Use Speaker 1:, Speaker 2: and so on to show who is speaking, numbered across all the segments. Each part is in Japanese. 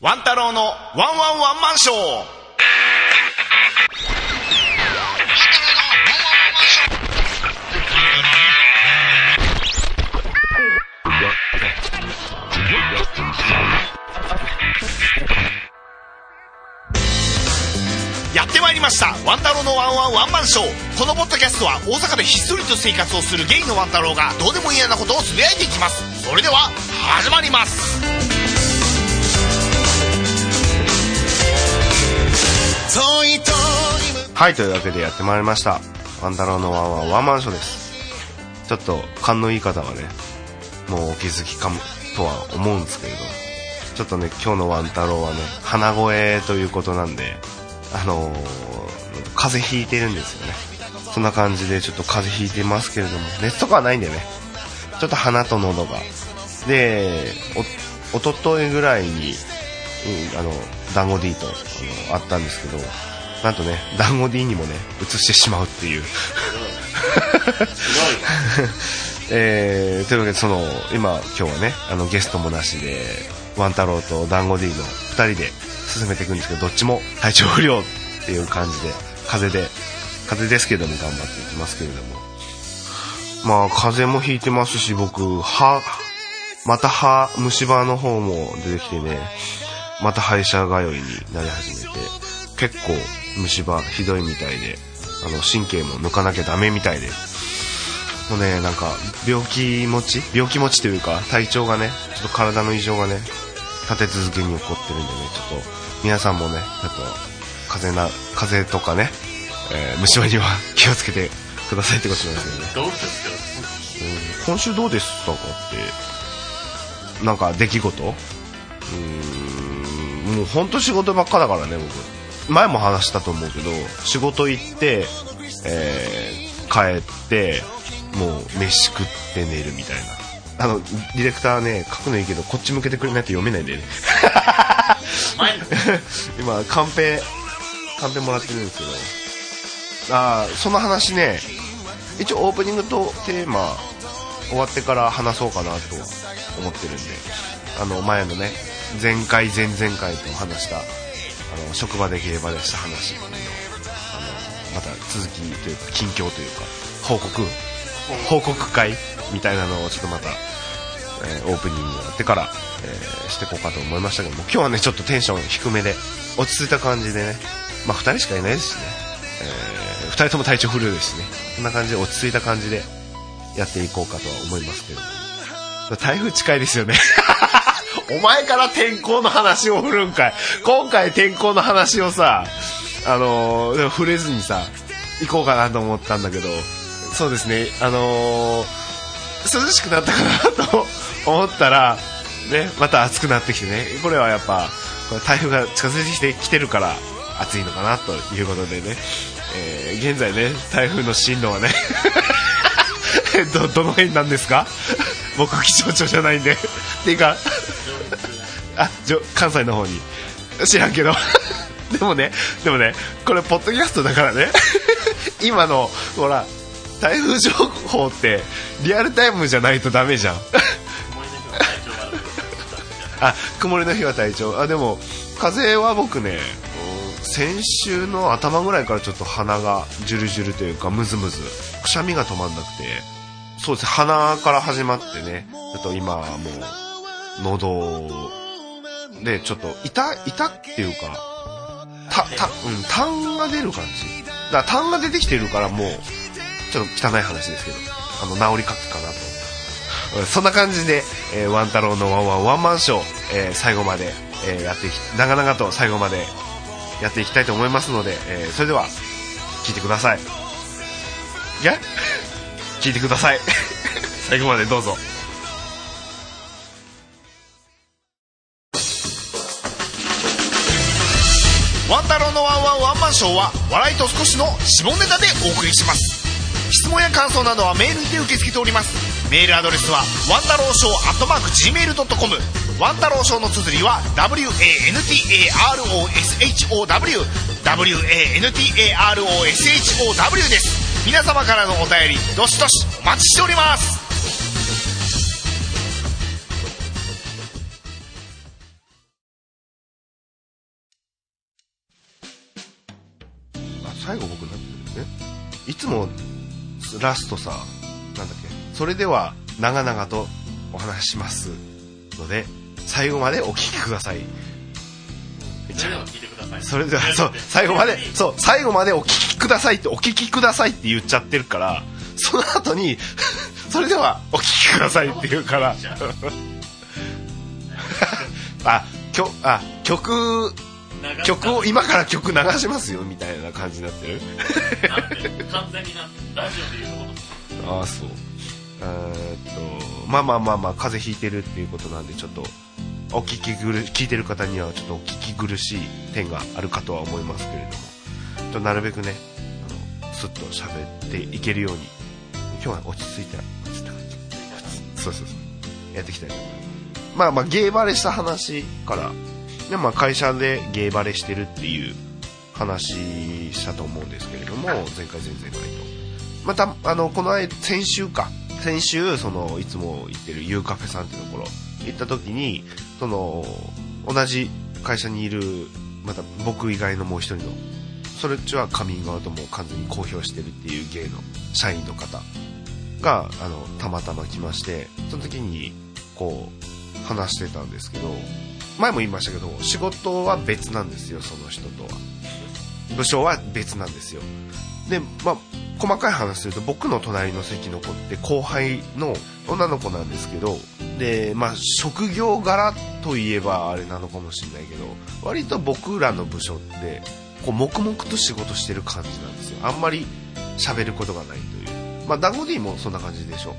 Speaker 1: ワン太郎のワンワンワンマンショーやってまいりました「ワン太郎のワンワンワンマンショー」このポッドキャストは大阪でひっそりと生活をするゲイのワン太郎がどうでも嫌なことをつぶやいていきますそれでは始まります
Speaker 2: はい、というわけでやってまいりました。ワンダローのワンワンワンマンショーです。ちょっと、勘のいい方はね、もうお気づきかも、とは思うんですけれど、ちょっとね、今日のワンタローはね、鼻声ということなんで、あのー、風邪ひいてるんですよね。そんな感じで、ちょっと風邪ひいてますけれども、熱とかはないんだよね。ちょっと鼻と喉が。で、お、おとといぐらいに、うんあの、ダンゴ D と、あの、あったんですけど、なんとね、ダンゴ D にもね、移してしまうっていう。 えー、というわけで、その、今、今日はね、あの、ゲストもなしで、ワン太郎とダンゴ D の二人で進めていくんですけど、どっちも体調不良っていう感じで、風邪で、風邪ですけども頑張っていきますけれども。まあ、風邪もひいてますし、僕、歯、また歯、虫歯の方も出てきてね、また歯医者通いになり始めて、結構虫歯ひどいみたいで、あの、神経も抜かなきゃダメみたいで、もうね、なんか、病気持ち病気持ちというか、体調がね、ちょっと体の異常がね、立て続けに起こってるんでね、ちょっと、皆さんもね、ちょっと、風邪な、風邪とかね、えー虫歯には気をつけてくださいってことなんですけどね。
Speaker 3: どうですか
Speaker 2: うん今週どうでしたかってなんか出来事うーんもう本当仕事ばっかだからね僕前も話したと思うけど仕事行って、えー帰ってもう飯食って寝るみたいなあのディレクターね書くのいいけどこっち向けてくれないと読めないんだよね
Speaker 3: 前に
Speaker 2: 今カンペカンペもらってるんですけどああその話ね一応オープニングとテーマ終わってから話そうかなと思ってるんであの前のね前回前々回と話したあの職場で競馬でした話のあのまた続きというか近況というか報告報告会みたいなのをちょっとまた、えーオープニングやってから、えーしていこうかと思いましたけども今日はねちょっとテンション低めで落ち着いた感じでねまあ2人しかいないですしね、え2人とも体調不良ですしねこんな感じで落ち着いた感じでやっていこうかとは思いますけれども台風近いですよね お前から天候の話を振るんかい今回天候の話をさあのーでも触れずにさ行こうかなと思ったんだけどそうですねあのー涼しくなったかなと思ったらねまた暑くなってきてねこれはやっぱこれ台風が近づいてきてきてるから暑いのかなということでね、えー現在ね台風の進路はね どどの辺なんですか 僕気象庁じゃないんでっていうかあじょ関西の方に知らんけど でもねでもねこれポッドキャストだからね 今のほら台風情報ってリアルタイムじゃないとダメじゃん
Speaker 3: 思い出の体調悪く
Speaker 2: あ曇りの日は体調あでも風は僕ねうん先週の頭ぐらいからちょっと鼻がジュルジュルというかムズムズくしゃみが止まんなくてそうです鼻から始まってねちょっと今はもう喉でちょっと痛痛っていうかたたうん痰が出る感じだから痰が出てきてるからもうちょっと汚い話ですけどあの治りかけかなとうんそんな感じで、えーワン太郎のワンワンワンマンショー、えー最後まで、えーやっていき、長々と最後までやっていきたいと思いますので、えーそれでは、聞いてください。いや 聞いてください。 最後までどうぞ。
Speaker 1: ワン太郎のワンワンワンマンショーは笑いと少しの下ネタでお送りします質問や感想などはメールにて受け付けておりますメールアドレスはワン太郎ショーアットマーク Gmail.com ワン太郎ショーの綴りは WANTAROSHOWWANTAROSHOW です皆様からのお便りどしどしお待ちしております
Speaker 2: 最後僕なんてねいつもラストさなんだっけそれでは長々とお話ししますので最後までお聞きください
Speaker 3: それでは聞いてください
Speaker 2: それではそう最後までそう最後までお聞きくださいってお聞きくださいって言っちゃってるからその後に それではお聞きくださいって言うから
Speaker 3: じゃあ
Speaker 2: あきょあ曲
Speaker 3: 長
Speaker 2: 曲を今から曲流しますよみたいな感じになってる
Speaker 3: なってる完全になってるラジオで言うとこ
Speaker 2: ああそうえーっとまあまあまあまあ風邪ひいてるっていうことなんでちょっとお聞き苦聞いてる方にはちょっとお聞き苦しい点があるかとは思いますけれどもちょっとなるべくねあのスッと喋っていけるように今日は落ち着いた落ち着いたそうそうそうやっていきたいと思いますまあまあゲーバレした話からで、まあ、会社でゲーバレしてるっていう話したと思うんですけれども前回前々回とまたあのこの間先週か先週そのいつも行ってるゆうカフェさんってところ行った時にその同じ会社にいるまた僕以外のもう一人のそれっちはカミングアウトも完全に公表してるっていう芸の社員の方があのたまたま来ましてその時にこう話してたんですけど前も言いましたけど仕事は別なんですよその人とは部署は別なんですよでまあ細かい話すると僕の隣の席の子って後輩の女の子なんですけどでまあ職業柄といえばあれなのかもしれないけど割と僕らの部署ってこう黙々と仕事してる感じなんですよあんまり喋ることがないというまあダゴディもそんな感じでしょ、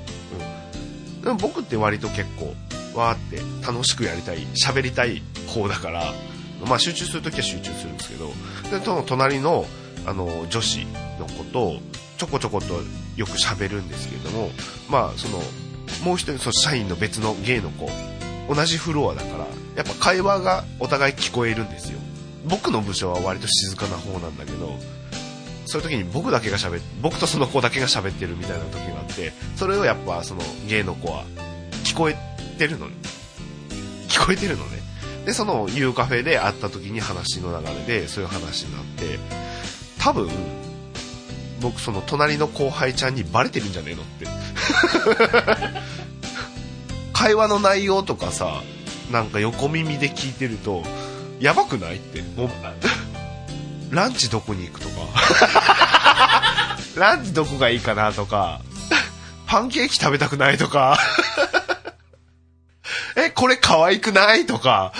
Speaker 2: うん、でも僕って割と結構わーって楽しくやりたい喋りたい方だから、まあ、集中するときは集中するんですけどでその隣のあの女子の子とちょこちょことよく喋るんですけれどもまあそのもう一人その社員の別の芸の子同じフロアだからやっぱ会話がお互い聞こえるんですよ僕の部署は割と静かな方なんだけどそういう時に僕だけが喋っ僕とその子だけが喋ってるみたいな時があってそれをやっぱその芸の子は聞こえてるのね聞こえてるのねでそのユーカフェで会った時に話の流れでそういう話になって多分僕その隣の後輩ちゃんにバレてるんじゃねえのって 会話の内容とかさなんか横耳で聞いてるとやばくないってもう ランチどこに行くとかランチどこがいいかなとかパンケーキ食べたくないと かえこれ可愛くないとか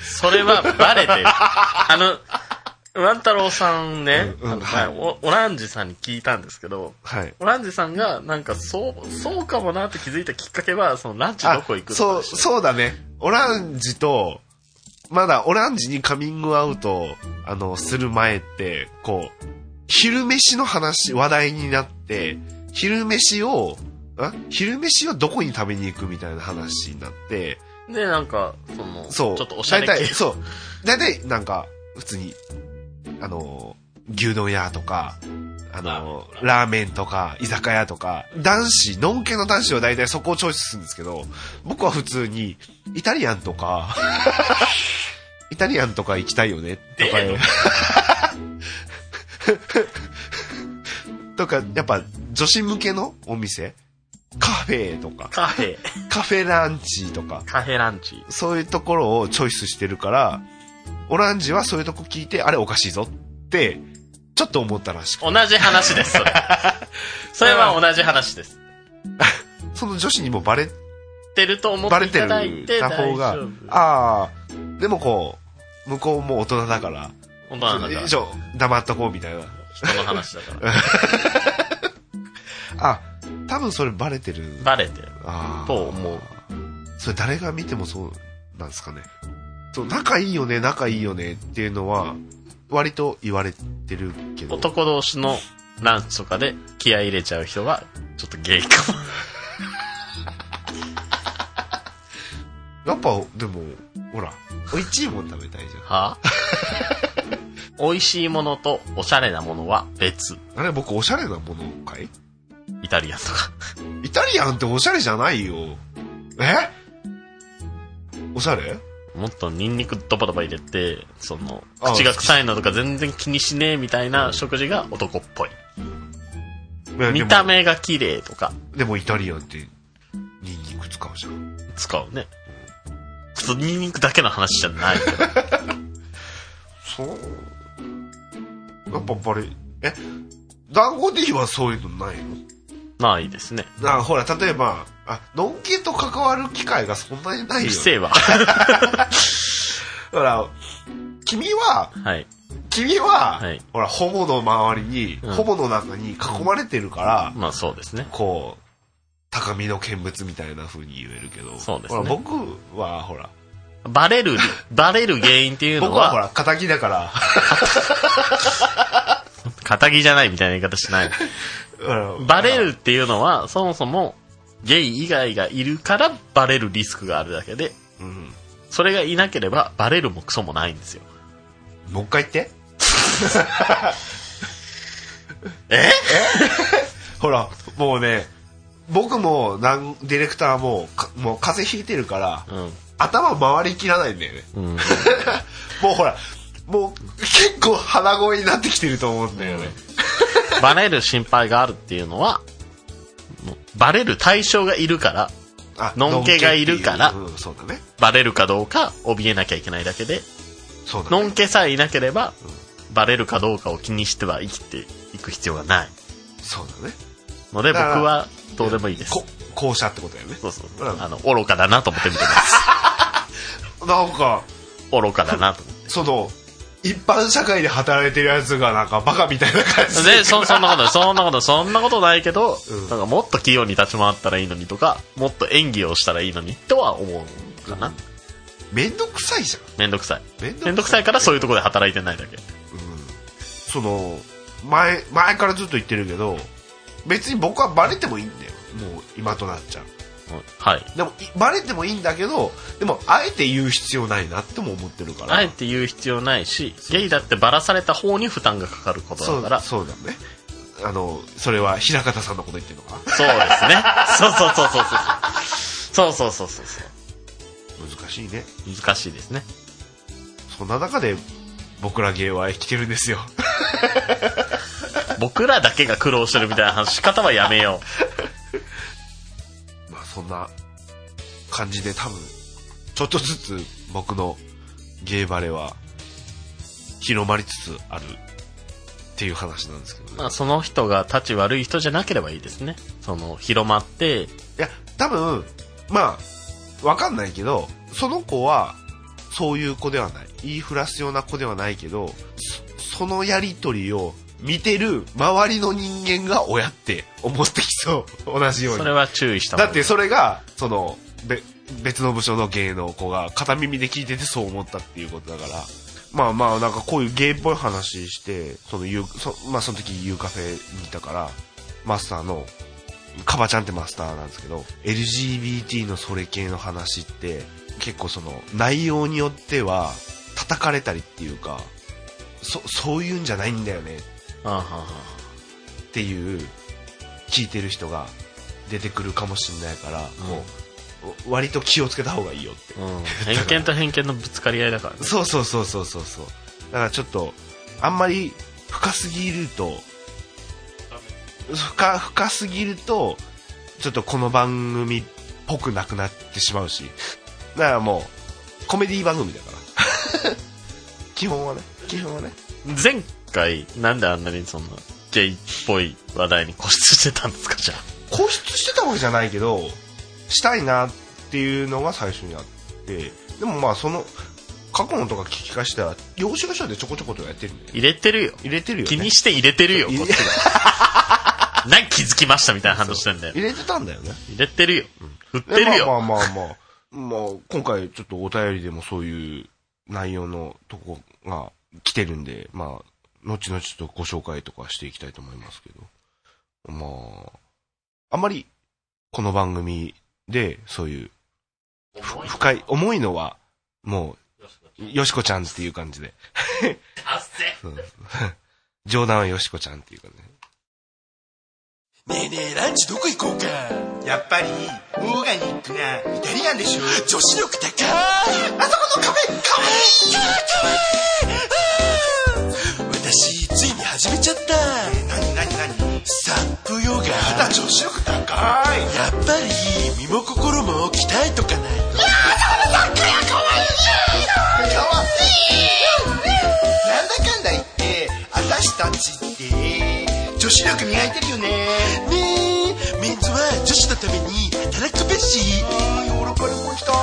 Speaker 4: それはバレてる。あの、ワン太郎さんね、
Speaker 2: うんうん
Speaker 4: あの
Speaker 2: はい
Speaker 4: おオランジさんに聞いたんですけど、
Speaker 2: はい
Speaker 4: オランジさんがなんかそう、そうかもなって気づいたきっかけは、そのランチ
Speaker 2: あ
Speaker 4: どこ行くと
Speaker 2: そ
Speaker 4: か
Speaker 2: う、そうだね。オランジと、まだオランジにカミングアウト、あの、する前って、こう、昼飯の話、話題になって、昼飯を、あ昼飯はどこに食べに行くみたいな話になって、
Speaker 4: で、なんか、その、
Speaker 2: そう。
Speaker 4: ちょっとおしゃれ
Speaker 2: 大体、
Speaker 4: 系。
Speaker 2: そう。大体、なんか、普通に、あのー、牛丼屋とか、あのー、ラーメンとか、居酒屋とか、男子、ノン系の男子は大体そこをチョイスするんですけど、僕は普通に、イタリアンと か、イタリアンとか行きたいよね、とか、とか、やっぱ、女子向けのお店カフェとか、
Speaker 4: カフェ、
Speaker 2: カフェランチとか、
Speaker 4: カフェランチ。
Speaker 2: そういうところをチョイスしてるから、オランジはそういうとこ聞いて、あれおかしいぞって、ちょっと思ったらしく。
Speaker 4: 同じ話で す、それ。それは同じ話です。
Speaker 2: その女子にもバレ、
Speaker 4: ってると思っ
Speaker 2: バ
Speaker 4: て
Speaker 2: レ
Speaker 4: い
Speaker 2: て
Speaker 4: た
Speaker 2: る
Speaker 4: だいて
Speaker 2: た
Speaker 4: 大
Speaker 2: 方が
Speaker 4: 丈夫。、
Speaker 2: ああ、でもこう、向こうも大人だから、
Speaker 4: 本当 はなんか、
Speaker 2: 以上、黙っとこうみたいな。
Speaker 4: 人の話だから。
Speaker 2: あ、多分それバレてる。
Speaker 4: バレてる。
Speaker 2: ああ、
Speaker 4: と思う。
Speaker 2: それ誰が見てもそうなんですかね。そう、仲いいよね、仲いいよねっていうのは、割と言われてるけど。
Speaker 4: 男同士のランチとかで気合い入れちゃう人は、ちょっとゲイ かも。
Speaker 2: やっぱ、でも、ほら、美味しいもん食べたいじゃん。
Speaker 4: はぁ美味しいものとおしゃれなものは別。
Speaker 2: あれ僕おしゃれなものかい
Speaker 4: イタリアンとか。
Speaker 2: イタリアンっておしゃれじゃないよ。えおしゃれ
Speaker 4: もっとニンニクドバドバ入れて、その、
Speaker 2: あ
Speaker 4: 口が臭いのとか全然気にしねえみたいな食事が男っぽい。
Speaker 2: いやでも
Speaker 4: 見た目が綺麗とか
Speaker 2: でもイタリアンってニンニク使うじゃん
Speaker 4: 使うね。ちょっとニンニクだけの話じゃな いけど。
Speaker 2: そうやっぱバレえ団子 D はそういうのないの
Speaker 4: ないですね。
Speaker 2: なほら例えばあのんけと関わる機会がそんなにな
Speaker 4: う
Speaker 2: い
Speaker 4: る
Speaker 2: よ
Speaker 4: せえわ。
Speaker 2: だから君は
Speaker 4: はい。
Speaker 2: 君は、
Speaker 4: はい
Speaker 2: ほらホモの周りに、
Speaker 4: うん
Speaker 2: ホモの中に囲まれてるから、
Speaker 4: まあそうですね。
Speaker 2: こう高みの見物みたいな風に言えるけど
Speaker 4: そうですね
Speaker 2: ほら僕はほら
Speaker 4: バレる、バレる原因っていうの
Speaker 2: 僕はほ
Speaker 4: は、
Speaker 2: ら敵だから
Speaker 4: 仇じゃないみたいな言い方しない。
Speaker 2: ほら
Speaker 4: バレるっていうのは、そもそも、ゲイ以外がいるからバレるリスクがあるだけで、
Speaker 2: うん
Speaker 4: それがいなければバレるもクソもないんですよ。
Speaker 2: もう一回言って
Speaker 4: え
Speaker 2: ほら、もうね、僕も、なん、ディレクターも、かもう風邪ひいてるから、
Speaker 4: う
Speaker 2: 頭回りきらないんだよね。
Speaker 4: ん。うん。
Speaker 2: もうほら、もう、結構鼻声になってきてると思うんだよね。
Speaker 4: バレる心配があるっていうのは、もうバレる対象がいるから、
Speaker 2: あ
Speaker 4: のんけがいるから
Speaker 2: のんけっていううん、そうだね。
Speaker 4: バレるかどうか怯えなきゃいけないだけで、
Speaker 2: そうだ
Speaker 4: の
Speaker 2: ね。
Speaker 4: んけさえいなければ、バレるかどうかを気にしては生きていく必要がない
Speaker 2: そうだね。
Speaker 4: ので、
Speaker 2: だ
Speaker 4: 僕
Speaker 2: から
Speaker 4: はどうでもいいです。
Speaker 2: こ、校舎ってことだよね。
Speaker 4: そうそう
Speaker 2: う。ん
Speaker 4: あの、愚かだなと思って見てます。
Speaker 2: なんか、
Speaker 4: 愚かだなと思って。
Speaker 2: その、一般社会で働いてるやつがなんかバカみたいな感じ
Speaker 4: で、そ、そんなこと、そんなこと、そんなことないけど、
Speaker 2: うん
Speaker 4: なんかもっと器用に立ち回ったらいいのにとか、もっと演技をしたらいいのにとは思うかな。
Speaker 2: めんどくさいじゃん。
Speaker 4: めんどくさい。
Speaker 2: めん
Speaker 4: めんどくさいからそういうところで働いてないだけ。
Speaker 2: その前前からずっと言ってるけど別に僕はバレてもいいんだよもう今となっちゃう
Speaker 4: うんはい。
Speaker 2: でもいバレてもいいんだけどでもあえて言う必要ないなっても思ってるから、
Speaker 4: あえて言う必要ないし、ゲイだってバラされた方に負担がかかること
Speaker 2: そ
Speaker 4: だ
Speaker 2: う
Speaker 4: か
Speaker 2: だ
Speaker 4: ら、
Speaker 2: そうだねあのそれは平方さんのこと言ってるのか
Speaker 4: そうですね。そうそうそうそうそう。そうそうそうそうそ
Speaker 2: 難しいね
Speaker 4: う。難しいですね。
Speaker 2: そんな中で僕ら芸は生きてるんですよ
Speaker 4: 僕らだけが苦労してるみたいな話し方はやめよ
Speaker 2: まあそんな感じで多分ちょっとずつ僕の芸バレは広まりつつあるっていう話なんですけどね
Speaker 4: う。まあ、その人が立ち悪い人じゃなければいいですね。その、広まって、
Speaker 2: いや、多分、まあ、わかんないけど、その子は、そういう子ではない。言いふらすような子ではないけど、そそのやりとりを見てる周りの人間が親って思ってきそう。同じよう
Speaker 4: そ
Speaker 2: に
Speaker 4: れ。は注意した方
Speaker 2: だ
Speaker 4: がい
Speaker 2: って
Speaker 4: い
Speaker 2: それが、その、べ別の部署の芸の子が片耳で聞いててそう思ったっていうことだから、まあまあ、なんかこういう芸っぽい話して、そのゆう、そまあその時ユーカフェにいたから、マスターの、カバちゃんってマスターなんですけど、LGBT のそれ系の話って、結構その、内容によっては、叩かれたりっていうか、そ、そういうんじゃないんだよね
Speaker 4: ああはあは
Speaker 2: っていう聞いてる人が出てくるかもしれないから、もう割と気をつけた方がいいよって
Speaker 4: あうん、偏見と偏見のぶつかり合いだからね
Speaker 2: そうそうそうそうそうそうだからちょっとあんまり深すぎると深深すぎるとちょっとこの番組っぽくなくなってしまうしだからもうコメディ番組だから 基本はね基本はね
Speaker 4: 前回なんであんなにそんなゲイっぽい話題に固執してたんですかじゃ
Speaker 2: 固執してたわけじゃないけどしたいなっていうのが最初にあってでもまあその過去のとか聞き返したら要所要所でちょこちょことやってるんだよ
Speaker 4: あ入れてるよ
Speaker 2: 入れてるよね
Speaker 4: 気にして入れてるよこ
Speaker 2: 入
Speaker 4: っ
Speaker 2: れ
Speaker 4: ちが何気づきましたみたいな反応してんだよ
Speaker 2: 入れてたんだよね
Speaker 4: 入れてるよ振っ
Speaker 2: で
Speaker 4: てる
Speaker 2: まあ
Speaker 4: よ
Speaker 2: まあまあまあまあ今回ちょっとお便りでもそういう内容のとこが来てるんでまあ後々とご紹介とかしていきたいと思いますけどまああんまりこの番組でそういう
Speaker 3: 重い
Speaker 2: 深い重いのはもう
Speaker 3: よしこち
Speaker 2: よしこちゃんっていう感じで。
Speaker 3: ゃん達成
Speaker 2: そう冗談はよしこちゃんっていう感じで。
Speaker 5: ねえねえランチどこ行こうかやっぱりオーガニックなイタリアンでしょ女子力高いあそこのカフェかわいいかわいい私ついに始めちゃった何何何サップヨガあ女子力高いやっぱり身も心も鍛えとかないといやーそのサッカーかわいいかわいいなんだかんだ言って私たちって女子力磨いてるよねねえメンズは女子のために働くべしああヨーロッパ旅行きたああ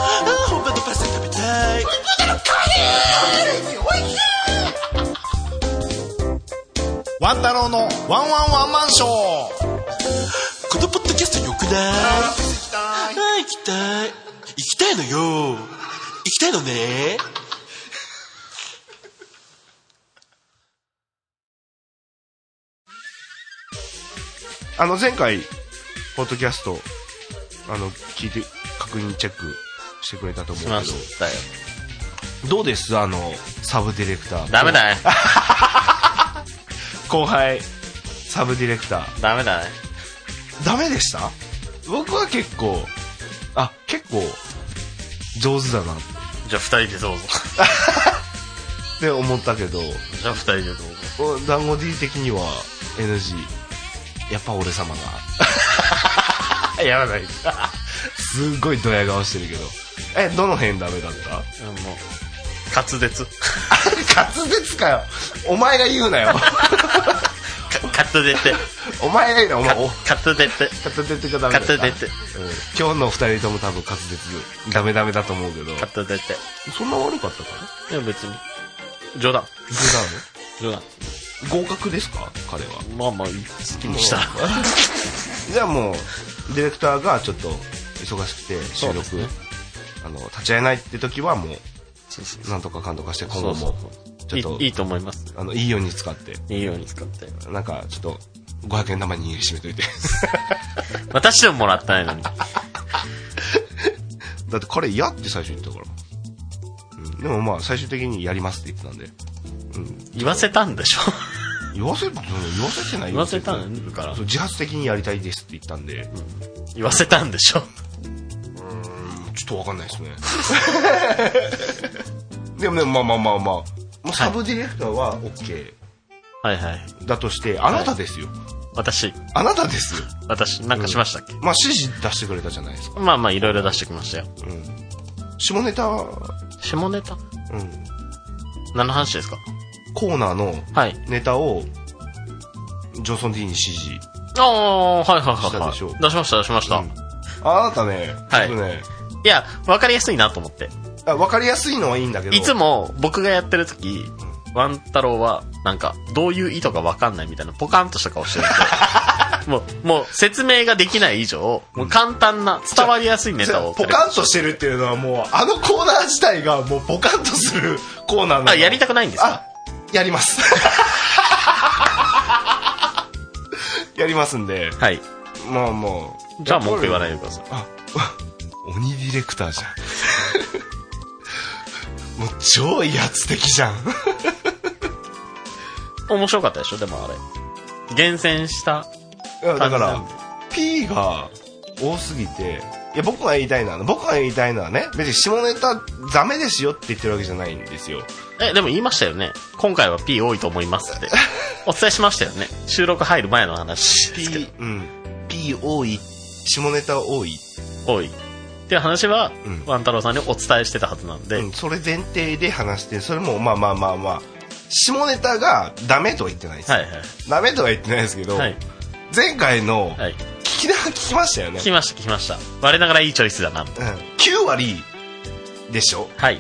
Speaker 5: 本場のパスタ食べたい本場のカレーおいしい
Speaker 1: ワンタロウのワンワンワンマンショー
Speaker 5: このポッドキャストよくないああ行きたい行きたいのよ行きたいのね
Speaker 2: あの前回ポッドキャストあの聞いて確認チェックしてくれたと思
Speaker 4: しま
Speaker 2: うけ
Speaker 4: したよ。
Speaker 2: どどうですあのサブディレクター
Speaker 4: ダメだね。
Speaker 2: 後輩サブディレクター
Speaker 4: ダメだね。
Speaker 2: ダメでした僕は結構あ結構上手だなっ
Speaker 4: じゃあ二人でどうぞ。
Speaker 2: て思ったけど
Speaker 4: じゃあ二人でどうぞ。
Speaker 2: お団子 D 的には NG やっぱ俺様が やらないすっごいドヤ顔してるけどえどの辺ダメだった
Speaker 4: うんもう、滑舌。
Speaker 2: 滑舌かよお前が言うな よ
Speaker 4: か 滑舌。
Speaker 2: お前が言う なお前お
Speaker 4: か滑舌。
Speaker 2: 滑舌がダメだ
Speaker 4: 滑
Speaker 2: っ
Speaker 4: 舌。
Speaker 2: たう
Speaker 4: 滑
Speaker 2: ん今日の二人とも多分滑舌ダメダメだと思うけど
Speaker 4: 舌。
Speaker 2: そんな悪かったかない
Speaker 4: や別に。冗談。冗談。
Speaker 2: 合格ですか彼は
Speaker 4: まあまあ、好きに したら。
Speaker 2: じゃあもうディレクターがちょっと忙しくて収
Speaker 4: そうで
Speaker 2: 録、
Speaker 4: すね
Speaker 2: あの立ち会えないって時はも
Speaker 4: そうそう
Speaker 2: うなんとかかんとかして今
Speaker 4: そ
Speaker 2: 後
Speaker 4: うそう
Speaker 2: もちょっ
Speaker 4: そ
Speaker 2: と
Speaker 4: う。いいいいと思います。
Speaker 2: あのいいように使って
Speaker 4: いいように使って。
Speaker 2: なんかちょっと500円玉に入れ締めといて
Speaker 4: 私でももらったないのに。
Speaker 2: だって彼嫌って最初言ったから、うん、でもまあ最終的にやりますって言ってたんで
Speaker 4: 言わせたんでしょ
Speaker 2: 言わせ言わせてない
Speaker 4: 言わせたんだから
Speaker 2: そう自発的にやりたいですって言ったんで、
Speaker 4: 言わせたんでしょ
Speaker 2: ちょっとわかんないですねでもねまあまあまあまあまあサブディレクターは OK
Speaker 4: はいはい。
Speaker 2: だとしてあなたですよ、
Speaker 4: 私、
Speaker 2: あなたですよ
Speaker 4: 私、なんかしましたっけ、
Speaker 2: まあ指示出してくれたじゃないですか
Speaker 4: まあまあ、いろいろ出してきましたよ。
Speaker 2: 下ネタ、うん、
Speaker 4: 下ネタ何の話ですか
Speaker 2: コーナーの
Speaker 4: はい。
Speaker 2: ネタをジョンソン D に指示
Speaker 4: ああ、はいはいはい、
Speaker 2: した
Speaker 4: はい。
Speaker 2: でしょ
Speaker 4: 出しました、出しました。
Speaker 2: うんあなたね、
Speaker 4: はい
Speaker 2: ちょっとね
Speaker 4: いや、わかりやすいなと思って。
Speaker 2: あ分かりやすいのはいいんだけど
Speaker 4: いつも僕がやってる時、ワン太郎は、なんか、どういう意図かわかんないみたいな、ポカンとした顔してるんで。 もう、もう説明ができない以上、もう簡単な、伝わりやすいネタを。
Speaker 2: ポカンとしてるっていうのはもうあのコーナー自体がもうポカンとするコーナーなの
Speaker 4: あ、やりたくないんですか
Speaker 2: あやります やりますんで
Speaker 4: はい。
Speaker 2: まあもう
Speaker 4: じゃあ文句言わないでください。
Speaker 2: あ鬼ディレクターじゃん もう超威圧的じゃん
Speaker 4: 面白かったでしょでもあれ。厳選した。
Speaker 2: いやだか
Speaker 4: 感
Speaker 2: ら P が多すぎていや僕が言いたいのは僕が言いたいのはね別に下ネタダメですよって言ってるわけじゃないんですよ
Speaker 4: え、でも言いましたよね。今回は P 多いと思います って。お伝えしましたよね。収録入る前の話ですけど
Speaker 2: P。うん、P 多い下ネタ多い、
Speaker 4: 多い。っていう話は、
Speaker 2: うん
Speaker 4: ワン太郎さんにお伝えしてたはずなんで、
Speaker 2: うん、それ前提で話してそれもまあまあまあまあ下ネタがダメとは言ってないです、
Speaker 4: はいはい。
Speaker 2: ダメとは言ってないですけど、
Speaker 4: はい。
Speaker 2: 前回の
Speaker 4: はい。
Speaker 2: 聞きな聞きましたよね
Speaker 4: 聞きました、聞きました。我ながらいいチョイスだな。
Speaker 2: 9割でしょ
Speaker 4: はい。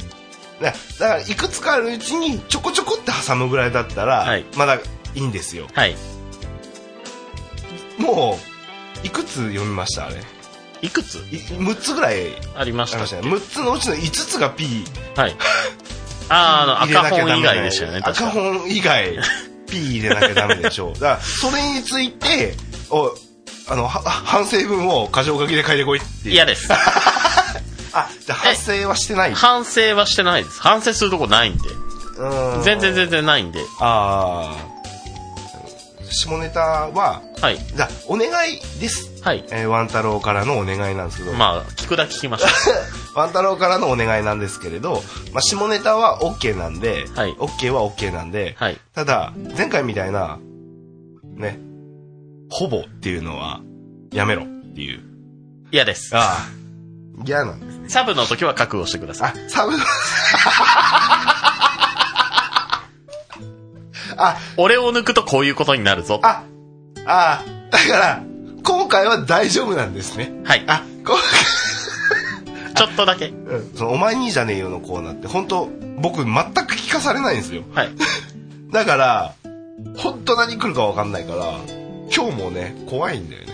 Speaker 2: だだからいくつかあるうちにちょこちょこって挟むぐらいだったら、
Speaker 4: はい
Speaker 2: まだいいんですよ
Speaker 4: はい。
Speaker 2: もういくつ読みましたあれ
Speaker 4: いくつ
Speaker 2: い6つぐらい
Speaker 4: ありまし
Speaker 2: ありま
Speaker 4: たっ
Speaker 2: した
Speaker 4: け
Speaker 2: ね6つのうちの5つが P
Speaker 4: はい。ああ、あ
Speaker 2: 入れ
Speaker 4: の、
Speaker 2: な
Speaker 4: 赤
Speaker 2: きゃダメ
Speaker 4: 本以
Speaker 2: だ
Speaker 4: 外でしたよね、確
Speaker 2: 赤
Speaker 4: か。
Speaker 2: 本以外 P 入れなきゃダメでしょうだからそれについておあのは反省文を箇条書きで書いてこいっていう
Speaker 4: 嫌です。
Speaker 2: あじゃあ反省はしてない
Speaker 4: 反省はしてないです。反省するとこないんで。
Speaker 2: うん
Speaker 4: 全然全然ないんで。
Speaker 2: ああ下ネタは
Speaker 4: はい。
Speaker 2: じゃあお願いです、
Speaker 4: はい。
Speaker 2: えー、ワン太郎からのお願いなんですけど、
Speaker 4: まあ、聞くだけ聞きまし
Speaker 2: ワン太郎からのお願いなんですけれど、まあ、下ネタは OK なんで、
Speaker 4: はい
Speaker 2: OK は OK なんで、
Speaker 4: た。はい。
Speaker 2: ただ前回みたいなねほぼっていうのはやめろっていう
Speaker 4: 嫌です。
Speaker 2: ああ嫌なんです
Speaker 4: サブの時は覚悟してください。
Speaker 2: あサブ あ
Speaker 4: 俺を抜くとこういうことになるぞ。
Speaker 2: あああだから今回は大丈夫なんですね
Speaker 4: はい。
Speaker 2: あ今
Speaker 4: ちょっとだけ。
Speaker 2: 回、うん、そのお前にじゃねえよのコーナーって本当僕全く聞かされないんですよ
Speaker 4: はい。
Speaker 2: だから、本当何来るか分かんないから、今日もね、怖いんだよね。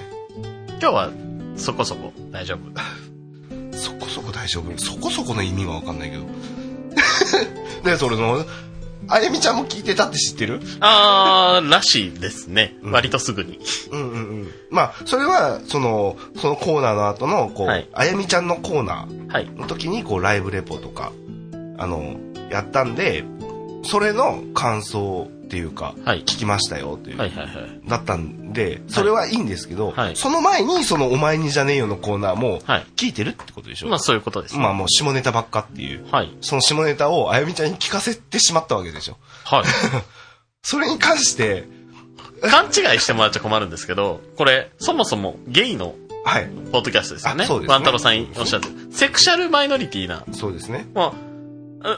Speaker 4: 今日は、そこそこ、大 丈夫。
Speaker 2: そこそこ大丈夫。そこそこの意味が分かんないけど。 ねそれの、あやみちゃんも聞いてたって知ってる
Speaker 4: あー、らしいですね。
Speaker 2: うん
Speaker 4: 割とすぐに。
Speaker 2: うんうんうん。まあ、それは、その、そのコーナーの後の、こう、
Speaker 4: はい
Speaker 2: あやみちゃんのコーナー
Speaker 4: はい。
Speaker 2: の時に、こう、ライブレポとか、あの、やったんで、それの感想っていうか、
Speaker 4: はい
Speaker 2: 聞きましたよっていう。
Speaker 4: はいはいはい。
Speaker 2: だったんで、それはいいんですけど、
Speaker 4: はい
Speaker 2: その前にそのお前にじゃねえよのコーナーも
Speaker 4: はい。
Speaker 2: 聞いてるってことでしょ、
Speaker 4: まあ、そういうことです。
Speaker 2: まあもう下ネタばっかっていう、
Speaker 4: はい。
Speaker 2: その下ネタをあやみちゃんに聞かせてしまったわけでしょ
Speaker 4: はい。
Speaker 2: それに関して、
Speaker 4: 勘違いしてもらっちゃ困るんですけど、これ、そもそもゲイの
Speaker 2: はい、
Speaker 4: ポッドキャストですよね。
Speaker 2: あそうですね
Speaker 4: ワンタロウさんおっしゃってる。セクシャルマイノリティな、
Speaker 2: そうですね。
Speaker 4: もう、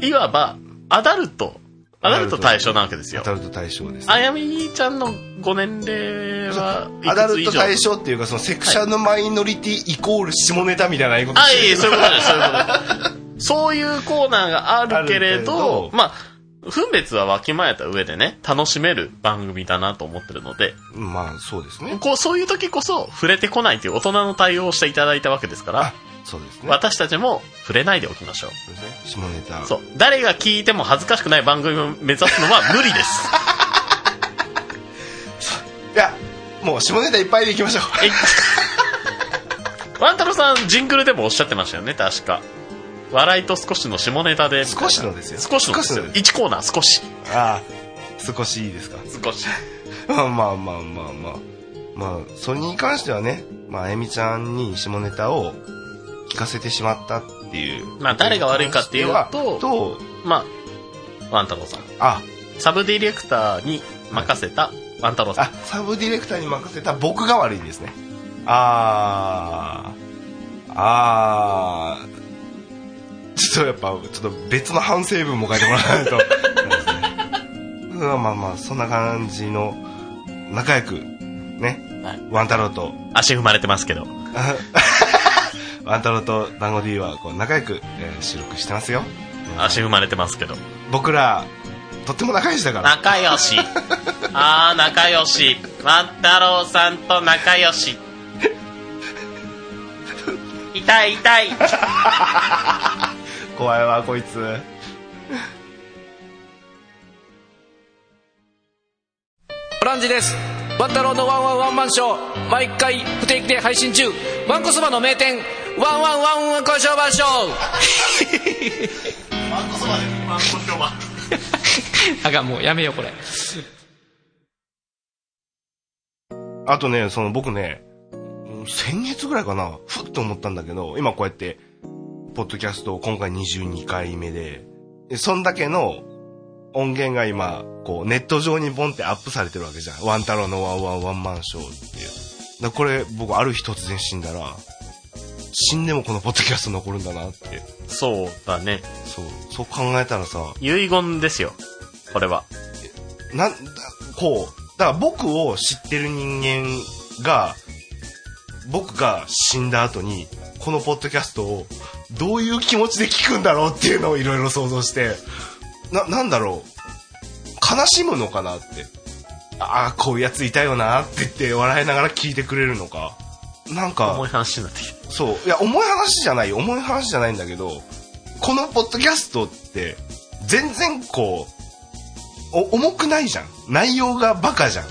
Speaker 4: ういわば、アダルト、アダルト対象なわけです
Speaker 2: ア
Speaker 4: よ。
Speaker 2: ダルト対象です。
Speaker 4: あやみちゃんのご年齢は、
Speaker 2: アダル
Speaker 4: い
Speaker 2: ト
Speaker 4: くつ以上
Speaker 2: 対象っていうか、そのセクシャルマイノリティイコール下ネタみたいな言いこと
Speaker 4: あ、いえいえ、
Speaker 2: して
Speaker 4: そう
Speaker 2: る
Speaker 4: いうことです、そういうこと です。そういうコーナーがあるけれ
Speaker 2: ある
Speaker 4: ど
Speaker 2: け、ど
Speaker 4: まあ、分別はわきまえた上でね、楽しめる番組だなと思ってるので、
Speaker 2: まあそうですね。
Speaker 4: こう、そういう時こそ触れてこないという大人の対応をしていただいたわけですから
Speaker 2: あ、そうですね。
Speaker 4: 私たちも触れないでおきましょう。
Speaker 2: そうですね下ネタ。
Speaker 4: そう。誰が聞いても恥ずかしくない番組を目指すのは無理です。
Speaker 2: いや、もう下ネタいっぱいでいき ましょう。
Speaker 4: えワンタロウさん、ジングルでもおっしゃってましたよね、確か。笑いと少しの下ネタで。
Speaker 2: 少しのですよ。
Speaker 4: 少しのですよ。
Speaker 2: 少し
Speaker 4: 1コーナー少し。
Speaker 2: ああ、少しいいですか。
Speaker 4: 少し。
Speaker 2: まあまあまあまあまあ。まあ、それに関してはね、まあ、あやみちゃんに下ネタを聞かせてしまったっていう。
Speaker 4: まあ誰が悪いかっていうと
Speaker 2: と、
Speaker 4: まあ、ワンタロウさん。
Speaker 2: あ、
Speaker 4: サブディレクターに任せたワンタロウさん。
Speaker 2: あ、サブディレクターに任せた僕が悪いんですね。あー、あー、ちょっとやっぱ、ちょっと別の反省文も書いてもらわないと。 うんまあまあ、そんな感じの、仲良く、ね、
Speaker 4: はい
Speaker 2: ワンタロウと、
Speaker 4: 足踏まれてますけど。
Speaker 2: ワンタロウとダンゴ D はこう仲良く、えー収録してますよ。
Speaker 4: 足踏まれてますけど。
Speaker 2: 僕ら、とっても仲良しだから。
Speaker 4: 仲良し。あー、仲良し。ワンタロウさんと仲良し。痛い痛い。
Speaker 2: 怖いわ、こいつ。
Speaker 6: オランジですワンタロウのワンワンワンマンショー毎回不定期で配信中ワンコそばの名店ワンワンワンワンコショーバンショー あかんもうやめようこれ
Speaker 2: あとね、その僕ね、うん先月ぐらいかな、ふっと思ったんだけど、今こうやって、ポッドキャストを今回22回目で、でそんだけの音源が今、こう、ネット上にボンってアップされてるわけじゃん。ワン太郎のワンワンワンマンショーっていう。だからこれ、僕ある日突然死んだら、死んでもこのポッドキャスト残るんだなって。
Speaker 4: そうだね。
Speaker 2: そう、そう考えたらさ、
Speaker 4: 遺言ですよ。これは。
Speaker 2: なんだ、こう、だから僕を知ってる人間が、僕が死んだ後に、このポッドキャストをどういう気持ちで聞くんだろうっていうのをいろいろ想像して、な、なんだろう、悲しむのかなって。ああ、こういうやついたよなって言って笑いながら聞いてくれるのか。なん
Speaker 4: 重
Speaker 2: か、
Speaker 4: い話になってきた。
Speaker 2: そう、いや、重い話じゃないよ、重い話じゃないんだけど、このポッドキャストって、全然こう、お重くないじゃん内容がバカじゃん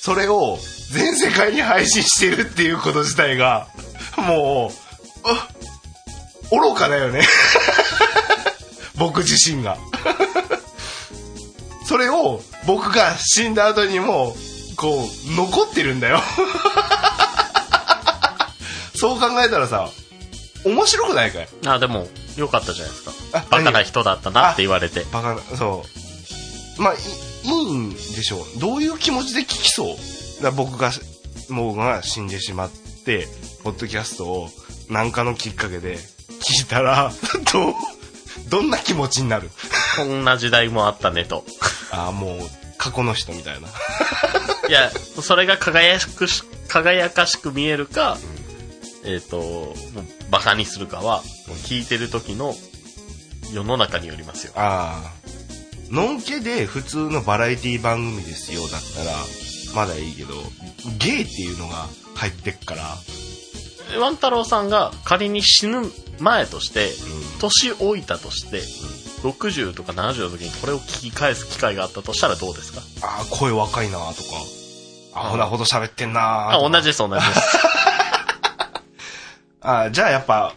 Speaker 2: それを全世界に配信してるっていうこと自体がもうあ愚 かだよね僕自身がそそれを僕が死んだ後にもこう残ってるんだよそう考えたらさ面白くないかい
Speaker 4: あ、でも、よかったじゃないですか。
Speaker 2: あ
Speaker 4: バカな人だったなって言われて。
Speaker 2: バカなそうまあいいいんでしょうどういう気持ちで聞きそうだから僕がもうが死んでしまってポッドキャストを何かのきっかけで聞いたら どうどんな気持ちになる
Speaker 4: こんな時代もあったねと。
Speaker 2: ああもう過去の人みたいない
Speaker 4: や、それが輝くし、輝かしく見えるか、えっ、と、もうバカにするかは、もう聞いてる時の世の中によりますよ。
Speaker 2: ああのんけで普通のバラエティ番組ですよだったらまだいいけどゲイっていうのが入ってっから
Speaker 4: ワン太郎さんが仮に死ぬ前として、
Speaker 2: ん
Speaker 4: 年老いたとして、60とか70の時にこれを聞き返す機会があったとしたらどうですか
Speaker 2: ああ声若いなとかアホなほど喋ってんな
Speaker 4: あ、
Speaker 2: ーとか
Speaker 4: 同じです、同じです。
Speaker 2: あじゃあやっぱ、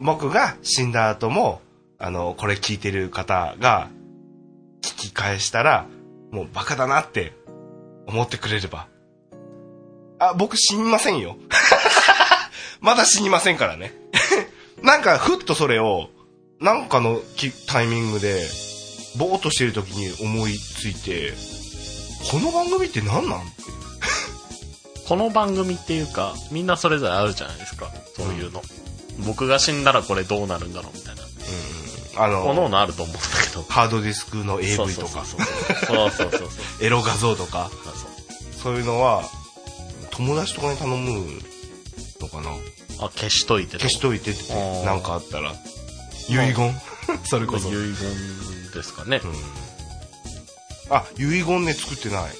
Speaker 2: 僕が死んだ後も、あの、これ聞いてる方が、聞き返したら、もうバカだなって思ってくれれば。あ、僕死にませんよ。 まだ死にませんからね。 なんか、ふっとそれを、なんかのきタイミングで、ぼーっとしてる時に思いついて、この番組って何なん
Speaker 4: この番組っていうか、みんなそれぞれあるじゃないですか。そういうの。僕が死んだらこれどうなるんだろうみたいな。
Speaker 2: あ
Speaker 4: おの
Speaker 2: の、
Speaker 4: おのあると思うんだけど。
Speaker 2: ハードディスクの AV とか、
Speaker 4: そうそうそうそうそうそうそうそう
Speaker 2: エロ画像とか。
Speaker 4: そう
Speaker 2: そういうのは、友達とかに頼むのかな
Speaker 4: あ消しといて
Speaker 2: 消し
Speaker 4: い
Speaker 2: といてって
Speaker 4: あー、
Speaker 2: なんかあったら。遺 言それこそ。
Speaker 4: 遺
Speaker 2: うん
Speaker 4: 言ですかね、
Speaker 2: あ、遺言ね、作ってない。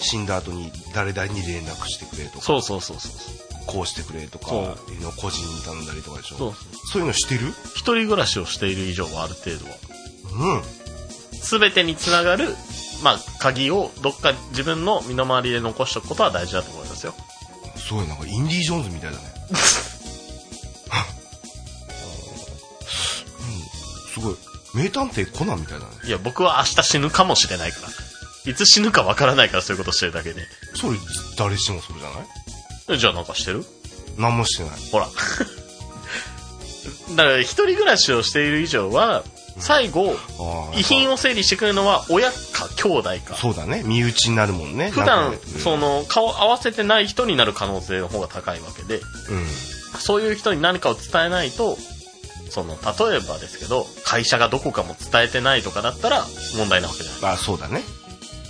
Speaker 2: 死んだ後に誰々に連絡してくれとか、
Speaker 4: そうそうそうそうそ
Speaker 2: こうしてくれとか、
Speaker 4: そう
Speaker 2: いうのを個人に頼んだりとかでしょ。
Speaker 4: うそう
Speaker 2: そういうのしてる
Speaker 4: 一人暮らしをしている以上はある程度は
Speaker 2: うん。
Speaker 4: 全てにつながるまあ鍵をどっか自分の身の回りで残しておくことは大事だと思いますよ
Speaker 2: すごい、なんかインディ・ージョーンズみたいだね。 うんすごい。名探偵コナンみたいだね。
Speaker 4: いや僕は明日死ぬかもしれないからいつ死ぬかわからないからそういうことしてるだけで
Speaker 2: それ、誰しもそうじゃない
Speaker 4: じゃあなんかしてる
Speaker 2: 何もしてない。
Speaker 4: ほら だから一人暮らしをしている以上は最後
Speaker 2: あー
Speaker 4: 遺品を整理してくれるのは親か兄弟か
Speaker 2: そうだね身内になるもんね
Speaker 4: 普段
Speaker 2: なんかね
Speaker 4: その顔合わせてない人になる可能性の方が高いわけで
Speaker 2: うん
Speaker 4: そういう人に何かを伝えないとその例えばですけど会社がどこかも伝えてないとかだったら問題なわけじゃない
Speaker 2: あそうだね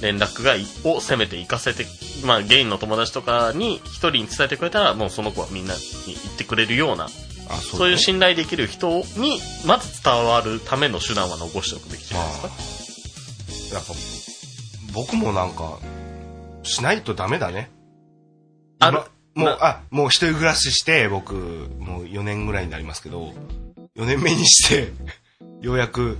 Speaker 4: 連絡がいをせめて行かせて、まあ、ゲイの友達とかに一人に伝えてくれたらもうその子はみんなに言ってくれるような
Speaker 2: あそう
Speaker 4: そういう
Speaker 2: し
Speaker 4: 信頼できる人にまず伝わるための手段は残しておくべきじゃないですか
Speaker 2: やっぱ僕もなんかしないとダメだね
Speaker 4: ある
Speaker 2: 今もう
Speaker 4: な
Speaker 2: あもう一人暮らしして僕もう4年ぐらいになりますけど4年目にしてようやく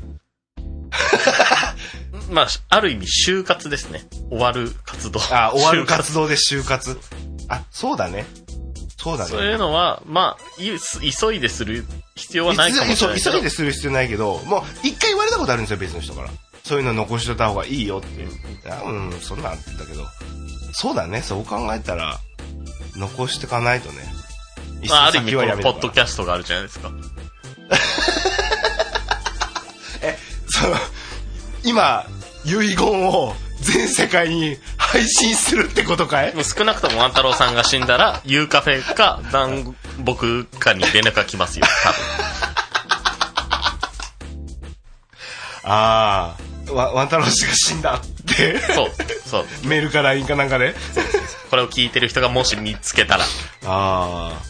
Speaker 4: まあ、ある意味、就活ですね。終わる活動。
Speaker 2: あ終わる
Speaker 4: 就
Speaker 2: 活動で就活あそうだねそうだ
Speaker 4: 活そうい
Speaker 2: ね
Speaker 4: うのは、まあ、い急いでする必要はないかもしれない
Speaker 2: 急
Speaker 4: け
Speaker 2: 急
Speaker 4: ど
Speaker 2: いでする必要ないけどもう一回言われたことあるんですよ別の人からそういうの残しといた方がいいよってあうんそんなんあってたけどそうだねそう考えたら残してかないとね
Speaker 4: まあ、ある意味、
Speaker 2: 一寸先
Speaker 4: この
Speaker 2: は
Speaker 4: ポ
Speaker 2: やめ
Speaker 4: ッド
Speaker 2: とか
Speaker 4: キャストがあるじゃないですか。
Speaker 2: そう今遺言を全世界に配信するってことかい
Speaker 4: もう少なくとも万太郎さんが死んだら、ユーカフェか、残僕かに連絡が 来ますよ、
Speaker 2: ああわワンタロウ氏が死んだって
Speaker 4: 多分。そう、そう。
Speaker 2: メールか LINE かなんかで、
Speaker 4: これを聞いてる人がもし見つけたら、
Speaker 2: ああ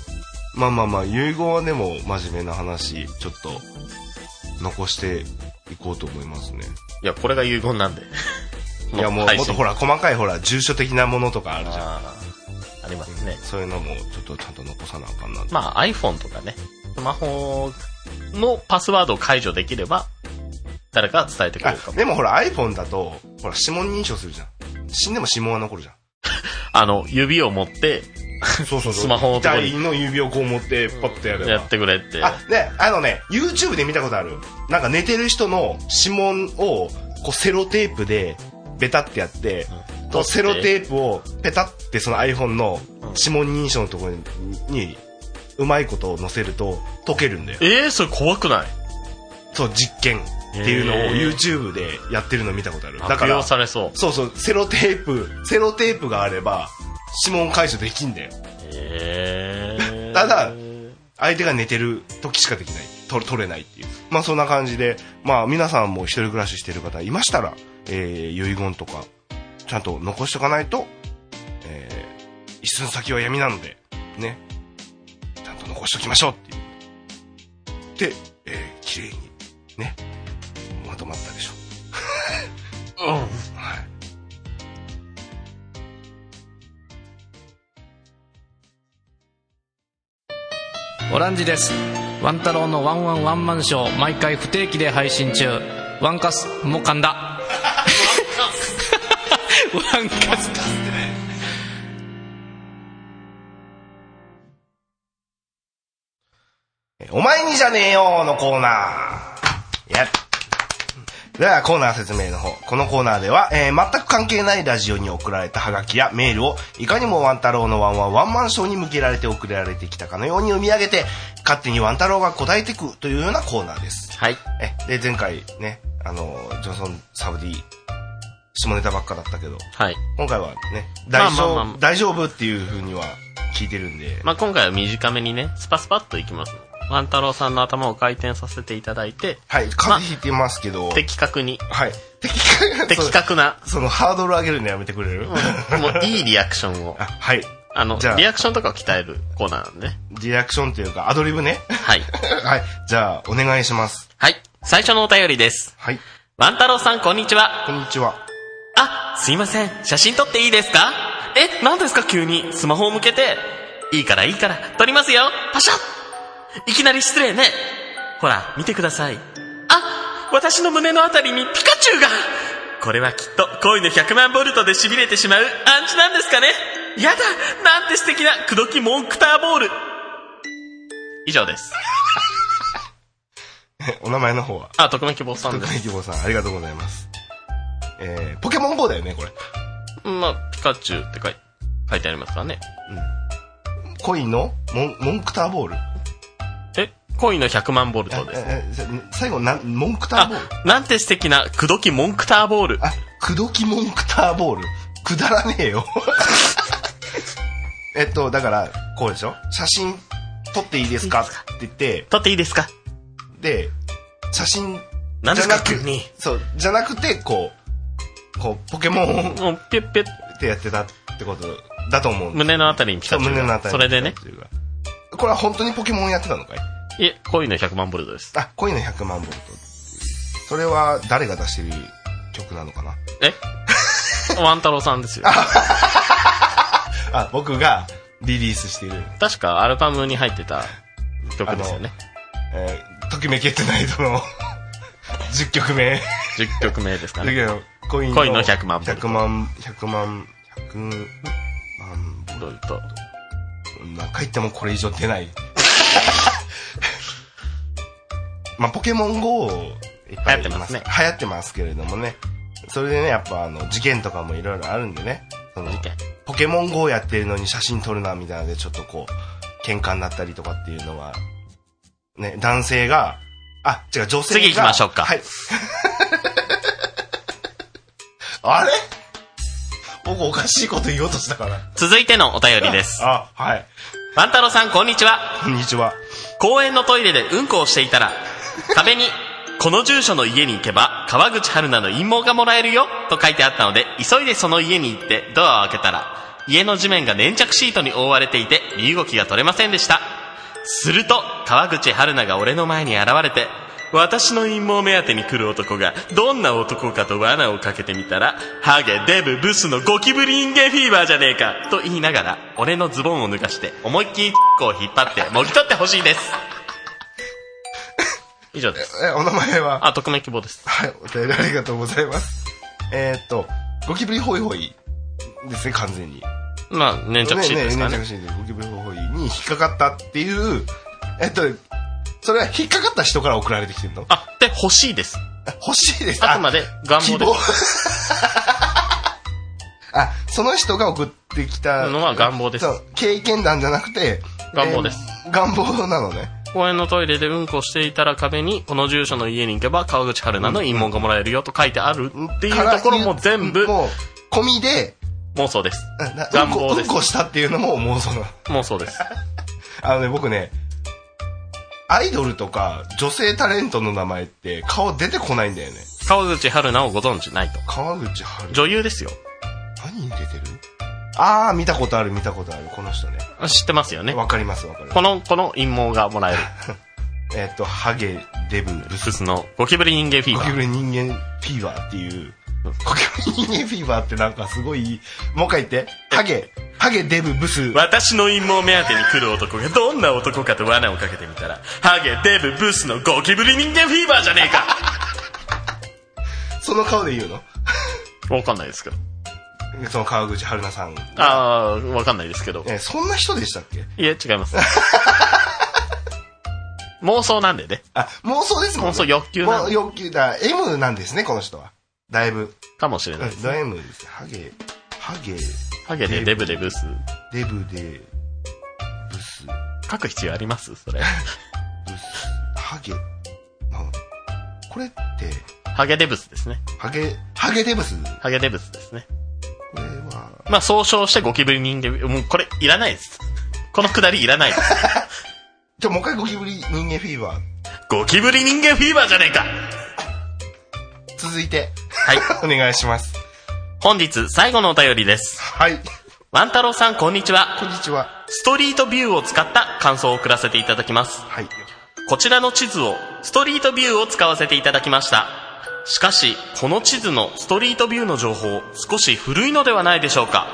Speaker 2: まあまあまあ遺言はでも真面目な話ちょっと残していこうと思いますね
Speaker 4: いや、これが遺言なんで。
Speaker 2: いやもうもっとほ
Speaker 4: ら。
Speaker 2: ら細かいほら住所的なものとかあるじゃん
Speaker 4: あーありますね。
Speaker 2: そういうのもちょっとちゃんと残さなあかんなと
Speaker 4: まあ iPhone とかね、スマホのパスワードを解除できれば、誰かが伝えてくれるか
Speaker 2: あ
Speaker 4: も。
Speaker 2: でもほら iPhone だとほら指紋認証するじゃん死んでも指紋は残るじゃん
Speaker 4: あの、指を持って
Speaker 2: そうそうそう
Speaker 4: スマホの
Speaker 2: 遺
Speaker 4: とこに
Speaker 2: 体の指をこう持ってパッとやれば、
Speaker 4: やってくれって。
Speaker 2: あねあのね YouTube で見たことあるなんか寝てる人の指紋をこうセロテープでベタってやって、こうセロテープをペタってその iPhone の指紋認証のところににうまいことを載せると溶けるんだよ
Speaker 4: えー、それ怖くない
Speaker 2: そう実験っていうのを
Speaker 4: へー
Speaker 2: YouTube でやってるの見たことあるだか
Speaker 4: 悪
Speaker 2: ら
Speaker 4: 用されそう。
Speaker 2: そうそうセロテープセロテープがあれば指紋解除できんだよ
Speaker 4: えー
Speaker 2: ただ相手が寝てる時しかできない取取れないっていうまあそんな感じでまあ皆さんも一人暮らししてる方いましたら、えー、遺言とかちゃんと残しておかないと、えー、一寸先は闇なのでねちゃんと残しておきましょうっていうで、えー、綺麗にねまとまったでしょ
Speaker 6: オランジですワン太郎のワンワンワンマンショー毎回不定期で配信中ワンカスもう噛んだワ ンカス
Speaker 2: お前にじゃねえよのコーナー。やっでは、コーナー説明の方。このコーナーでは、えー全く関係ないラジオに送られたハガキやメールを、いかにもワン太郎のワンワンワンマンショーに向けられて送られてきたかのように読み上げて、勝手にワン太郎が答えてくというようなコーナーです。
Speaker 4: はい。
Speaker 2: え、で、前回ね、あの、ジョンソン・サブディ、下ネタばっかだったけど、
Speaker 4: はい。
Speaker 2: 今回はね、
Speaker 4: ま
Speaker 2: 大
Speaker 4: あまあ
Speaker 2: 丈夫、
Speaker 4: まあまあ
Speaker 2: 大丈夫っていう風には聞いてるんで、
Speaker 4: まあ、今回は短めにね、スパスパっといきます。万太郎さんの頭を回転させていただいて、
Speaker 2: はい、風邪ひいてますけど、
Speaker 4: 的確に、
Speaker 2: はい。的確
Speaker 4: 的確な、
Speaker 2: そのハードル上げるのやめてくれる、
Speaker 4: もういいリアクションを
Speaker 2: あ、はい。
Speaker 4: あの
Speaker 2: じゃあ
Speaker 4: リアクションとかを鍛えるコーナーなんでね。
Speaker 2: リアクションというか、アドリブ ね。
Speaker 4: はい。
Speaker 2: はい。じゃあ、お願いします。
Speaker 4: はい。最初のお便りです。
Speaker 2: はい。
Speaker 4: 万太郎さん、こんにちは。
Speaker 2: こんにちは。
Speaker 4: あ、すいません。写真撮っていいですかえ、何ですか急に。スマホを向けて。いいからいいから。撮りますよ。パシャッいきなり失礼ね。ほら、見てください。あ、私の胸のあたりにピカチュウが。これはきっと恋の100万ボルトで痺れてしまう暗示なんですかね。やだなんて素敵な口説きモンクターボール。以上です。
Speaker 2: お名前の方は、
Speaker 4: あ、匿名希望さん
Speaker 2: 徳
Speaker 4: で
Speaker 2: 井
Speaker 4: す。
Speaker 2: 希望さん、ありがとうございます。えー、ポケモン GO だよね、これ。
Speaker 4: まあ、ピカチュウって書い書いてありますからね。
Speaker 2: 恋のモン、モンクターボール。
Speaker 4: え、恋の100万ボルトです。
Speaker 2: え、え、え最後、なん、モンクター
Speaker 4: あ
Speaker 2: ボール、
Speaker 4: なんて素敵な、くどきモンクターボール。
Speaker 2: あ、くどきモンクターボール。くだらねえ よ。えっと、だから、こうでしょ写真撮っていいですかって言って、
Speaker 4: 撮っていいですか
Speaker 2: で、写真
Speaker 4: 何ですか
Speaker 2: じゃ
Speaker 4: 急
Speaker 2: なく
Speaker 4: に。
Speaker 2: そう、じゃなくて、こう、こう、ポケモン っ
Speaker 4: もう、ぴゅっぴゅっ。
Speaker 2: てやってたってことだと思うんです
Speaker 4: 胸のあたりにピカ
Speaker 2: そう
Speaker 4: チュウが。
Speaker 2: 胸のあたり
Speaker 4: それでね。
Speaker 2: ピカチュウがこれは本当にポケモンやってたのかい
Speaker 4: いえ、恋の100万ボルトです。
Speaker 2: あ、恋の100万ボルトっていう。それは誰が出してる曲なのかな
Speaker 4: え ワン太郎さんですよ。
Speaker 2: あ、僕がリリースしている、
Speaker 4: 確かアルバムに入ってた曲ですよね。
Speaker 2: えー、ときめきってないとの 10曲目。
Speaker 4: 10曲目ですか
Speaker 2: だ
Speaker 4: ね。
Speaker 2: けど、恋の
Speaker 4: 恋の100万ボルト
Speaker 2: 100万、100万、100万
Speaker 4: ボルト。
Speaker 2: 何回言ってもこれ以上出ない。 まあ、ポケモン GO いっぱい
Speaker 4: 流行ってますね
Speaker 2: 流行ってますけれどもね。それでね、やっぱあの、事件とかもいろいろあるんでね。その
Speaker 4: 事件
Speaker 2: ポケモン GO やってるのに写真撮るな、みたいなので、ちょっとこう、喧嘩になったりとかっていうのは、ね、男性が、あ、違う、女性が。
Speaker 4: 次行きましょうか
Speaker 2: はい。 あれ僕おかしいこと言おうとしたから。
Speaker 4: 続いてのお便りです。
Speaker 2: あ、はい。
Speaker 4: ワン太郎さん、こんにちは。
Speaker 2: こんにちは。
Speaker 4: 公園のトイレでうんこをしていたら、壁に、この住所の家に行けば、川口春奈の陰謀がもらえるよ、と書いてあったので、急いでその家に行ってドアを開けたら、家の地面が粘着シートに覆われていて、身動きが取れませんでした。すると、川口春奈が俺の前に現れて、私の陰謀目当てに来る男が、どんな男かと罠をかけてみたら、ハゲ、デブ、ブスのゴキブリ人間フィーバーじゃねえか、と言いながら、俺のズボンを脱がして、思いっきりこを引っ張って、もぎ取ってほし いです。以上です。
Speaker 2: え、お名前は
Speaker 4: あ、匿名希望です。
Speaker 2: はい、お便りありがとうございます。えー、っと、ゴキブリホイホイですね、完全に。
Speaker 4: まあ、粘着シートですか
Speaker 2: ねねね粘
Speaker 4: ね。
Speaker 2: 着シートでゴキブリホイホイに引っかかったっていう、えっと、それは引っかかった人から送られてきてるの
Speaker 4: あ、で、欲しいです。
Speaker 2: 欲しいです
Speaker 4: あくまで願
Speaker 2: 希
Speaker 4: 望で
Speaker 2: 望 あその人が送ってきた
Speaker 4: のは願望です
Speaker 2: そう経験談じゃなくて
Speaker 4: 願望です
Speaker 2: えー願望なのね
Speaker 4: 公園のトイレでうんこしていたら壁にこの住所の家に行けば川口春奈の陰謀がもらえるよと書いてあるっていうところも全部
Speaker 2: もう込みで
Speaker 4: 妄想です
Speaker 2: あな
Speaker 4: 願望
Speaker 2: うんこ
Speaker 4: で
Speaker 2: うん
Speaker 4: す
Speaker 2: こしたっていうのも妄想なの
Speaker 4: 妄想です
Speaker 2: あのね僕ねアイドルとか女性タレントの名前って顔出てこないんだよね
Speaker 4: 川口春奈をご存知ないと
Speaker 2: 川口春
Speaker 4: 女優ですよ
Speaker 2: 何に出てるああ見たことある見たことあるこの人ね
Speaker 4: 知ってますよね
Speaker 2: わかりますわかります
Speaker 4: このこの陰謀がもらえる
Speaker 2: えっとハゲデブブス
Speaker 4: ブスのゴキブリ人間フィー
Speaker 2: ゴ
Speaker 4: バ
Speaker 2: キ
Speaker 4: ー
Speaker 2: ブリ人間フィーバーっていうゴキブリ人間フィーバーってなんかすごいもう一回言ってハゲハゲデブブス
Speaker 4: 私の陰謀目当てに来る男がどんな男かと罠をかけてみたらハゲデブブスのゴキブリ人間フィーバーじゃねえか
Speaker 2: その顔で言うの
Speaker 4: わかんないですけど
Speaker 2: その川口春奈さん
Speaker 4: ああーわかんないですけど
Speaker 2: えそんな人でしたっけ
Speaker 4: いえ違います 妄想なんでね
Speaker 2: あ妄想ですもん、ね、
Speaker 4: 妄想欲求なの
Speaker 2: もう欲求だ M なんですねこの人はだいぶ
Speaker 4: かもしれないです
Speaker 2: だいぶですハゲハゲ
Speaker 4: ハゲでデブでブス
Speaker 2: デブでブス
Speaker 4: 書く必要ありますそれ
Speaker 2: ブスハゲあこれって
Speaker 4: ハゲデブスですね
Speaker 2: ハゲハゲデブス
Speaker 4: ハゲデブスですね
Speaker 2: これは
Speaker 4: まあ総称してゴキブリ人間もうこれいらないですこのくだりいらないです
Speaker 2: じゃあもう一回ゴキブリ人間フィーバー
Speaker 4: ゴキブリ人間フィーバーじゃねえか
Speaker 2: 続いて
Speaker 4: はい
Speaker 2: お願いします
Speaker 4: 本日最後のお便りです
Speaker 2: はい
Speaker 4: 万太郎さんこんにちは
Speaker 2: こんにちは
Speaker 4: ストリートビューを使った感想を送らせていただきます
Speaker 2: はい
Speaker 4: こちらの地図をストリートビューを使わせていただきましたしかしこの地図のストリートビューの情報少し古いのではないでしょうか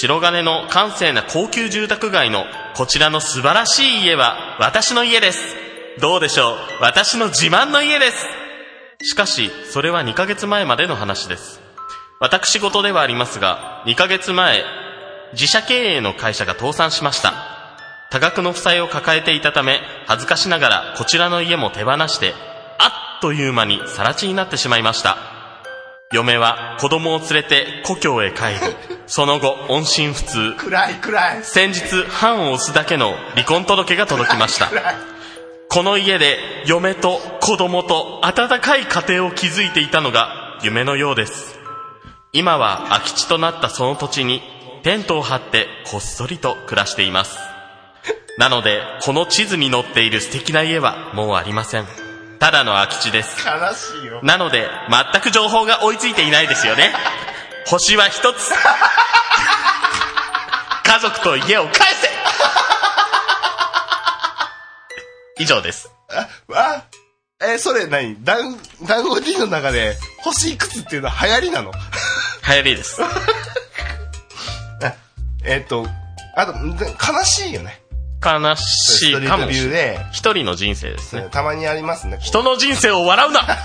Speaker 4: 白金の閑静な高級住宅街のこちらの素晴らしい家は私の家ですどうでしょう私の自慢の家ですしかしそれは2ヶ月前までの話です私事ではありますが2ヶ月前自社経営の会社が倒産しました多額の負債を抱えていたため恥ずかしながらこちらの家も手放してあっという間に更地になってしまいました嫁は子供を連れて故郷へ帰りその後音信不通
Speaker 2: 暗い暗い
Speaker 4: 先日判を押すだけの離婚届が届きました
Speaker 2: 暗い
Speaker 4: この家で嫁と子供と温かい家庭を築いていたのが夢のようです今は空き地となったその土地にテントを張ってこっそりと暮らしていますなのでこの地図に載っている素敵な家はもうありませんただの空き地です
Speaker 2: 悲しいよ
Speaker 4: なので全く情報が追いついていないですよね星は一つ家族と家を返せ以上です
Speaker 2: あえーそれ何ダンダンゴディの中で星いくつっていうのは流行りなの
Speaker 4: 流行りです
Speaker 2: えーっとあとん悲しいよね
Speaker 4: 悲
Speaker 2: ス
Speaker 4: し
Speaker 2: ト
Speaker 4: い
Speaker 2: リー
Speaker 4: か
Speaker 2: ト
Speaker 4: も
Speaker 2: ビ
Speaker 4: し
Speaker 2: ュ
Speaker 4: れ
Speaker 2: ー
Speaker 4: ない
Speaker 2: で
Speaker 4: 一人の人生ですね
Speaker 2: たまにありますねこう
Speaker 4: 人の人生を笑うな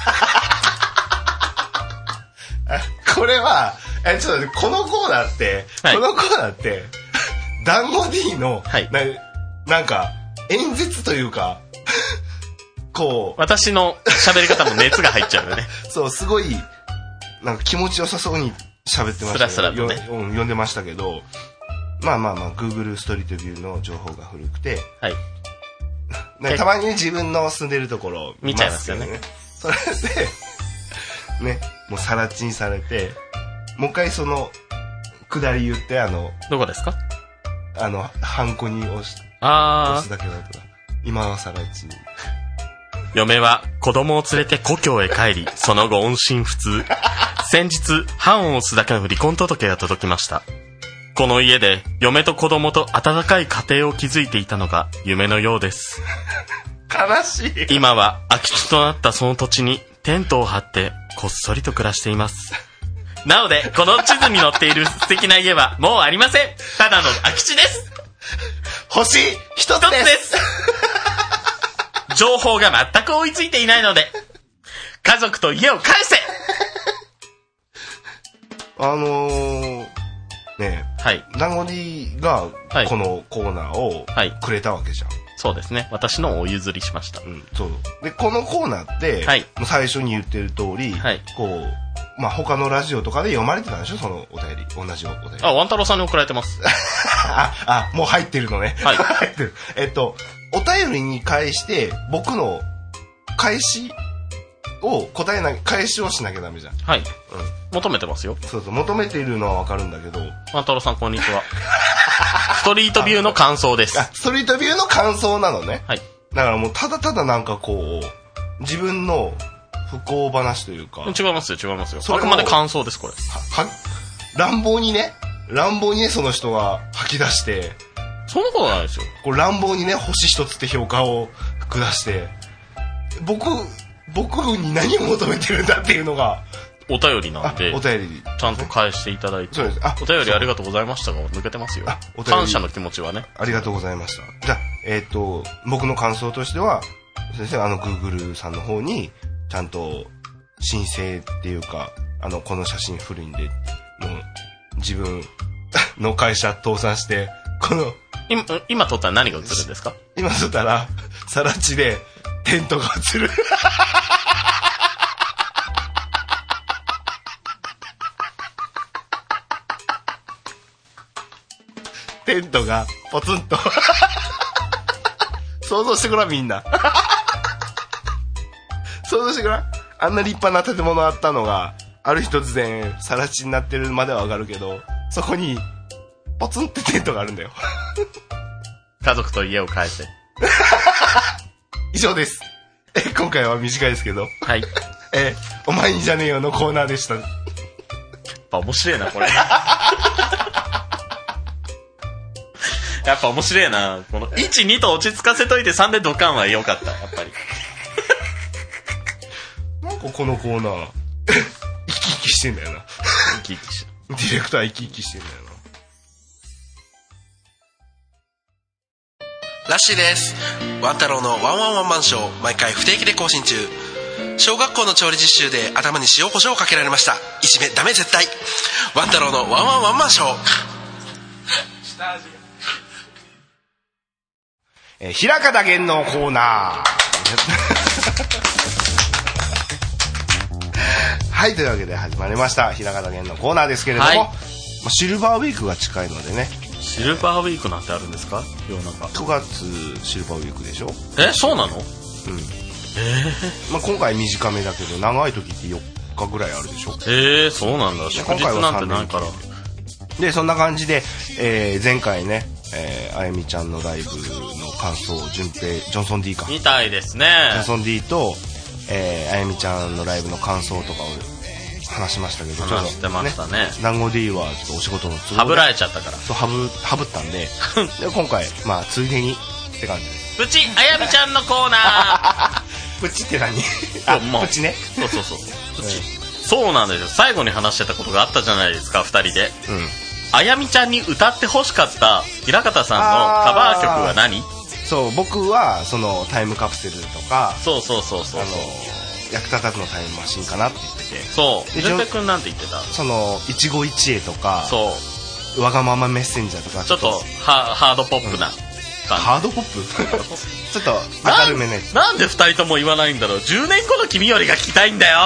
Speaker 2: これはえちょっと待ってこのコーナーって、
Speaker 4: はい
Speaker 2: このコーナーってダンゴ D の、
Speaker 4: はい
Speaker 2: ななんか演説というか こ
Speaker 4: 私の喋り方も熱が入っちゃ うよね
Speaker 2: うそうすごいなんか気持ちよさそうに喋ってました
Speaker 4: スラスラとね
Speaker 2: ようん読んでましたけどまあまあまあ Google ストリートビューの情報が古くて
Speaker 4: はい
Speaker 2: ね
Speaker 4: はい
Speaker 2: たまにね自分の住んでるところを
Speaker 4: 見ちゃいますよね
Speaker 2: それで、ね、もうさらちにされて、もう一回その、下り言って、あの、
Speaker 4: どこですか
Speaker 2: あの、ハンコに押し押
Speaker 4: あ
Speaker 2: すだけだとか、今はさらちに。
Speaker 4: 嫁は子供を連れて故郷へ帰り、その後音信不 通。先日、判を押すだけの離婚届が届きました。この家で嫁と子供と温かい家庭を築いていたのが夢のようです。
Speaker 2: 悲しい。
Speaker 4: 今は空き地となったその土地にテントを張ってこっそりと暮らしています。なので、この地図に載っている素敵な家はもうありません。ただの空き地です。
Speaker 2: 星一つ
Speaker 4: 一つ
Speaker 2: で
Speaker 4: ですす。情報が全く追いついていないので、家族と家を返せ
Speaker 2: あのー、ね
Speaker 4: はい。
Speaker 2: え、団子 D が
Speaker 4: はい
Speaker 2: このコーナーを
Speaker 4: はい
Speaker 2: くれたわけじゃん。
Speaker 4: そうそうですね。私のをお譲りしました。
Speaker 2: うん、そうでこのコーナーって、
Speaker 4: はい
Speaker 2: もう最初に言ってる通り、
Speaker 4: はい
Speaker 2: こうまあ他のラジオとかで読まれてたんでしょそのお便り同じお便り
Speaker 4: あ、ワンタロウさんに送られてます。
Speaker 2: あ、あ、もう入ってるのね。
Speaker 4: は い
Speaker 2: 入ってる。えっと、お便りに返して、僕の返しを答えな、返しをしなきゃダメじゃん。
Speaker 4: はい。求めてますよ。
Speaker 2: そうそう、求めているのはわかるんだけど、
Speaker 4: ワンタロウさん、こんにちは。ストリートビューの感想です。
Speaker 2: あ、ストリートビューの感想なのね。
Speaker 4: はい。
Speaker 2: だからもうただただなんかこう、自分の不幸話というか、は、
Speaker 4: 違いますよ、違いますよ。
Speaker 2: それ
Speaker 4: あ
Speaker 2: も
Speaker 4: くまで感想です、これ。
Speaker 2: は乱暴にね、乱暴にね、その人が吐き出して、
Speaker 4: そんなことないですよ。
Speaker 2: こう乱暴にね星一つって評価を下して僕僕に何を求めてるんだっていうのが
Speaker 4: お便りな
Speaker 2: あ
Speaker 4: んで
Speaker 2: お、便り
Speaker 4: ちゃんと返していただいて
Speaker 2: そうですあ。
Speaker 4: お便りありがとうございましたが、抜けてますよ
Speaker 2: あお。便り
Speaker 4: 感謝の気持ちはね。
Speaker 2: ありがとうございましたじゃあえっ、と僕の感想としては先生あの Google さんの方にちゃんと申請っていうかあのこの写真古いんでの自分の会社倒産してこの
Speaker 4: 今、今撮ったら何が映るんですか
Speaker 2: 今だったらさら地でテントが映る テントがポツンと 想像してごらんみんな 想像してごらんあんな立派な建物あったのがある日突然さら地になってるまではわかるけどそこにポツンってテントがあるんだよ
Speaker 4: 家族と家を変えて。
Speaker 2: 以上です。え、今回は短いですけど、
Speaker 4: はい。や
Speaker 2: え、お前にじゃねえよのコーナーでした。
Speaker 4: っぱ面白いな、これ。 やっぱ面白いな。この、1、2と落ち着かせといて3でドカンは良かった、やっぱり。
Speaker 2: なんかこのコーナー、 生き生きしてんだよな。
Speaker 4: 生き生きし
Speaker 2: ディレクター生き生きしてんだよな。
Speaker 5: ラッシーです。ワンタロウのワンワンワンマンショー、毎回不定期で更新中。小学校の調理実習で頭に塩コショウをかけられました。いじめダメ絶対。ワンタロウのワンワンワンマンショー。
Speaker 2: えー、平方玄のコー ナー。はい、というわけで始まりました。平方玄のコーナーですけれども、
Speaker 4: はい
Speaker 2: まあシルバーウィークが近いのでね、
Speaker 4: シルバーウィークなんてあるんですか世の中。
Speaker 2: 9月シルバーウィークでしょ
Speaker 4: え、そうなの
Speaker 2: まあ今回短めだけど、長い時って4日ぐらいあるでしょ
Speaker 4: ええそうなんだ。祝
Speaker 2: 今
Speaker 4: 日
Speaker 2: 回は
Speaker 4: なんてないから。
Speaker 2: でそんな感じで、えー前回ね、えーあゆみちゃんのライブの感想を順平ジョンソン D かジ
Speaker 4: みたいですね。
Speaker 2: ョンソン D と、えーあゆみちゃんのライブの感想とかを話しましたけど
Speaker 4: 話してましたね
Speaker 2: 団子 D はちょっとお仕事の都合で
Speaker 4: はぶられちゃったから。
Speaker 2: そうはぶはぶったん でで今回まあついでにって感じです
Speaker 4: プチ、あやみちゃんのコーナー
Speaker 2: プチって何
Speaker 4: あ
Speaker 2: あ
Speaker 4: ま
Speaker 2: プ
Speaker 4: あ
Speaker 2: チね
Speaker 4: そうそうそう。プチ。そうなんですよ。最後に話してたことがあったじゃないですか、二人で。
Speaker 2: うん
Speaker 4: あやみちゃんに歌って欲しかった、平方さんのカバー曲は何
Speaker 2: そう僕はそのタイムカプセルとか
Speaker 4: そうそうそうそう
Speaker 2: あの。役立たずのタイムマシンかなって言ってて
Speaker 4: そう。
Speaker 2: で
Speaker 4: 淳平くんなんて言ってた
Speaker 2: その一期一会とか
Speaker 4: そう。
Speaker 2: わがままメッセンジャーとか
Speaker 4: ちょっと、ハハードポップな感
Speaker 2: ハードポップ ちょっと明るめね
Speaker 4: じ。なんで二人とも言わないんだろう ?10 年後の君よりが聞きたいんだ よ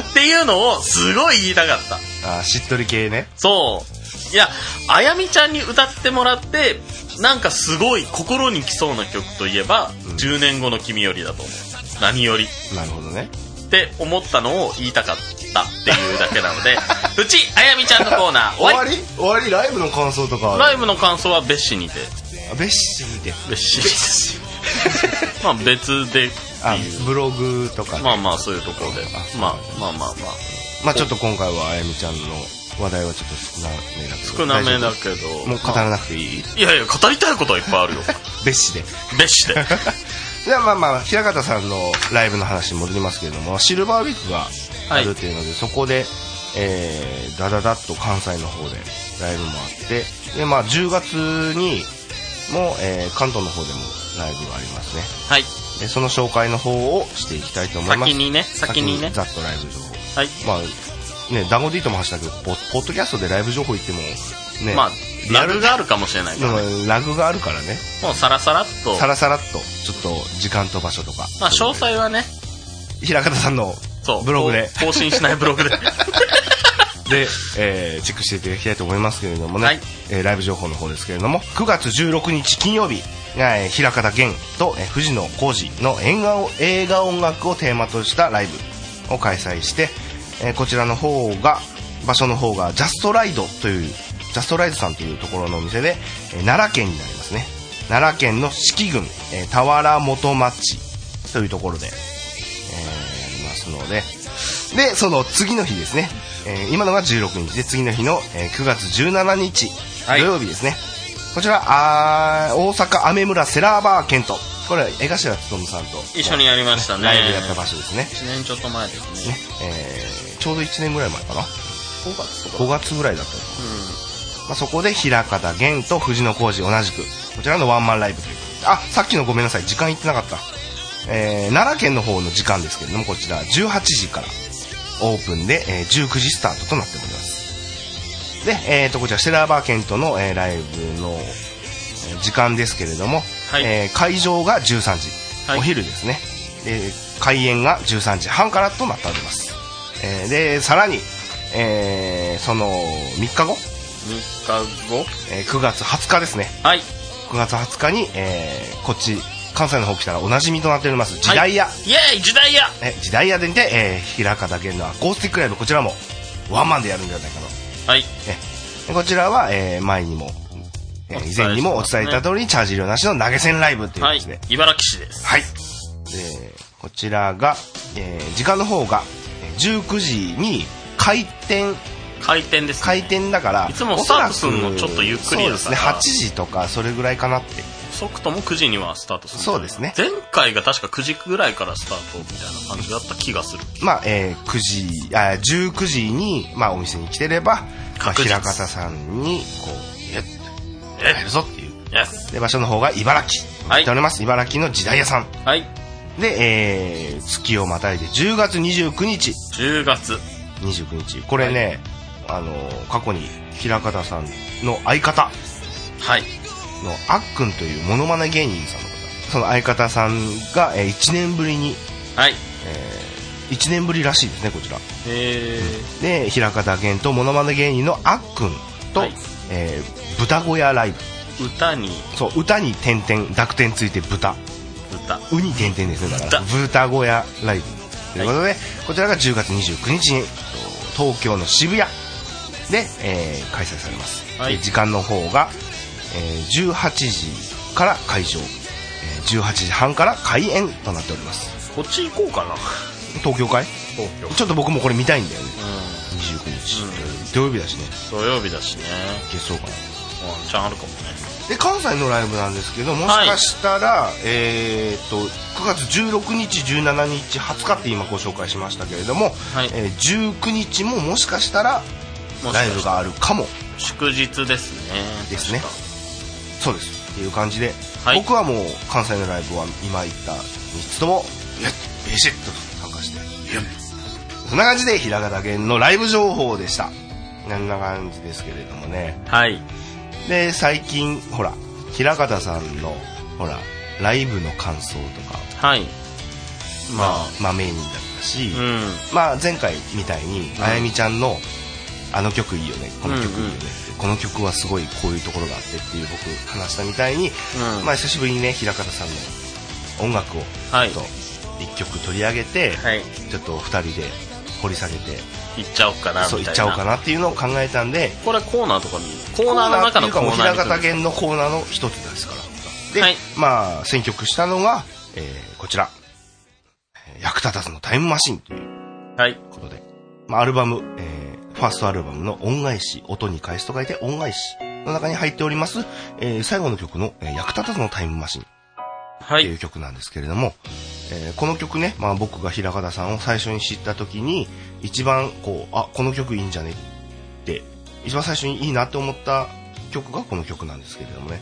Speaker 4: っていうのをすごい言いたかった。
Speaker 2: あーしっとり系ね
Speaker 4: そう。いや、あやみちゃんに歌ってもらって、なんかすごい心に来そうな曲といえば、10年後の君よりだと思う。何よりっ
Speaker 2: なるほどね
Speaker 4: て思ったのを言いたかったっていうだけなの で、うち、あやみちゃんのコーナー、終わり
Speaker 2: り終わりライブの感想とかある
Speaker 4: ライブの感想は別紙にて。
Speaker 2: あベッシーで
Speaker 4: 別紙。まあ別でって
Speaker 2: あ
Speaker 4: いう。
Speaker 2: ブログとか、
Speaker 4: ま
Speaker 2: ま
Speaker 4: あまあそういうところで
Speaker 2: あ。そう
Speaker 4: まあまあまあまあ。
Speaker 2: あ、ちょっと今回はあやみちゃんの話題はちょっと少なめだけど
Speaker 4: 少な
Speaker 2: 大
Speaker 4: めだ
Speaker 2: 丈
Speaker 4: けど。
Speaker 2: 夫もう語
Speaker 4: まあ
Speaker 2: らなくていい
Speaker 4: いやいや、語りたいことはいっぱいあるよ。
Speaker 2: ベッシーで
Speaker 4: 別 紙で。
Speaker 2: じゃあまあまあ平方さんのライブの話に戻りますけれどもシルバーウィークがあるっていうので、そこで、えー、ダダダッと関西の方でライブもあってでまあ10月にも、えー関東の方でもライブがありますね
Speaker 4: はい。
Speaker 2: でその紹介の方をしていきたいと思います
Speaker 4: 先にね先にね
Speaker 2: ざっとライブ情報
Speaker 4: はい。
Speaker 2: まあね、ダンゴディートも走ったけどポポッドキャストでライブ情報言ってもね、
Speaker 4: まあ、ラグがあるかもしれないから、ね、
Speaker 2: うんラグがあるからね
Speaker 4: もうサラサラっと
Speaker 2: さ、らさらっとちょっと時間と場所とか
Speaker 4: まあ、詳細はね、
Speaker 2: 平方さんの
Speaker 4: そう、
Speaker 2: ブログで
Speaker 4: こう更新しないブログで。
Speaker 2: で、えーチェックしていただきたいと思いますけれどもね、
Speaker 4: はい
Speaker 2: えーライブ情報の方ですけれども9月16日金曜日、えー、平方源と、えー藤野浩二の映画を映画音楽をテーマとしたライブを開催して、えーこちらの方が場所の方がジャストライドというジャストライドさんというところのお店で、えー奈良県になりますね奈良県の四季郡、えー、田原元町というところでえーやりますので、で、その次の日ですね、えー今のが16日で、次の日の、えー9月17日、
Speaker 4: はい
Speaker 2: 土曜日ですね、こちら、あー大阪雨村セラーバーケント、これは江頭勉さんと
Speaker 4: 一緒にやりましたね。
Speaker 2: ライブやった場所ですね、
Speaker 4: 1年ちょっと前ですね。
Speaker 2: えーちょうど1年ぐらい前かな、
Speaker 4: 5月とか。
Speaker 2: 5月ぐらいだったのまあ、そこで平方源と藤野浩二同じくこちらのワンマンライブというあさっきのごめんなさい時間言ってなかった、えー奈良県の方の時間ですけれどもこちら18時からオープンで、えー19時スタートとなっておりますで、えー、とこちらセラーバーケントの、えーライブのえー時間ですけれども、
Speaker 4: はい
Speaker 2: えー会場が13時、
Speaker 4: はい
Speaker 2: お昼ですね、えー開演が13時半からとなっております、えーでさらに、えーその3日後、
Speaker 4: 3日後
Speaker 2: えー9月20日ですね
Speaker 4: はい。
Speaker 2: 9月20日に、えーこっち関西の方来たらおなじみとなっております時代屋、
Speaker 4: イェーイ時代や
Speaker 2: え時代屋でて、えー、平方源のアコースティックライブこちらもワンマンでやるんじゃないかな
Speaker 4: はい。
Speaker 2: でこちらは、えー前にも、えー
Speaker 4: お伝え
Speaker 2: 以
Speaker 4: してますね
Speaker 2: 前にもお伝えした通り、チャージ料なしの投げ銭ライブっていう
Speaker 4: は
Speaker 2: で
Speaker 4: い
Speaker 2: すね。
Speaker 4: 茨城市です。
Speaker 2: はい、でこちらが、えー時間の方がえー19時に開店
Speaker 4: 開店ですね。
Speaker 2: 開店だから
Speaker 4: いつも
Speaker 2: おそらく
Speaker 4: スタートするのちょっとゆっくりだから
Speaker 2: そうですね8時とかそれぐらいかなって
Speaker 4: 遅くとも9時にはスタートする。
Speaker 2: そうですね
Speaker 4: 前回が確か9時ぐらいからスタートみたいな感じだった気がする。
Speaker 2: まあえー、9時あー19時に、まあ、お店に来てれば、まあ、
Speaker 4: 確実
Speaker 2: 平方さんにこうえ
Speaker 4: え
Speaker 2: っ入るぞっていう
Speaker 4: イエス
Speaker 2: で場所の方が茨城
Speaker 4: は
Speaker 2: 行
Speaker 4: い
Speaker 2: っております、茨城の時代屋さん
Speaker 4: はい。
Speaker 2: で、えー、月をまたいで10月29日
Speaker 4: 10月。
Speaker 2: 29日これね、あのー過去に平方さんの相方
Speaker 4: はい。
Speaker 2: のあっくんというモノマネ芸人さんの方その相方さんが、え1年ぶりに
Speaker 4: はい。
Speaker 2: 1年ぶりらしいですねこちら
Speaker 4: え
Speaker 2: で平方源とモノマネ芸人のあっくんと、
Speaker 4: はい
Speaker 2: えー豚小屋ライブ
Speaker 4: ー、歌に
Speaker 2: そう歌に点々濁点ついて豚
Speaker 4: 歌。
Speaker 2: ウに点々ですねだから豚小屋ライブということで、こちらが10月29日にえっと東京の渋谷で、えー開催されます、
Speaker 4: はい
Speaker 2: で時間の方が、えー18時から会場、えー18時半から開演となっております
Speaker 4: こっち行こうかな。
Speaker 2: 東京会
Speaker 4: 東京。
Speaker 2: ちょっと僕もこれ見たいんだよね
Speaker 4: う
Speaker 2: 29日、土曜日だしね
Speaker 4: ん。土曜日だしね。
Speaker 2: いけそうかな
Speaker 4: ワンチャンあるかもね。
Speaker 2: で関西のライブなんですけどもし
Speaker 4: はい
Speaker 2: かしたら、えーっと9月16日17日20日って今ご紹介しましたけれども、
Speaker 4: はい
Speaker 2: えー19日ももしかしたら
Speaker 4: もしかしたら
Speaker 2: ライブがあるかも
Speaker 4: 祝日ですね。
Speaker 2: ですね
Speaker 4: 確か
Speaker 2: そうですっていう感じで、
Speaker 4: はい
Speaker 2: 僕はもう関西のライブは今言った3つともやっベシッと参加してやっそんな感じで平方源のライブ情報でしたこんな感じですけれどもね
Speaker 4: はい。
Speaker 2: で最近ほら平方さんのほらライブの感想とか
Speaker 4: はい。まあ、
Speaker 2: まあメインだったし、
Speaker 4: うん。
Speaker 2: まあ前回みたいにあやみちゃんの「あの曲いいよねこの曲いいよね」
Speaker 4: うんうん
Speaker 2: この曲はすごいこういうところがあって」っていう僕話したみたいに、
Speaker 4: うん
Speaker 2: まあ久しぶりにね平方さんの音楽を
Speaker 4: はい
Speaker 2: ちょっと1曲取り上げて、
Speaker 4: はい。
Speaker 2: ちょっと2人で掘り下げて
Speaker 4: 行っちゃおうかな、みた
Speaker 2: そう
Speaker 4: い
Speaker 2: い
Speaker 4: な。
Speaker 2: っちゃおうかなっていうのを考えたんで
Speaker 4: これコーナーとかに、コーナーの中
Speaker 2: コーナーってい
Speaker 4: のコーナ
Speaker 2: うかもう平
Speaker 4: ー
Speaker 2: 方
Speaker 4: に。
Speaker 2: 源のコーナーの一つですからで、
Speaker 4: はい
Speaker 2: まあ選曲したのが、えーこちら「役立たずのタイムマシン」という
Speaker 4: はい。
Speaker 2: ことで、まあ、アルバム、えーファーストアルバムの恩返し音に返すと書いて恩返しの中に入っております、えー最後の曲の、えー役立たずのタイムマシン
Speaker 4: は
Speaker 2: ってい
Speaker 4: い。
Speaker 2: う曲なんですけれども、えーこの曲ね、まあ、僕が平方さんを最初に知った時に一番こうあこの曲いいんじゃねって一番最初にいいなって思った曲がこの曲なんですけれどもね、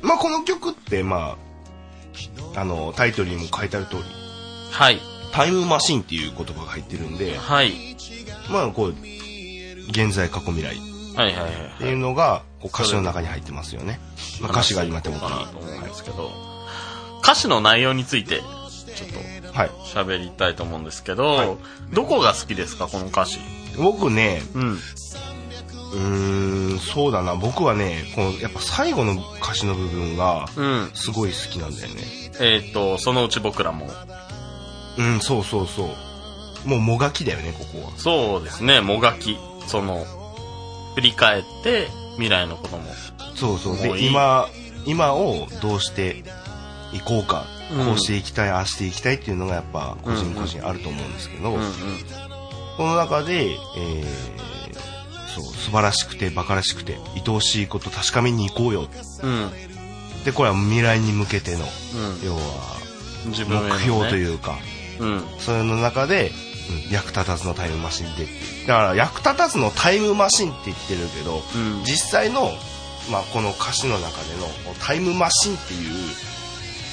Speaker 2: まあ、この曲って、まあ、あのタイトルにも書いてある通り
Speaker 4: はい。
Speaker 2: タイムマシンっていう言葉が入ってるんで、
Speaker 4: はい。
Speaker 2: まあこう現在過去未来
Speaker 4: はいはいはい
Speaker 2: っていうのがこう歌詞の中に入ってますよね、まあ、歌詞が今手元に
Speaker 4: かなと思うんですけど歌詞の内容についてちょっと
Speaker 2: はい
Speaker 4: 喋りたいと思うんですけど、どこが好きですかこの歌詞
Speaker 2: 僕ね
Speaker 4: うん
Speaker 2: うーんそうだな僕はねこのやっぱ最後の歌詞の部分が
Speaker 4: うん
Speaker 2: すごい好きなんだよね
Speaker 4: えっ、とそのうち僕らも
Speaker 2: うんそうそうそうもうもがきだよねここは
Speaker 4: そうですねもがきその振り返って未来のことも
Speaker 2: そうそう
Speaker 4: もう
Speaker 2: で
Speaker 4: いい
Speaker 2: 今今をどうしていこうか
Speaker 4: うん
Speaker 2: こうしていきたい、ああしていきたいっていうのがやっぱ個人個人あると思うんですけど、
Speaker 4: うんうん
Speaker 2: この中で、えーそう素晴らしくて馬鹿らしくて愛おしいこと確かめに行こうよ
Speaker 4: うん
Speaker 2: でこれは未来に向けての
Speaker 4: う
Speaker 2: 要は
Speaker 4: ん自分への、ね、
Speaker 2: 目標というか、
Speaker 4: うん
Speaker 2: それの中で、うん役立たずのタイムマシンでだから役立たずのタイムマシンって言ってるけど、
Speaker 4: うん
Speaker 2: 実際の、まあ、この歌詞の中でのこのタイムマシンってい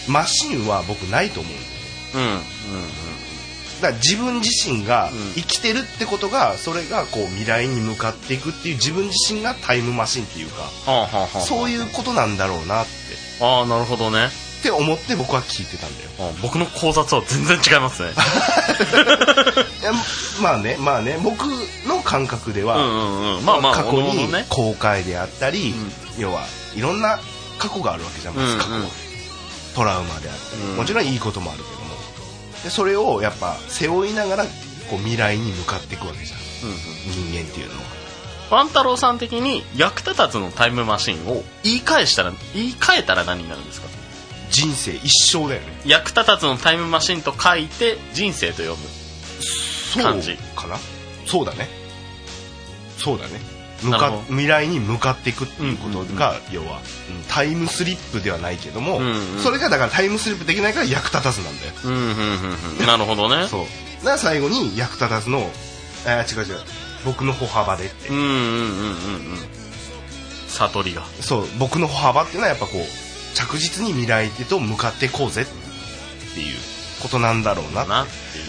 Speaker 2: うマシンは僕ないと思うんだよ
Speaker 4: うんうん
Speaker 2: だから自分自身が
Speaker 4: ん
Speaker 2: 生きてるってことが、それがこう未来に向かっていくっていう自分自身がタイムマシンっていうか、
Speaker 4: はあはあはあ
Speaker 2: そういうことなんだろうなって
Speaker 4: ああなるほどね
Speaker 2: って思って僕は聞いてたんだよ
Speaker 4: あ僕の考察は全然違いますね
Speaker 2: いやまあねまあね僕の感覚で
Speaker 4: う
Speaker 2: は、
Speaker 4: んうんうんまあまあ
Speaker 2: 過去
Speaker 4: おのお
Speaker 2: に
Speaker 4: のね
Speaker 2: 後悔であったり、要はいろんな過去があるわけじゃないですか、
Speaker 4: うんうん
Speaker 2: 過去トラウマであったり、もちろんいいこともあるけどもでそれをやっぱ背負いながらこう未来に向かっていくわけじゃん、人間っていうのは
Speaker 4: ワン太郎さん的に役立たずのタイムマシンを言い返したら言い換えたら何になるんですか
Speaker 2: 人生一生だよね
Speaker 4: 役立たずのタイムマシンと書いて人生と読む
Speaker 2: そう
Speaker 4: 感じ
Speaker 2: かなそうだねそうだね向
Speaker 4: なる
Speaker 2: か
Speaker 4: ほど
Speaker 2: 未来に向かっていくっていうことが、要は、うんタイムスリップではないけども、
Speaker 4: んうん
Speaker 2: それがだからタイムスリップできないから役立たずなんだよ
Speaker 4: うんうんうんうんなるほどね
Speaker 2: そうだから最後に役立たずのあ違う違う僕の歩幅でって、
Speaker 4: うんうんうんうんうん悟りが
Speaker 2: そう僕の歩幅っていうのはやっぱこう着実に未来へと向かっていこうぜっていうことなんだろうな
Speaker 4: なっていう、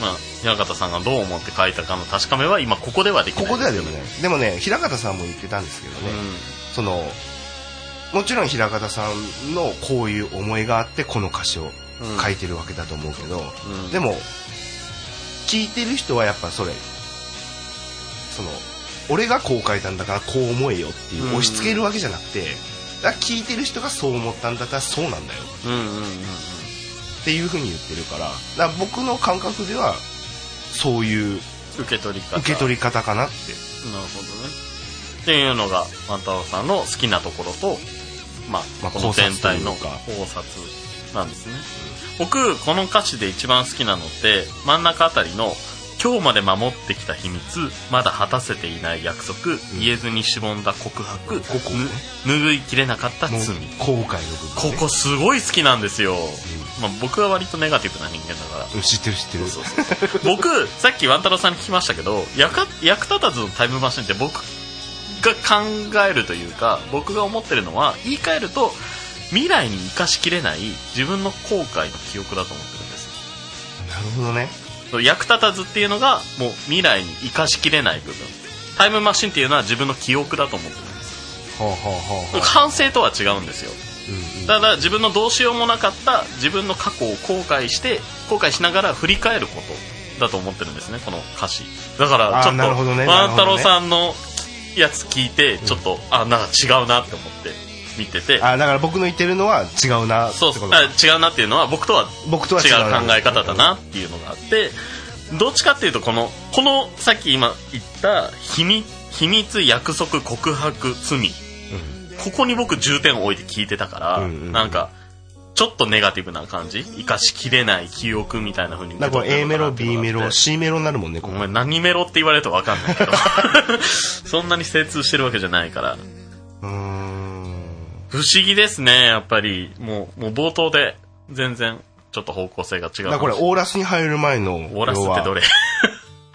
Speaker 4: まあ平方さんがどう思って書いたかの確かめは今ここではできな
Speaker 2: こ
Speaker 4: い
Speaker 2: こではでもねでもね平方さんも言ってたんですけどね、そのもちろん平方さんのこういう思いがあってこの歌詞を書いてるわけだと思うけど、
Speaker 4: うん
Speaker 2: でも聞いてる人はやっぱそれその俺がこう書いたんだからこう思えよっていううん押し付けるわけじゃなくてだから聞いてる人がそう思ったんだったらそうなんだよ
Speaker 4: うんうんうんうん
Speaker 2: っていうふうに言ってるからだから僕の感覚ではそういう
Speaker 4: 受け取り方
Speaker 2: 受け取り方かなって
Speaker 4: なるほどねっていうのが万太郎さんの好きなところと、まあ
Speaker 2: まあ
Speaker 4: この全体の
Speaker 2: 考察
Speaker 4: 考察なんですね僕この歌詞で一番好きなのって真ん中あたりの「今日まで守ってきた秘密まだ果たせていない約束、言えずにしぼんだ告白
Speaker 2: ここ
Speaker 4: ぬ拭いきれなかった
Speaker 2: もう
Speaker 4: 罪」
Speaker 2: 後悔の部
Speaker 4: こ
Speaker 2: 分、ね、
Speaker 4: こすごい好きなんですよ、まあ、僕は割とネガティブな人間だから
Speaker 2: うん知ってる知ってる
Speaker 4: そうそうそう僕さっきワン太郎さんに聞きましたけど役役立たずのタイムマシンって僕が考えるというか僕が思ってるのは言い換えると未来に生かしきれない自分の後悔の記憶だと思ってるんです
Speaker 2: なるほどね
Speaker 4: そう役立たずっていうのがもう未来に生かしきれない部分タイムマシンっていうのは自分の記憶だと思ってるんです
Speaker 2: はあはあはあ、
Speaker 4: 反省とは違うんですよ
Speaker 2: うんうん
Speaker 4: ただ自分のどうしようもなかった自分の過去を後悔して後悔しながら振り返ることだと思ってるんですねこの歌詞だから
Speaker 2: あー
Speaker 4: ちょっと
Speaker 2: なるほどね
Speaker 4: 万
Speaker 2: な
Speaker 4: 太
Speaker 2: るほど
Speaker 4: 郎
Speaker 2: ね
Speaker 4: さんのやつ聞いてちょっと、あなんか違うなって思って見てて
Speaker 2: あだから僕の言ってるのは違うなってこ
Speaker 4: そう
Speaker 2: と
Speaker 4: そう
Speaker 2: か
Speaker 4: あ違うなっていうのは僕とは
Speaker 2: 僕とは
Speaker 4: 違
Speaker 2: 違
Speaker 4: う
Speaker 2: う
Speaker 4: 考え方だなっていうのがあってどっちかっていうとこのこのさっき今言った秘密秘密約束告白罪、ここに僕重点を置いて聞いてたから、
Speaker 2: うんうん
Speaker 4: なんかちょっとネガティブな感じ生かしきれない記憶みたいな風に
Speaker 2: だからこれ A メロ
Speaker 4: 受け取
Speaker 2: B メ
Speaker 4: ってるのかな
Speaker 2: ロ
Speaker 4: って
Speaker 2: C メロになるもんねこ
Speaker 4: お
Speaker 2: こ
Speaker 4: 前何メロって言われると分かんないけど そんなに精通してるわけじゃないから
Speaker 2: うーん
Speaker 4: 不思議ですねやっぱりもうもう冒頭で全然ちょっと方向性が違う
Speaker 2: だからこれオーラスに入る前の
Speaker 4: オーラスってど
Speaker 2: れ
Speaker 4: れ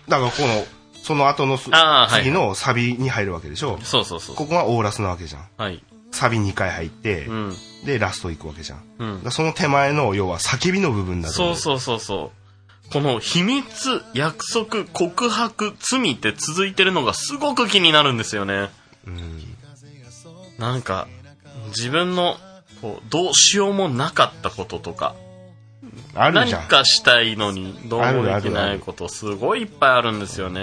Speaker 2: だからこのその後のす
Speaker 4: あーはい
Speaker 2: 次のサビに入るわけでしょ
Speaker 4: そうそうそう。
Speaker 2: ここがオーラスなわけじゃん
Speaker 4: はい。
Speaker 2: サビ2回入って
Speaker 4: うん。
Speaker 2: でラスト行くわけじゃんだ
Speaker 4: う
Speaker 2: か
Speaker 4: ん。
Speaker 2: らその手前の要は叫びの部分だと
Speaker 4: そ
Speaker 2: 思
Speaker 4: うそうそうそう。この秘密、約束、告白、罪って続いてるのがすごく気になるんですよね。なんか、自分の、こう、どうしようもなかったこととか、
Speaker 2: ある
Speaker 4: 何
Speaker 2: じゃん
Speaker 4: かしたいのにどうも
Speaker 2: あるあ
Speaker 4: で
Speaker 2: る
Speaker 4: きないことすごいいっぱいあるんですよね。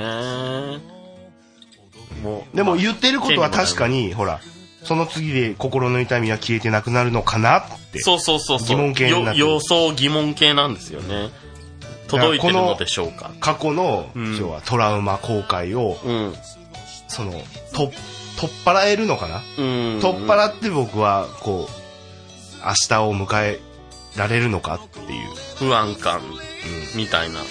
Speaker 4: もう、
Speaker 2: でも言ってることは確かにほらその次で心の痛みは消えてなくなるのかなって
Speaker 4: そうそうそうそう。
Speaker 2: 疑問形になってる
Speaker 4: よ様相疑問系なんですよね。届いてるのでしょうか。
Speaker 2: 過去の、
Speaker 4: うん
Speaker 2: 要はトラウマ後悔を
Speaker 4: うん。
Speaker 2: そのと取っ払えるのかな、
Speaker 4: うん。
Speaker 2: 取っ払って僕はこう明日を迎えられるのかっていう
Speaker 4: 不安感みたいなのが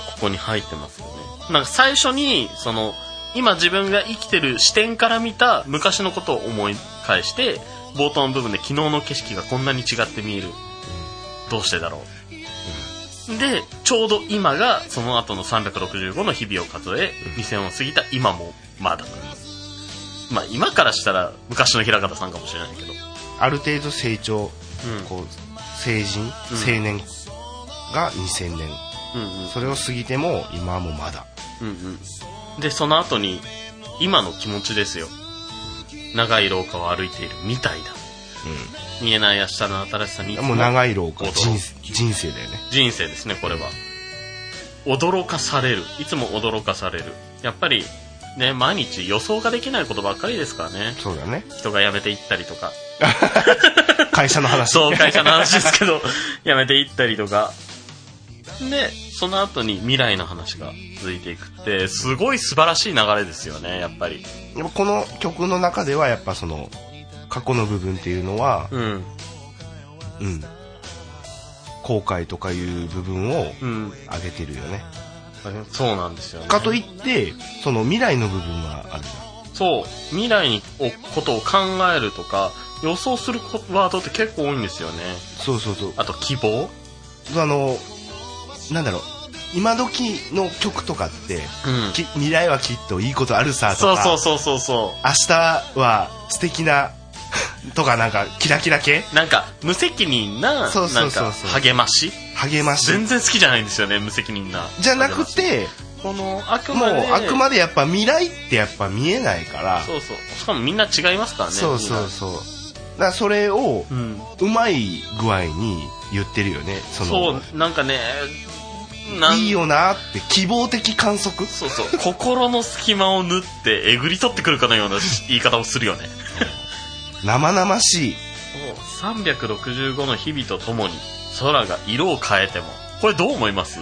Speaker 4: ここに入ってますよね。なんか最初に、その、今自分が生きてる視点から見た昔のことを思い返して、冒頭の部分で昨日の景色がこんなに違って見える。どうしてだろう。で、ちょうど今がその後の365の日々を数え、2000を過ぎた今もまだ。まあ今からしたら昔の平方さんかもしれないけど。
Speaker 2: ある程度成長
Speaker 4: うん
Speaker 2: こう成人、青年が2000年
Speaker 4: うんうん
Speaker 2: それを過ぎても今もまだ
Speaker 4: うんうん、でその後に今の気持ちですよ長い廊下を歩いているみたいだ、見えない明日の新しさにいつ
Speaker 2: も
Speaker 4: も
Speaker 2: う長い廊下
Speaker 4: 驚く
Speaker 2: 人人生だよね
Speaker 4: 人生ですねこれは驚かされるいつも驚かされるやっぱりね毎日予想ができないことばっかりですからね
Speaker 2: そうだね
Speaker 4: 人が辞めていったりとか
Speaker 2: 会社の話
Speaker 4: そう、会社の話ですけど、 やめていったりとか。で、その後に未来の話が続いていくって、すごい素晴らしい流れですよね、やっぱり。
Speaker 2: やっぱこの曲の中ではやっぱその過去の部分っていうのは、
Speaker 4: うん。
Speaker 2: うん、後悔とかいう部分を
Speaker 4: うん。
Speaker 2: 上げてるよね
Speaker 4: そうなんですよね。
Speaker 2: かといってその未来の部分があるじ
Speaker 4: そう、未来におことを考えるとか、予想するこワードって結構多いんですよね。
Speaker 2: ゃんそうそうそう
Speaker 4: あと、希望
Speaker 2: あのなんだろう今時の曲とかって、
Speaker 4: うん
Speaker 2: き未来はきっといいことあるさと
Speaker 4: そう
Speaker 2: か
Speaker 4: そうそうそうそ
Speaker 2: 明日は素敵なとかなんかキラキラ系
Speaker 4: う。なんか、無責任な、
Speaker 2: そう
Speaker 4: な
Speaker 2: そ
Speaker 4: ん
Speaker 2: うそ
Speaker 4: か、
Speaker 2: うそう
Speaker 4: 励まし
Speaker 2: 励まし
Speaker 4: 全然好きじゃないんですよね、無責任な。
Speaker 2: じゃなく
Speaker 4: 励
Speaker 2: て
Speaker 4: まし、この、あく
Speaker 2: も
Speaker 4: ま
Speaker 2: う
Speaker 4: で、
Speaker 2: あくまでやっぱ未来ってやっぱ見えないから
Speaker 4: そうそう。しかもみんな違いますからね。
Speaker 2: そうそうそうだからそれを
Speaker 4: みんな。
Speaker 2: うまい具合に言ってるよね
Speaker 4: う
Speaker 2: そ
Speaker 4: ん。
Speaker 2: の
Speaker 4: そう、なんかね、なん
Speaker 2: いいよなって希望的観測
Speaker 4: そうそう。心の隙間を縫って、えぐり取ってくるかのようなし言い方をするよね。
Speaker 2: 生々しい
Speaker 4: そう365の日々とともに、空が色を変えても。これどう思います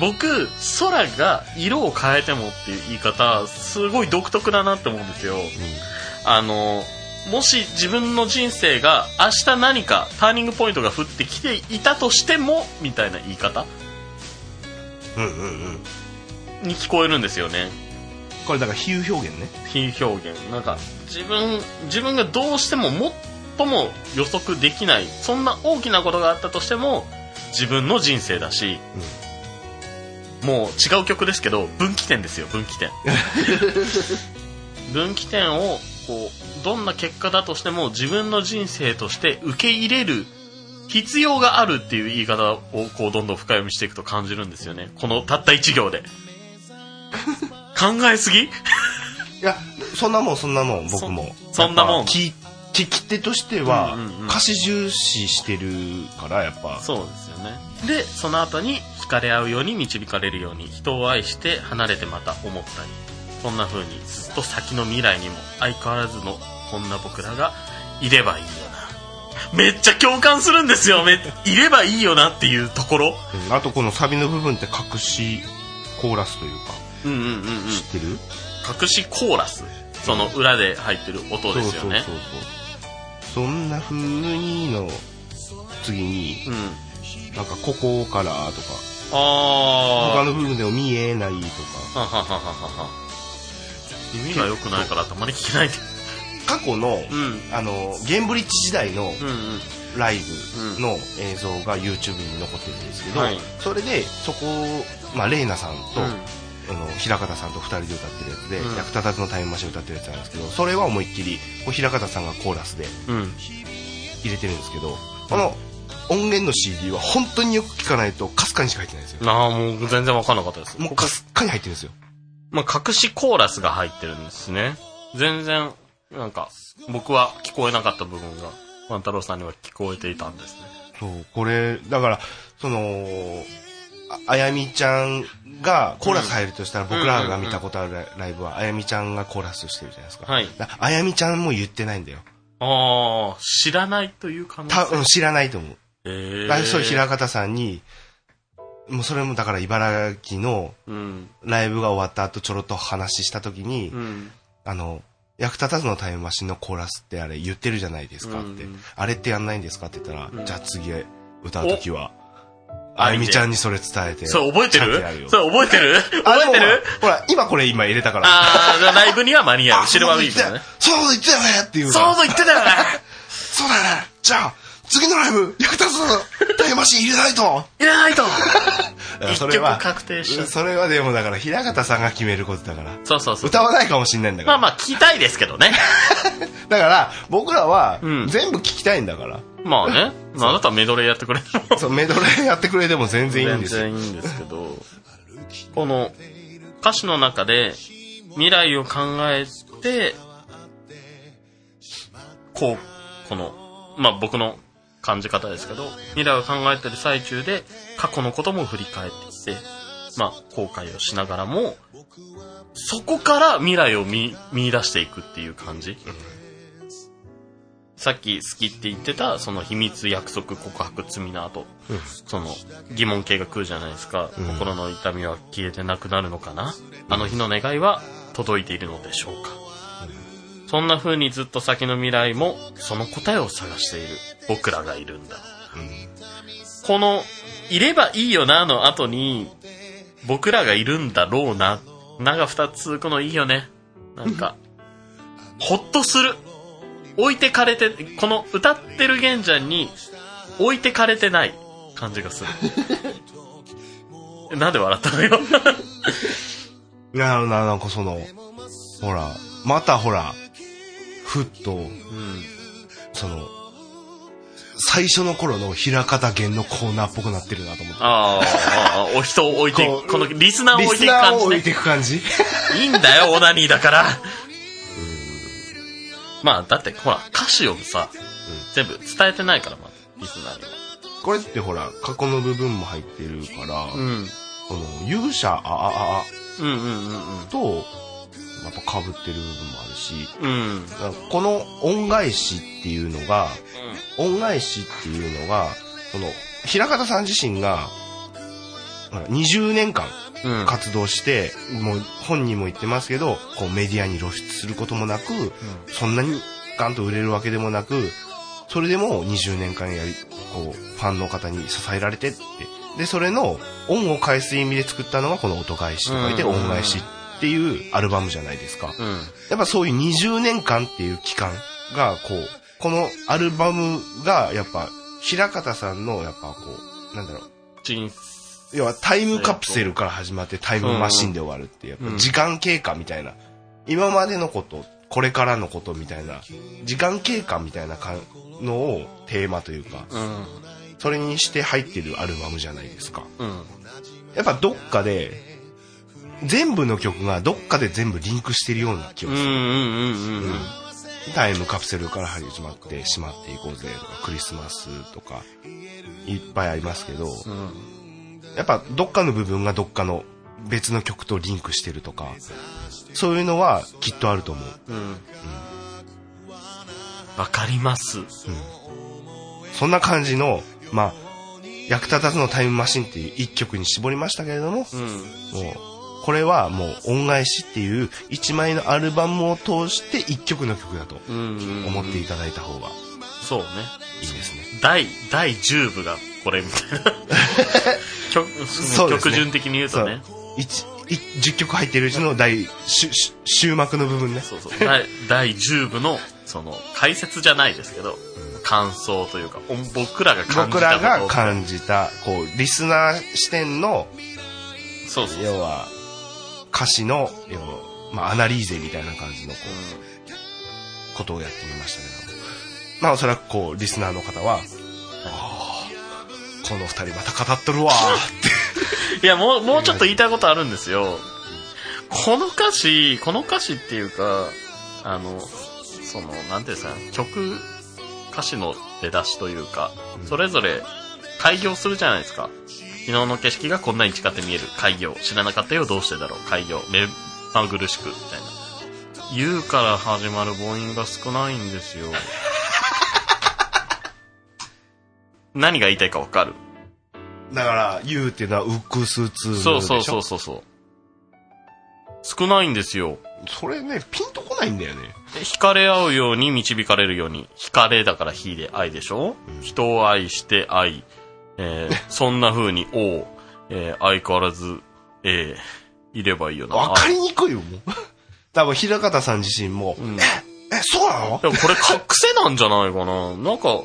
Speaker 4: 僕、空が色を変えてもっていう言い方、すごい独特だなって思うんですよ。あの、もし自分の人生が明日何かターニングポイントが降ってきていたとしても、みたいな言い方
Speaker 2: うんうんうん
Speaker 4: に聞こえるんですよね。
Speaker 2: これだから比喩表現ね
Speaker 4: 比喩表現なんか自分自分がどうしても最も予測できないそんな大きなことがあったとしても自分の人生だし、もう違う曲ですけど分岐点ですよ分岐点分岐点をこうどんな結果だとしても自分の人生として受け入れる必要があるっていう言い方をこうどんどん深読みしていくと感じるんですよねこのたった1行で考えすぎ
Speaker 2: いやそんなもんそんなもん僕も
Speaker 4: そそんなもん
Speaker 2: やっぱ聞聞き手としては、
Speaker 4: うんうんうん
Speaker 2: 歌詞重視してるからやっぱ
Speaker 4: そうですよねでその後に惹かれ合うように導かれるように人を愛して離れてまた思ったりそんな風にずっと先の未来にも相変わらずのこんな僕らがいればいいよなめっちゃ共感するんですよめいればいいよなっていうところ
Speaker 2: うんあとこのサビの部分って隠しコーラスというか
Speaker 4: うんうんうんうん
Speaker 2: 知ってる、
Speaker 4: 隠しコーラスその裏で入ってる音ですよね
Speaker 2: そうそうそうそんな風にの次に
Speaker 4: うん
Speaker 2: なんかここからとか他
Speaker 4: あ
Speaker 2: の部分でも見えないと
Speaker 4: あははははは耳が良くないからたまに聞けないけど
Speaker 2: か過去の、
Speaker 4: うん
Speaker 2: あのゲンブリッジ時代の
Speaker 4: うんうん
Speaker 2: ライブの映像が YouTube に残ってるんですけど、
Speaker 4: はい
Speaker 2: それでそこを、まあ、レイナさんと、
Speaker 4: うん
Speaker 2: あの平方さんと2人で歌ってるやつで、
Speaker 4: うん
Speaker 2: 役立たずのタイムマシンを歌ってるやつなんですけどそれは思いっきりこう平方さんがコーラスで
Speaker 4: うん
Speaker 2: 入れてるんですけどこの音源の CD は本当によく聞かないとかすかにしか入ってないんですよ
Speaker 4: なあ、もう全然わかんなかったです。
Speaker 2: もうかすかに入ってるんですよ
Speaker 4: まあ、隠しコーラスが入ってるんですね。全然、なんか、僕は聞こえなかった部分が、万太郎さんには聞こえていたんですね。
Speaker 2: そうこれだからそのああやみちゃんがコーラス入るとしたら、僕らが見たことあるライブはあやみちゃんがコーラスしてるじゃないですか,、
Speaker 4: はい
Speaker 2: あやみちゃんも言ってないんだよ
Speaker 4: ああ、知らないという可能
Speaker 2: 多
Speaker 4: 性。
Speaker 2: 分知らないと思う
Speaker 4: えー
Speaker 2: ライブそう平方さんにもうそれもだから茨城の
Speaker 4: うん。
Speaker 2: ライブが終わった後ちょろっと話した時に、
Speaker 4: うん。
Speaker 2: あの役立たずのタイムマシンのコーラスってあれ言ってるじゃないですかって、
Speaker 4: うんうん
Speaker 2: あれってやんないんですかって言ったら、
Speaker 4: ん
Speaker 2: じゃあ次歌う時はあゆみちゃんにそれ伝えて
Speaker 4: それ覚えて
Speaker 2: ちゃんとやる
Speaker 4: る
Speaker 2: よ
Speaker 4: それ覚えてる
Speaker 2: あ
Speaker 4: 覚えてる
Speaker 2: ほらほら今これ今入れたから
Speaker 4: ああ、じゃあライブには間に合う。シルバーウィーク
Speaker 2: そ
Speaker 4: だ
Speaker 2: う
Speaker 4: ね。
Speaker 2: そう言ってたよねっていう
Speaker 4: そうそう言ってたよね。
Speaker 2: そうだよねじゃあ次のライブ役立つのタイムマシン入れないと
Speaker 4: いら ないと。
Speaker 2: それは
Speaker 4: 一曲確定しちゃう
Speaker 2: それはでもだから平方さんが決めることだから
Speaker 4: そうそうそう。
Speaker 2: 歌わないかもしれないんだか
Speaker 4: ま
Speaker 2: ら、
Speaker 4: あまあ、聞きたいですけ どね。
Speaker 2: だから僕らは
Speaker 4: うん
Speaker 2: 全部聞きたいんだから、
Speaker 4: まあね。まあ、あなたはメドレーやってくれるの
Speaker 2: そうメドレーやってくれても全然いいん
Speaker 4: 全
Speaker 2: ですよ
Speaker 4: 然いいんですけど、この歌詞の中で未来を考えて、こう、この、まあ僕の感じ方ですけど、未来を考えてる最中で過去のことも振り返っていって、まあ後悔をしながらも、そこから未来を見見出していくっていう感じ。さっき好きって言ってた、その秘密、約束、告白、罪の後、その疑問系が来るじゃないですか、心の痛みは消えてなくなるのかな、あの日の願いは届いているのでしょうか、そんな風にずっと先の未来もその答えを探している僕らがいるんだ、この「いればいいよな」の後に僕らがいるんだろうな「な」が2つこのいいよねなんかほっとする置いてかれてこの歌ってる玄ちゃんに置いてかれてない感じ がするなんで笑ったのよ
Speaker 2: いやななんかそのほらまたほらふっと
Speaker 4: うん
Speaker 2: その最初の頃の平方源のコーナーっぽくなってるなと思って
Speaker 4: ああああお人を置いてい
Speaker 2: こ
Speaker 4: く
Speaker 2: う
Speaker 4: このリスナーを
Speaker 2: リ
Speaker 4: 置いて
Speaker 2: ス
Speaker 4: いく
Speaker 2: ナー
Speaker 4: 感
Speaker 2: を
Speaker 4: じ
Speaker 2: 置
Speaker 4: ね
Speaker 2: いていく感じ
Speaker 4: いいんだよオナニーだからまあだってほら歌詞をさ、全部伝えてないからまあリスナーには
Speaker 2: これってほら過去の部分も入ってるから、
Speaker 4: うん
Speaker 2: この勇者あああ
Speaker 4: うんうんうん
Speaker 2: あとやっぱ被ってる部分もあるし
Speaker 4: うんうん
Speaker 2: だからこの恩返しっていうのが、恩返しっていうのがこの平方さん自身がほら20年間
Speaker 4: うん
Speaker 2: 活動して、もう本人も言ってますけどこうメディアに露出することもなく、そんなにガンと売れるわけでもなくそれでも20年間やりこうファンの方に支えられてってでそれの恩を返す意味で作ったのがこの「音返し」と書いて「
Speaker 4: うん
Speaker 2: 恩返し」っていうアルバムじゃないですか。
Speaker 4: うん
Speaker 2: やっぱそういう20年間っていう期間が、こう、このアルバムが、やっぱ、平方さんの、やっぱこう、なんだろう、
Speaker 4: 人
Speaker 2: 要はタイムカプセルから始まってタイムマシンで終わるって、やっぱ時間経過みたいな、今までのこと、これからのことみたいな、時間経過みたいなかんのをテーマというか、
Speaker 4: うん
Speaker 2: それにして入ってるアルバムじゃないですか。
Speaker 4: うん
Speaker 2: やっぱどっかで、全部の曲がどっかで全部リンクしてるような気
Speaker 4: う
Speaker 2: が
Speaker 4: ん
Speaker 2: する。
Speaker 4: うんうんうん
Speaker 2: タイムカプセルから始まってしまっていこうぜとかクリスマスとかいっぱいありますけど、
Speaker 4: うん
Speaker 2: やっぱどっかの部分がどっかの別の曲とリンクしてるとかそういうのはきっとあると思う、
Speaker 4: うんわかります
Speaker 2: そんな感じのまあ役立たずのタイムマシンっていう一曲に絞りましたけれども、
Speaker 4: うん
Speaker 2: もうこれはもう恩返しっていう一枚のアルバムを通して一曲の曲だと
Speaker 4: うんうん
Speaker 2: 思っていただいた方が
Speaker 4: そうね
Speaker 2: いいですね、
Speaker 4: 第第10部がこれみた いな曲
Speaker 2: そうですね
Speaker 4: 曲順的に言うとね
Speaker 2: 一一10曲入ってるうちの第しゅし終幕の部分ね
Speaker 4: そうそう第第10部のその解説じゃないですけど、感想というかお僕らが感じ
Speaker 2: 僕
Speaker 4: た
Speaker 2: ら
Speaker 4: こ
Speaker 2: が
Speaker 4: と
Speaker 2: 感じたこうリスナー視点の
Speaker 4: そうそう
Speaker 2: 要は歌詞の要は、まあ、アナリーゼみたいな感じのこうことをやってみましたけどまあおそらくこうリスナーの方は「あこの二人また語っとるわ
Speaker 4: いやもうもうちょっと言いたいことあるんですよこの歌詞この歌詞っていうかあのそのなんていうんですか曲歌詞の出だしというかそれぞれ開業するじゃないですか昨日の景色がこんなに近くて見える開業知らなかったよどうしてだろう開業目まぐるしくみたいな「言う」から始まる母音が少ないんですよ何が言いたいかわかる
Speaker 2: だから「言う」っていうのは「うっくすつ」
Speaker 4: そうそうそうそうそう。少ないんですよ。
Speaker 2: それねピンとこないんだよね
Speaker 4: 惹かれ合うように導かれるように。惹かれだから火で愛でしょ、人を愛して愛。え ーそんな風に王、えー相変わらず、えーいればいいよな。
Speaker 2: わかりにくいよもう多分平方さん自身も「
Speaker 4: ん
Speaker 2: ええそうなの
Speaker 4: でもこれか癖なんじゃないかな。なんか、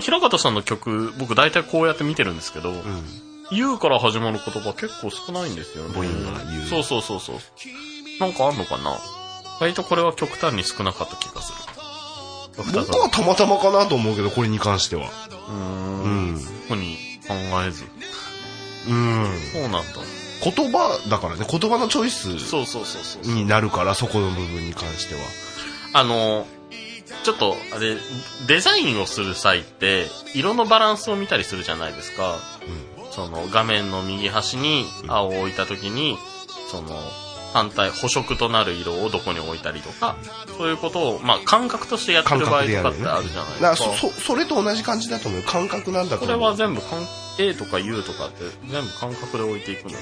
Speaker 4: 平方さんの曲、僕大体こうやって見てるんですけど、言うから始まる言葉結構少ないんですよね。
Speaker 2: 母音が言う
Speaker 4: そうそうそうそう。なんかあんのかな割とこれは極端に少なかった気がする。
Speaker 2: 僕はたまたまかなと思うけどこれに関しては
Speaker 4: うー。
Speaker 2: うんん
Speaker 4: ここに考えず。
Speaker 2: うん
Speaker 4: そうなんだ。
Speaker 2: 言葉だからね言葉のチョイス
Speaker 4: そうそうそうそう。
Speaker 2: になるからそこの部分に関しては
Speaker 4: あの、ちょっと、あれ、デザインをする際って、色のバランスを見たりするじゃないですか。その、画面の右端に青を置いた時に、その、反対、補色となる色をどこに置いたりとか、そういうことを、まあ、感覚としてやってる場合とかってあるじ
Speaker 2: だ
Speaker 4: ゃ
Speaker 2: か
Speaker 4: ない
Speaker 2: ら
Speaker 4: ですか。
Speaker 2: そそそれと同じ感じだと思うよ感覚なんだと
Speaker 4: こ
Speaker 2: 思
Speaker 4: れ
Speaker 2: う
Speaker 4: は全部かん、A とか U とかって全部感覚で置いていくの。
Speaker 2: う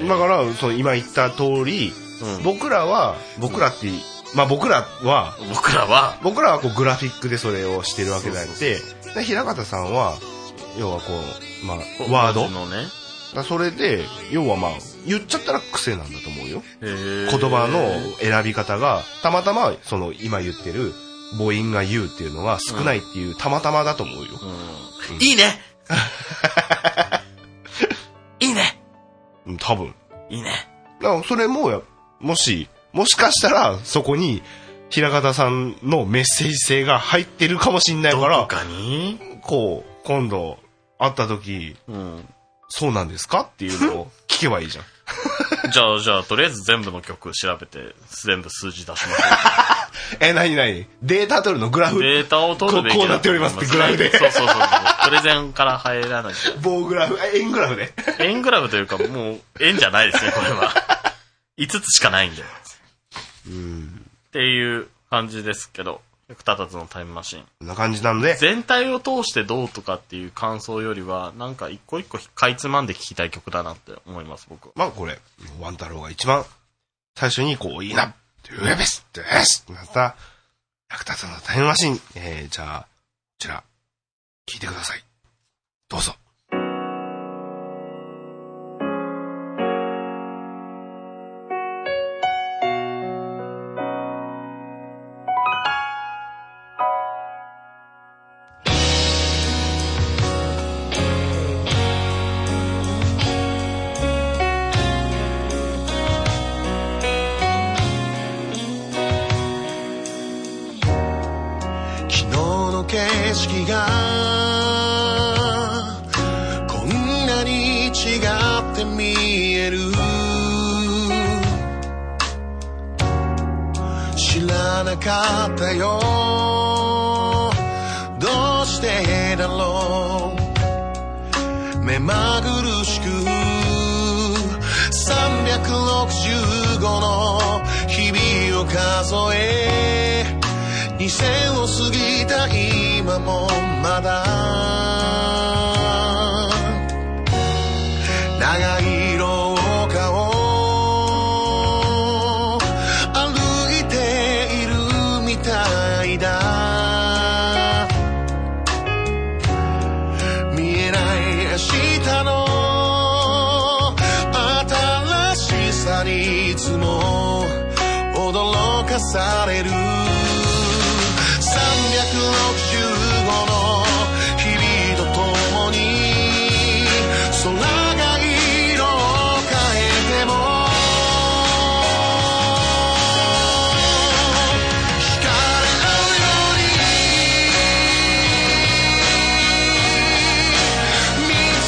Speaker 4: え
Speaker 2: んだからその今言った通り
Speaker 4: うん
Speaker 2: 僕らは僕らってまあ僕らは
Speaker 4: 僕らは、
Speaker 2: 僕らはこうグラフィックでそれをしてるわけであってで平方さんは要はこうまあワード
Speaker 4: 文字のね、
Speaker 2: だからそれで要はまあ言っちゃったら癖なんだと思うよ
Speaker 4: えー
Speaker 2: 言葉の選び方がたまたまその今言ってる母音が言うっていうのは少ないっていうたまたまだと思うよ、
Speaker 4: うん いいねいいね
Speaker 2: うん、多分
Speaker 4: いいね
Speaker 2: だからそれもやもしもしかしたらそこに平方さんのメッセージ性が入ってるかもしんない
Speaker 4: ど
Speaker 2: から
Speaker 4: こかに
Speaker 2: こう今度会った時
Speaker 4: うん。
Speaker 2: そうなんですかっていうのを聞けばいいじゃん
Speaker 4: じゃあ、じゃあ、とりあえず全部の曲調べて、全部数字出しましょ
Speaker 2: え何何データ取るのグラ
Speaker 4: う。
Speaker 2: フ
Speaker 4: データを取るべきだと思
Speaker 2: こうなっておりますってグラフで
Speaker 4: そうそうそうそう。プレゼンから入らなき
Speaker 2: 棒グラフえ円グラフで
Speaker 4: ゃ。円グラフというか、もう、円じゃないですね、これ は。5つしかないんで。っていう感じですけど、役立たずのタイムマシン。
Speaker 2: こんな感じなんで
Speaker 4: 全体を通してどうとかっていう感想よりは、なんか一個一個かいつまんで聞きたい曲だなって思います、僕は。
Speaker 2: まあこれ、ワン太郎が一番最初にこう、いいなって、ウェベスって、スってなった、役立つのタイムマシン。えー、じゃあ、こちら、聞いてください。どうぞ。
Speaker 5: 昨日の景色がこんなに違って見える知らなかったよどうしてだろう目まぐるしく365の日々を数え2000を過ぎた今もまだ長い廊下を歩いているみたいだ見えない明日の新しさにいつも驚かされる365の日々とともに空が色を変えても惹かれ合うように「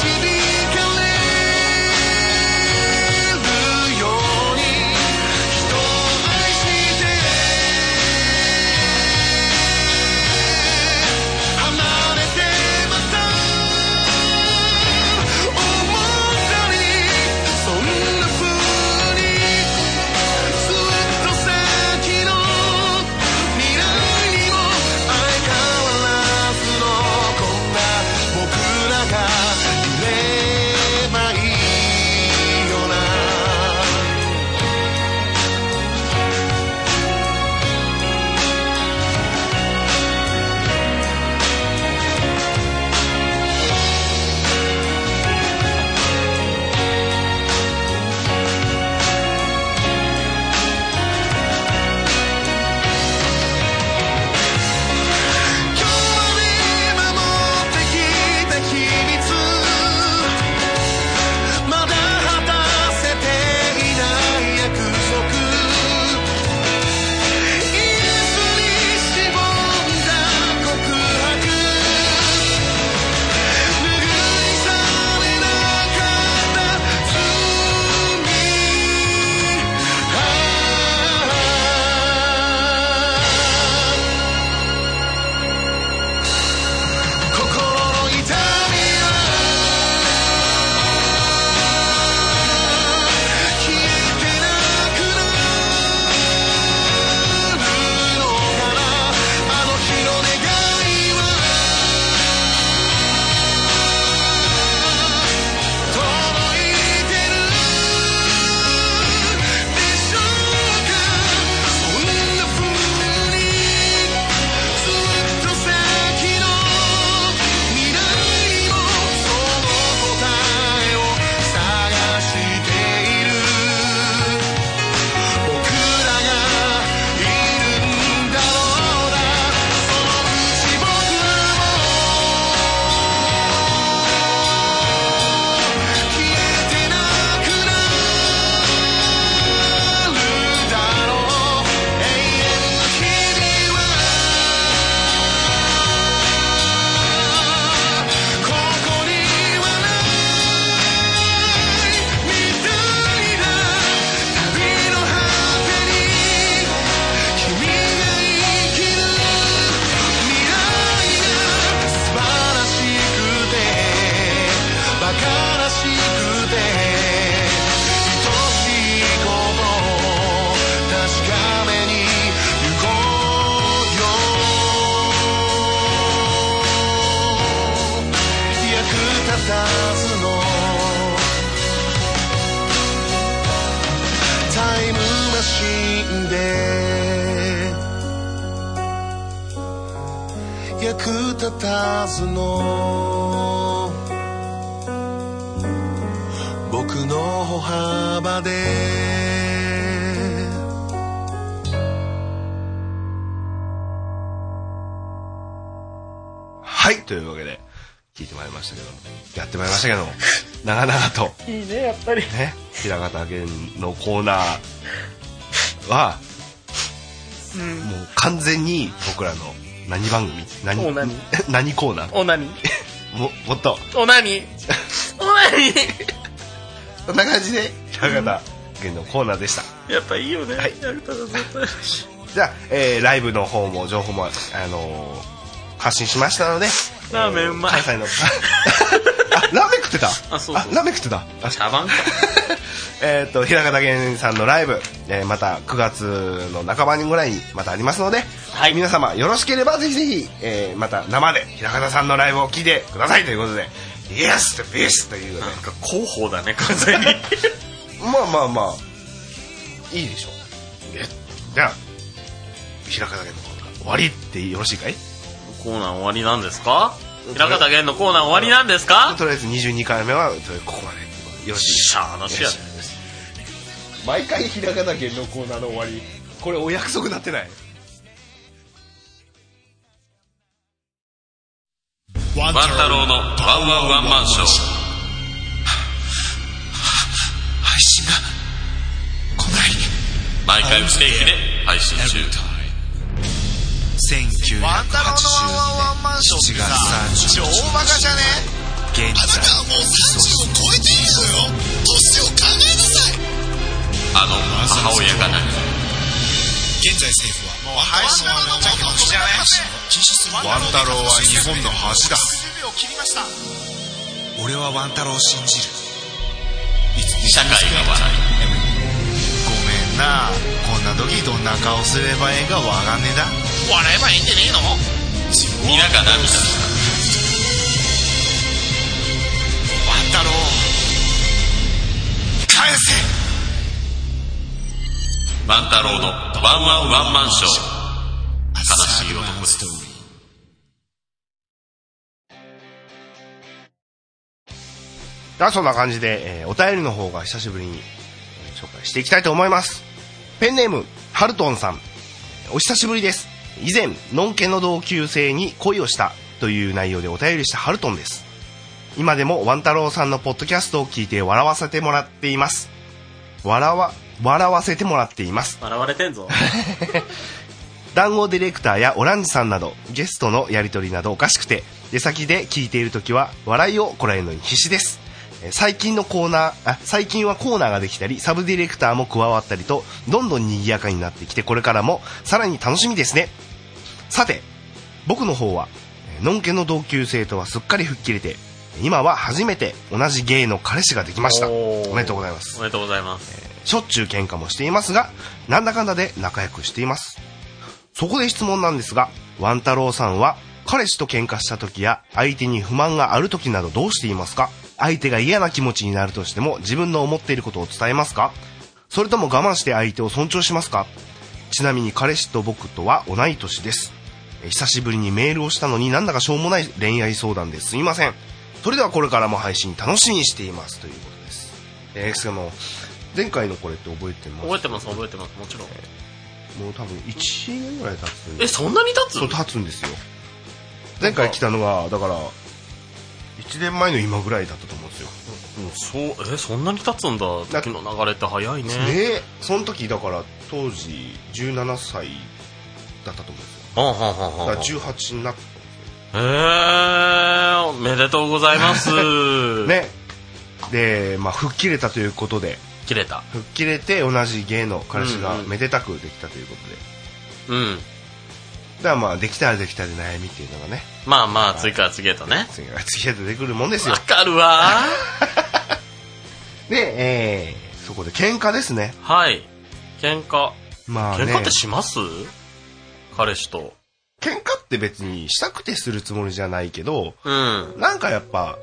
Speaker 5: んで役立たずの僕の歩幅で
Speaker 2: はいというわけで聞いてまいりましたけどやってまいりましたけど長々といいねやっぱりね平方源のコーナーは、もう完全に僕らの何番組何
Speaker 4: オナニ
Speaker 2: 何コーナー
Speaker 4: オナニ
Speaker 2: ももっと
Speaker 4: オ ナニオナニ
Speaker 2: そんな感じで平方源のコーナーでした
Speaker 4: やっぱいいよね、はい、やるたら絶対
Speaker 2: じゃあ、えーライブの方も情報も、あのー発信しましたので
Speaker 4: ラーメンうまい
Speaker 2: 関西の あラーメン食ってた
Speaker 4: あそうそう
Speaker 2: ラーメン食ってたあ
Speaker 4: 茶番か
Speaker 2: えっと平方源さんのライブ、えーまた9月の半ばぐらいにまたありますので、
Speaker 4: はい
Speaker 2: 皆様よろしければぜひぜひ、えーまた生で平方さんのライブを聞いてくださいということで「イエスとピース」ということで
Speaker 4: なんか広報だね完全に
Speaker 2: まあまあまあいいでしょうえじゃあ平方源のコーナー終わりってよろしいかい
Speaker 4: コーナー終わりなんですか平方源のコーナー終わりなんですか
Speaker 2: とりあえず22回目はとりあえずここまでよろしいです
Speaker 4: しゃーなしやね
Speaker 2: 毎回ひらがな源のコーナーの終わりこれお約束なってない
Speaker 1: ワン
Speaker 7: 万太郎のワンワンワンマンショー
Speaker 5: 配信が来ない
Speaker 7: 毎回不定期で配信中
Speaker 5: 1982年
Speaker 1: ワンタロウのワンワンワンマンションってさ
Speaker 5: 7月
Speaker 1: 超
Speaker 5: 30
Speaker 1: バカじゃね
Speaker 5: 現在
Speaker 7: あの母親がない
Speaker 5: 現在政府は
Speaker 1: もう配信はめっちゃ曲じゃね
Speaker 5: ワン太郎は日本の恥だ
Speaker 1: 10秒切りました
Speaker 5: 俺はワン太郎を信じる
Speaker 7: 社会が笑い
Speaker 5: ごめんなこんな時どんな顔すればええがわがねだ
Speaker 7: 笑えばいいんじゃねえの皆が涙した
Speaker 5: ワン太郎返せ
Speaker 7: 万太郎のワンワンワンマンショー悲しい男です
Speaker 2: じゃあそんな感じで、えーお便りの方が久しぶりにえー紹介していきたいと思いますペンネームハルトンさんお久しぶりです以前のんけの同級生に恋をしたという内容でお便りしたハルトンです今でもワン太郎さんのポッドキャストを聞いて笑わせてもらっています笑わ笑わせてもらっています
Speaker 4: 笑われてんぞ
Speaker 2: 団子ディレクターやオランジさんなどゲストのやり取りなどおかしくて出先で聞いている時は笑いをこらえるのに必死ですえー最近のコーナーあ最近はコーナーができたりサブディレクターも加わったりとどんどん賑やかになってきてこれからもさらに楽しみですねさて僕の方はえーのんけの同級生とはすっかり吹っ切れて今は初めて同じ芸の彼氏ができました
Speaker 4: おー
Speaker 2: おめでとうございます
Speaker 4: おめでとうございます
Speaker 2: しょっちゅう喧嘩もしていますがなんだかんだで仲良くしていますそこで質問なんですがワン太郎さんは彼氏と喧嘩した時や相手に不満がある時などどうしていますか相手が嫌な気持ちになるとしても自分の思っていることを伝えますかそれとも我慢して相手を尊重しますかちなみに彼氏と僕とは同い年ですえ久しぶりにメールをしたのになんだかしょうもない恋愛相談ですいませんそれではこれからも配信楽しみにしていますということですえー、しかも前回のこれって覚えてます
Speaker 4: 覚えてます覚えてますもちろん
Speaker 2: もう多分1年ぐらい経つんで
Speaker 4: えそんなに経つ
Speaker 2: そう立つんですよ前回来たのがだから1年前の今ぐらいだったと思うんですよ
Speaker 4: そうえそんなに経つんだ時の流れって早いね
Speaker 2: ねその時だから当時17歳だったと思うんですよ
Speaker 4: はんはんはん
Speaker 2: だ
Speaker 4: は
Speaker 2: か
Speaker 4: ん
Speaker 2: ら18になって
Speaker 4: へえおめでとうございます
Speaker 2: ねでまあ吹っ切れたということで
Speaker 4: 切れた
Speaker 2: 吹っ切れて同じ芸の彼氏
Speaker 4: うん
Speaker 2: が
Speaker 4: うん
Speaker 2: めでたくできたということで、
Speaker 4: うん
Speaker 2: だからまあできたらできたで悩みっていうのがね
Speaker 4: まあまあ次から次へとね
Speaker 2: 次から次へと出てくるもんですよ
Speaker 4: わかるわ
Speaker 2: で、えー、そこで喧嘩ですね
Speaker 4: ーはい喧嘩
Speaker 2: まあね
Speaker 4: 喧嘩ってします彼氏と
Speaker 2: 喧嘩って別にしたくてするつもりじゃないけど、
Speaker 4: うん
Speaker 2: なんかやっぱ、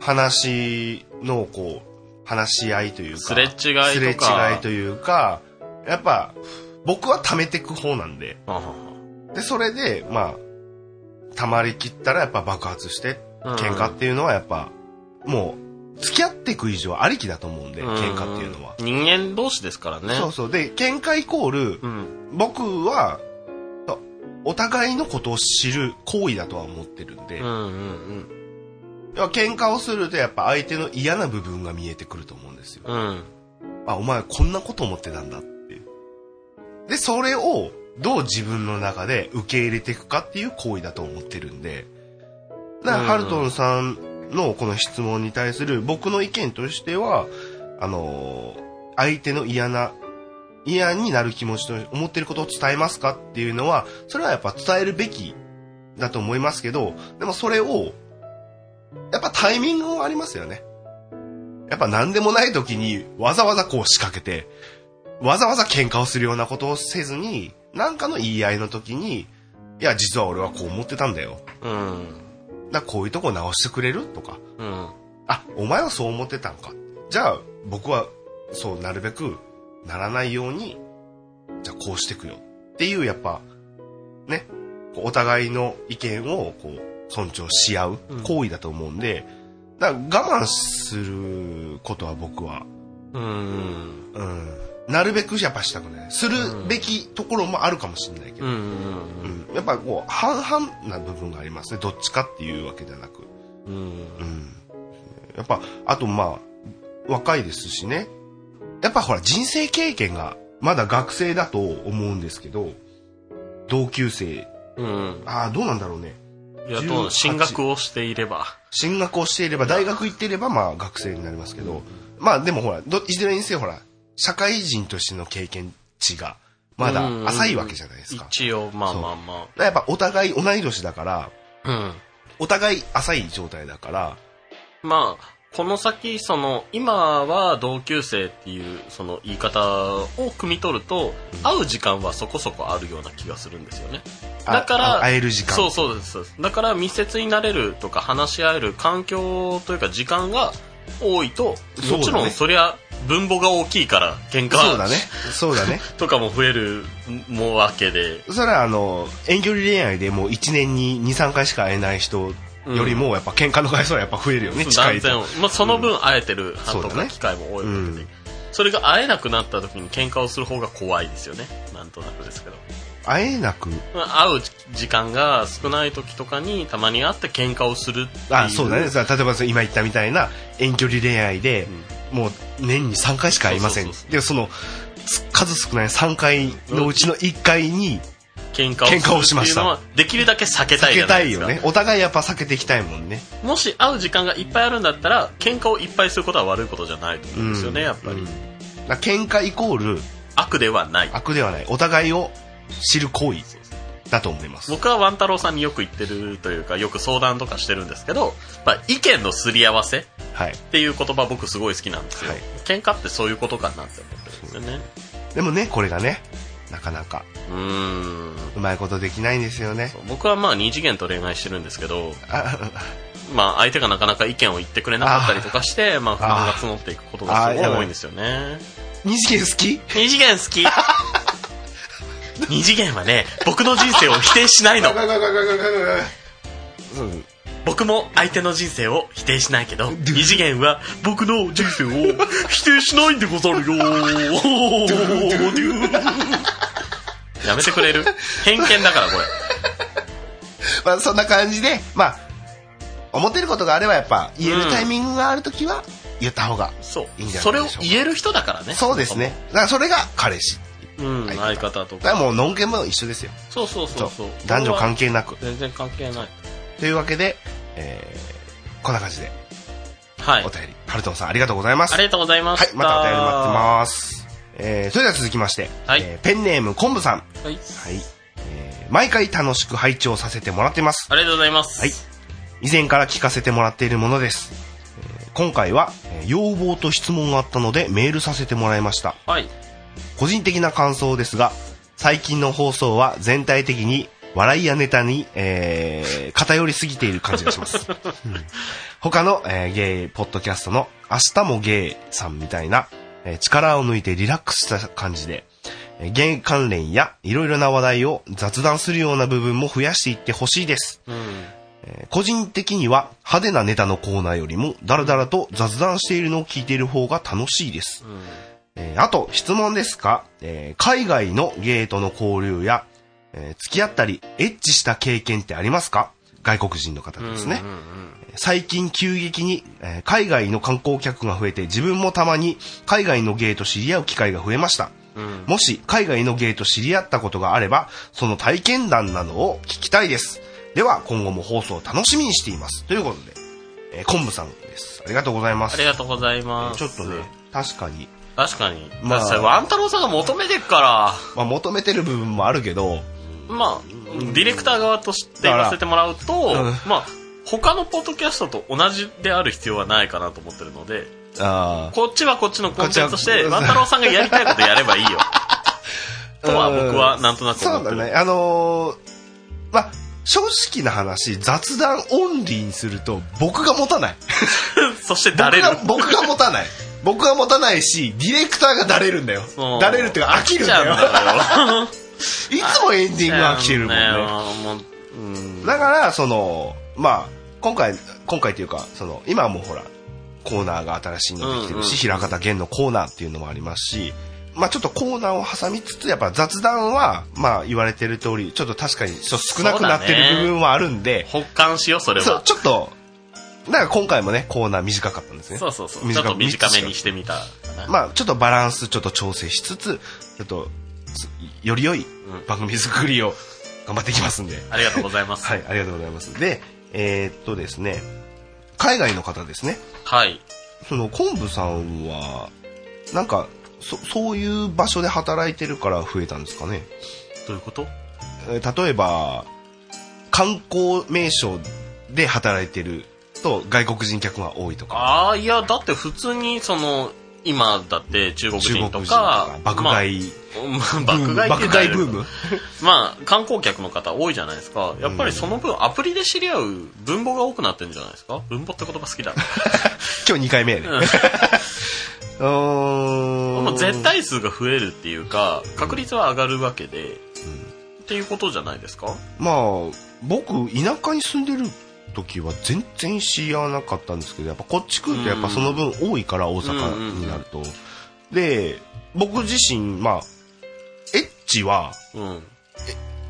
Speaker 2: 話のこう、話し合いというか、
Speaker 4: すれ違いとか
Speaker 2: すれ違いというか、やっぱ、僕は貯めてく方なんで。で、それで、まあ、溜まりきったらやっぱ爆発して、
Speaker 4: うん
Speaker 2: 喧嘩っていうのはやっぱ、もう、付き合っていく以上ありきだと思うんで、喧嘩っていうのは。
Speaker 4: 人間同士ですからね
Speaker 2: そうそう。で、喧嘩イコール、
Speaker 4: うん
Speaker 2: 僕は、お互いのことを知る行為だとは思ってるんで、
Speaker 4: うんうん
Speaker 2: いや喧嘩をするとやっぱ相手の嫌な部分が見えてくると思うんですよ。
Speaker 4: うんうん
Speaker 2: あ、お前こんなこと思ってたんだっていう。で、それをどう自分の中で受け入れていくかっていう行為だと思ってるんで、だから、
Speaker 4: うん
Speaker 2: ハルトンさんのこの質問に対する僕の意見としては、あのー相手の嫌な、嫌になる気持ちと思ってることを伝えますかっていうのは、それはやっぱ伝えるべきだと思いますけど、でもそれを、やっぱタイミングもありますよね。やっぱ何でもない時にわざわざこう仕掛けて、わざわざ喧嘩をするようなことをせずに、なんかの言い合いの時に、いや、実は俺はこう思ってたんだよ。
Speaker 4: うん
Speaker 2: だからこういうとこ直してくれるとか、
Speaker 4: うん
Speaker 2: あ、お前はそう思ってたんか。じゃあ、僕は、そう、なるべく、ならないように、じゃあこうしてくよ。っていう、やっぱ、ね、こうお互いの意見を、こう、尊重し合う行為だと思うんで、だから我慢することは僕は、
Speaker 4: うん
Speaker 2: うん、なるべくやっぱしたくない。するべきところもあるかもしれないけど
Speaker 4: うんう、ん
Speaker 2: うんやっぱこう、半々な部分がありますね。どっちかっていうわけじゃなく。
Speaker 4: うん
Speaker 2: うん。やっぱ、あとまあ、若いですしね。やっぱほら、人生経験が、まだ学生だと思うんですけど、同級生、
Speaker 4: うん
Speaker 2: ああ、どうなんだろうね。
Speaker 4: いや
Speaker 2: 18
Speaker 4: どう進学をしていれば
Speaker 2: 進学をしていれば、大学行っていれば、まあ、学生になりますけど、まあ、でもほら、どいずれにせよほら、社会人としての経験値が、まだ浅いわけじゃないですか。
Speaker 4: 一応まあまあま
Speaker 2: だからやっぱ、お互い同い年だから、
Speaker 4: あうん
Speaker 2: お互い浅い状態だから、
Speaker 4: まあこの先その今は同級生っていうその言い方を汲み取ると会う時間はそこそこあるような気がするんですよね
Speaker 2: あ
Speaker 4: だから
Speaker 2: あ会える時間。
Speaker 4: そうそうですそうですだから密接になれるとか話し合える環境というか時間が多いと
Speaker 2: そうだね
Speaker 4: もちろんそりゃ分母が大きいから喧嘩
Speaker 2: そうだね。そうだね。
Speaker 4: とかも増えるもわけで
Speaker 2: それはあの遠距離恋愛でもう1年に23回しか会えない人よりもやっぱ喧嘩の回数はやっぱ増えるよね、近
Speaker 4: 断
Speaker 2: い
Speaker 4: 然
Speaker 2: と、
Speaker 4: まあ、その分会えてる半
Speaker 2: そう
Speaker 4: と
Speaker 2: だ
Speaker 4: か
Speaker 2: ね
Speaker 4: 機会も多いわけで、
Speaker 2: うん
Speaker 4: それが会えなくなった時に喧嘩をする方が怖いですよねなんとなくですけど、
Speaker 2: 会えなく
Speaker 4: まあ、会う時間が少ない時とかにたまに会って喧嘩をするっていう
Speaker 2: あそうだねさあ例えばさ今言ったみたいな遠距離恋愛で、もう年に3回しか会いません
Speaker 4: そうそうそうそう
Speaker 2: でそのつ数少ない3回のうちの1回に
Speaker 4: 喧嘩をする
Speaker 2: 喧嘩をしま
Speaker 4: って
Speaker 2: し
Speaker 4: いう
Speaker 2: た
Speaker 4: のはできるだけ避けたい
Speaker 2: 避
Speaker 4: じ
Speaker 2: け
Speaker 4: ゃな
Speaker 2: た
Speaker 4: い
Speaker 2: い
Speaker 4: です
Speaker 2: よ
Speaker 4: か
Speaker 2: ねお互いやっぱ避けていきたいもんね
Speaker 4: もし会う時間がいっぱいあるんだったら喧嘩をいっぱいすることは悪いことじゃないと思うんですよね、やっぱり、
Speaker 2: うんだから喧嘩イコール
Speaker 4: 悪ではない
Speaker 2: 悪ではないお互いを知る行為だと思います
Speaker 4: 僕はワン太郎さんによく言ってるというかよく相談とかしてるんですけど、まあ、意見のすり合わせ
Speaker 2: はい
Speaker 4: っていう言葉僕すごい好きなんですよ、
Speaker 2: はい
Speaker 4: 喧嘩ってそういうことかなって思ってるんですよね
Speaker 2: でもねこれがねなかなか
Speaker 4: うーん
Speaker 2: うまいことできないんですよね
Speaker 4: 僕はまあ二次元と恋愛してるんですけど、
Speaker 2: あ
Speaker 4: まあ、相手がなかなか意見を言ってくれなかったりとかしてまあ、不満が募っていくことがすごい多いんですよね
Speaker 2: 二次元好き
Speaker 4: 二次元好き二次元はね僕の人生を否定しないの僕も相手の人生を否定しないけど二次元は僕の人生を否定しないんでござるよやめてくれる偏見だからこ
Speaker 2: まあそんな感じで、まあ、思ってることがあればやっぱ言えるタイミングがあるときは言った方が、
Speaker 4: れそう
Speaker 2: いいんじゃ
Speaker 4: そ
Speaker 2: な
Speaker 4: れ
Speaker 2: い
Speaker 4: を
Speaker 2: でしょうか
Speaker 4: 言える人だからね
Speaker 2: そうですね。だからそれが彼氏。
Speaker 4: うん
Speaker 2: 相方
Speaker 4: 相方と
Speaker 2: だか
Speaker 4: か
Speaker 2: らもう、のんけも一緒ですよ。
Speaker 4: そうそうそうそう
Speaker 2: 男女関係なく。
Speaker 4: 全然関係ない
Speaker 2: というわけで、えー、こんな感じで、
Speaker 4: はい
Speaker 2: お便り、ハルトンさんありがとうございます。
Speaker 4: ありがとうございま
Speaker 2: は
Speaker 4: し
Speaker 2: い、
Speaker 4: た
Speaker 2: またお便り待ってます。えー、それでは続きまして、
Speaker 4: はい
Speaker 2: えーペンネーム、昆布さん。
Speaker 4: はい
Speaker 2: はい。えー、毎回楽しく拝聴させてもらってます。
Speaker 4: ありがとうございます
Speaker 2: はい以前から聞かせてもらっているものです、えー今回はえー要望と質問があったのでメールさせてもらいました
Speaker 4: はい
Speaker 2: 個人的な感想ですが最近の放送は全体的に笑いやネタに、えー偏りすぎている感じがします、うん他の、えーゲイポッドキャストの「明日もゲイ」さんみたいな、えー力を抜いてリラックスした感じでえーゲーム関連やいろいろな話題を雑談するような部分も増やしていってほしいです。えー個人的には派手なネタのコーナーよりもダラダラと雑談しているのを聞いている方が楽しいです。えーあと質問ですか、えー海外のゲートの交流や、えー付き合ったりエッチした経験ってありますか外国人の方ですね。最近急激に、えー海外の観光客が増えて自分もたまに海外のゲーと知り合う機会が増えました、もし海外のゲーと知り合ったことがあればその体験談などを聞きたいですでは今後も放送を楽しみにしていますということで、えー、昆布さんですありがとうございます
Speaker 4: ありがとうございます。
Speaker 2: ちょっとね確かに、
Speaker 4: 確かに。
Speaker 2: まあ
Speaker 4: まあ、ワンタロウさんが求めてるか
Speaker 2: まあ、求めてる部分もあるけど
Speaker 4: ら、まあ、ディレクター側として言わせてもらうと、
Speaker 2: うん
Speaker 4: まあ、他のポッドキャストと同じである必要はないかなと思ってるので、
Speaker 2: あ
Speaker 4: こっちはこっちのコンテンツとし
Speaker 2: こっち
Speaker 4: て、
Speaker 2: は
Speaker 4: 万太郎さんがやりたいことやればいい よ。とは僕はなんとな
Speaker 2: ー
Speaker 4: く思
Speaker 2: そ
Speaker 4: っ
Speaker 2: う
Speaker 4: て
Speaker 2: だ
Speaker 4: る。
Speaker 2: ねあのーまあ正直な話雑談オンリーにすると僕が持た ない
Speaker 4: そして誰る。
Speaker 2: 僕が僕が持たない僕が持たないしディレクターがだれるんだよ
Speaker 4: そう
Speaker 2: だれるっていうか飽きるん
Speaker 4: ちゃ
Speaker 2: だよ
Speaker 4: うんだ
Speaker 2: い
Speaker 4: よ。
Speaker 2: つもエンディング が飽きてるもん
Speaker 4: ち
Speaker 2: ね
Speaker 4: ゃうんだよもううん
Speaker 2: だからそのまあ今回今回っていうかその今はもうほらコーナーが新しいのできてるし、
Speaker 4: うんうん
Speaker 2: 平方玄のコーナーっていうのもありますしまあちょっとコーナーを挟みつつやっぱ雑談はまあ言われてる通りちょっと確かにちょっと少なくなってる部分はあるんで
Speaker 4: 保管しよう、それ
Speaker 2: そう
Speaker 4: は。
Speaker 2: ちょっとだから今回もねコーナー短かったんですね
Speaker 4: そうそうそう。ちょ
Speaker 2: 短
Speaker 4: っと短めにしてみたかな。
Speaker 2: まあ、ちょっとバランスちょっと調整しつつ、ちょっと、すより良い番組作りを頑張っていきますんで。
Speaker 4: ありがとうございます。
Speaker 2: はい、ありがとうございます。で、えーっとですね、海外の方ですね。
Speaker 4: はい。
Speaker 2: その、昆布さんは、なんか、そ、そういう場所で働いてるから増えたんですかね。
Speaker 4: どういうこと
Speaker 2: えー例えば、観光名所で働いてると外国人客が多いとか、
Speaker 4: ああ、いや、だって普通に、その、今だって中国
Speaker 2: 中国
Speaker 4: 人
Speaker 2: 人
Speaker 4: と
Speaker 2: と
Speaker 4: か
Speaker 2: か、、爆買い、
Speaker 4: まあ、
Speaker 2: ブー
Speaker 4: 爆
Speaker 2: ム
Speaker 4: 買いって
Speaker 2: 爆買いブー
Speaker 4: 言ったらあれ
Speaker 2: ム
Speaker 4: だけどまあ、観光客の方多いじゃないですか。やっぱりその分、アプリで知り合う文法が多くなってるんじゃないですか文法って言葉好きだ。
Speaker 2: 今日2回目やね。
Speaker 4: うん
Speaker 2: うーん
Speaker 4: もう絶対数が増えるっていうか、確率は上がるわけで、っていうことじゃないですか
Speaker 2: まあ僕田舎に住んでる時は全然知らなかったんですけどやっぱこっち来るとやっぱその分多いから大阪になると、で僕自身まあエッチは
Speaker 4: うん。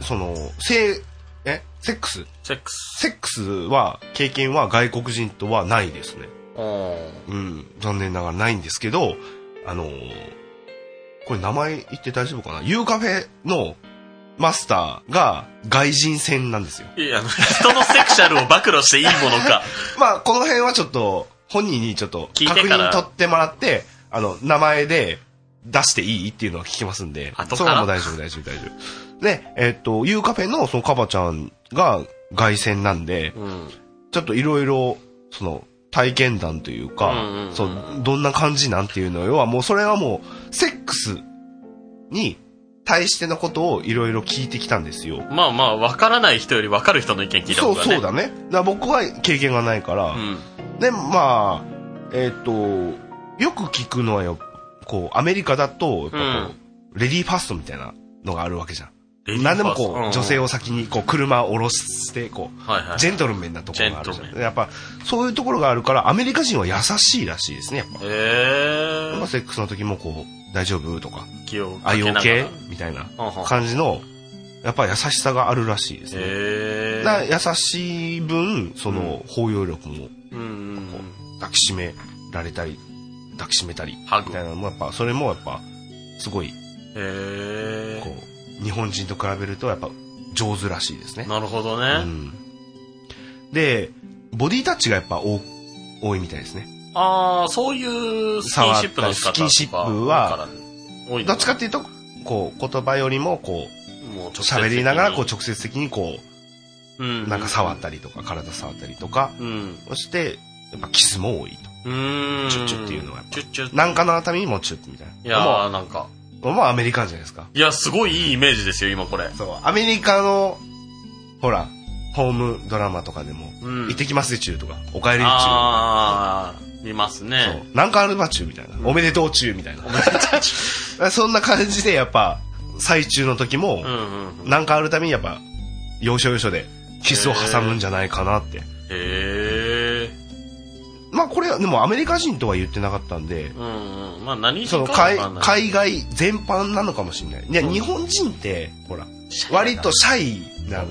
Speaker 2: その性えセックス
Speaker 4: セックス。
Speaker 2: セックスは経験は外国人とはないですね
Speaker 4: う
Speaker 2: うん残念ながらないんですけどあのこれ名前言って大丈夫かなユーカフェのマスターが外人戦なんですよ
Speaker 4: ん。いや、あの人のセクシャルを暴露していいものか。
Speaker 2: まあ、この辺はちょっと、本人にちょっと、
Speaker 4: 聞い
Speaker 2: 確
Speaker 4: てから
Speaker 2: 認取ってもらって、あの、名前で出していいっていうのは聞きますんで、
Speaker 4: 後から
Speaker 2: それはもう大丈夫、大丈夫、大丈夫。で、えっと、ゆうカフェのそのカバちゃんが外線なんで、
Speaker 4: うん。
Speaker 2: ちょっといろいろ、その、体験談というか、
Speaker 4: うんうんうん
Speaker 2: そう、どんな感じなんていうのを要はもうそれはもう、セックスに対してのことをいろいろ聞いてきたんですよ。
Speaker 4: まあまあ、わからない人よりわかる人の意見聞いた
Speaker 2: そ
Speaker 4: 方
Speaker 2: う、
Speaker 4: がね。
Speaker 2: そうだね。だから僕は経験がないから、
Speaker 4: うん。
Speaker 2: で、まあ、えっ、と、よく聞くのはよ、こう、アメリカだと、やっぱこう、レディーファーストみたいなのがあるわけじゃん。
Speaker 4: レディー
Speaker 2: 何でも
Speaker 4: ファース
Speaker 2: こ
Speaker 4: ト
Speaker 2: う、女性
Speaker 4: を。
Speaker 2: を先に、こう、車を下ろして、こう、
Speaker 4: はいはい。
Speaker 2: ジェントルメンなところがあるじ
Speaker 4: ジェン
Speaker 2: ゃ
Speaker 4: ト
Speaker 2: ん。やっぱ、そういうところがあるから、アメリカ人は優しいらしいですね、やっぱ。
Speaker 4: え
Speaker 2: やっぱ
Speaker 4: ー。
Speaker 2: セックスの時もこう、大丈夫とか、
Speaker 4: 気をか
Speaker 2: あ、
Speaker 4: けながら
Speaker 2: o k みたいな
Speaker 4: はんはん
Speaker 2: 感じの、やっぱ優しさがあるらしいですね。
Speaker 4: え
Speaker 2: だから
Speaker 4: ー。
Speaker 2: 優しい分、その、包容力も
Speaker 4: うんうんうん。
Speaker 2: 抱きしめられたり抱きしめたり
Speaker 4: ハグ
Speaker 2: みたいなのもやっぱそれもやっぱすごい
Speaker 4: え
Speaker 2: こう日本人と比べるとやっぱ上手らしいですね
Speaker 4: ー。、なるほど
Speaker 2: う
Speaker 4: ね。
Speaker 2: ん、でボディタッチがやっぱ多多いみたいですね
Speaker 4: ああ、そういうスキンシップの仕
Speaker 2: 触ったりス
Speaker 4: 方とか。
Speaker 2: キンシップは
Speaker 4: だから、多いの
Speaker 2: どっちかっていうとこう言葉よりもこう
Speaker 4: もう直接的
Speaker 2: 喋
Speaker 4: に
Speaker 2: りながらこう直接的にこ
Speaker 4: うん
Speaker 2: うなんか触ったりとか体触ったりとか
Speaker 4: うん。
Speaker 2: そしてやっぱキスも多いと
Speaker 4: うーん。
Speaker 2: チュッチュっていうのはやっぱ
Speaker 4: チュッチュッ。
Speaker 2: なんかのためにもチュッみたい
Speaker 4: い
Speaker 2: な
Speaker 4: や
Speaker 2: も
Speaker 4: ー、なんか。
Speaker 2: うもうアメリカンじゃないですか
Speaker 4: いや、すごいいいイメージですよ、今これ。
Speaker 2: そう、アメリカの、ほら、ホームドラマとかでも、
Speaker 4: うん
Speaker 2: 行ってきますでちゅうとか、お帰りでちゅうとか、
Speaker 4: あー、見ます
Speaker 2: そう
Speaker 4: ね。、
Speaker 2: なんかあるばちゅうみたいな、おめでとうちゅうみたいな。そんな感じでやっぱ、最中の時も、
Speaker 4: うんうん。
Speaker 2: なんかあるためにやっぱ要所要所でキスを挟むんじゃないかなって
Speaker 4: へえ。
Speaker 2: まあこれはでもアメリカ人とは言ってなかったんで
Speaker 4: うんうん。まあ何
Speaker 2: そ
Speaker 4: 人
Speaker 2: の
Speaker 4: かは
Speaker 2: 海
Speaker 4: わかんない
Speaker 2: 海外全般なのかもしれないいや日本人ってほら割とシャイな部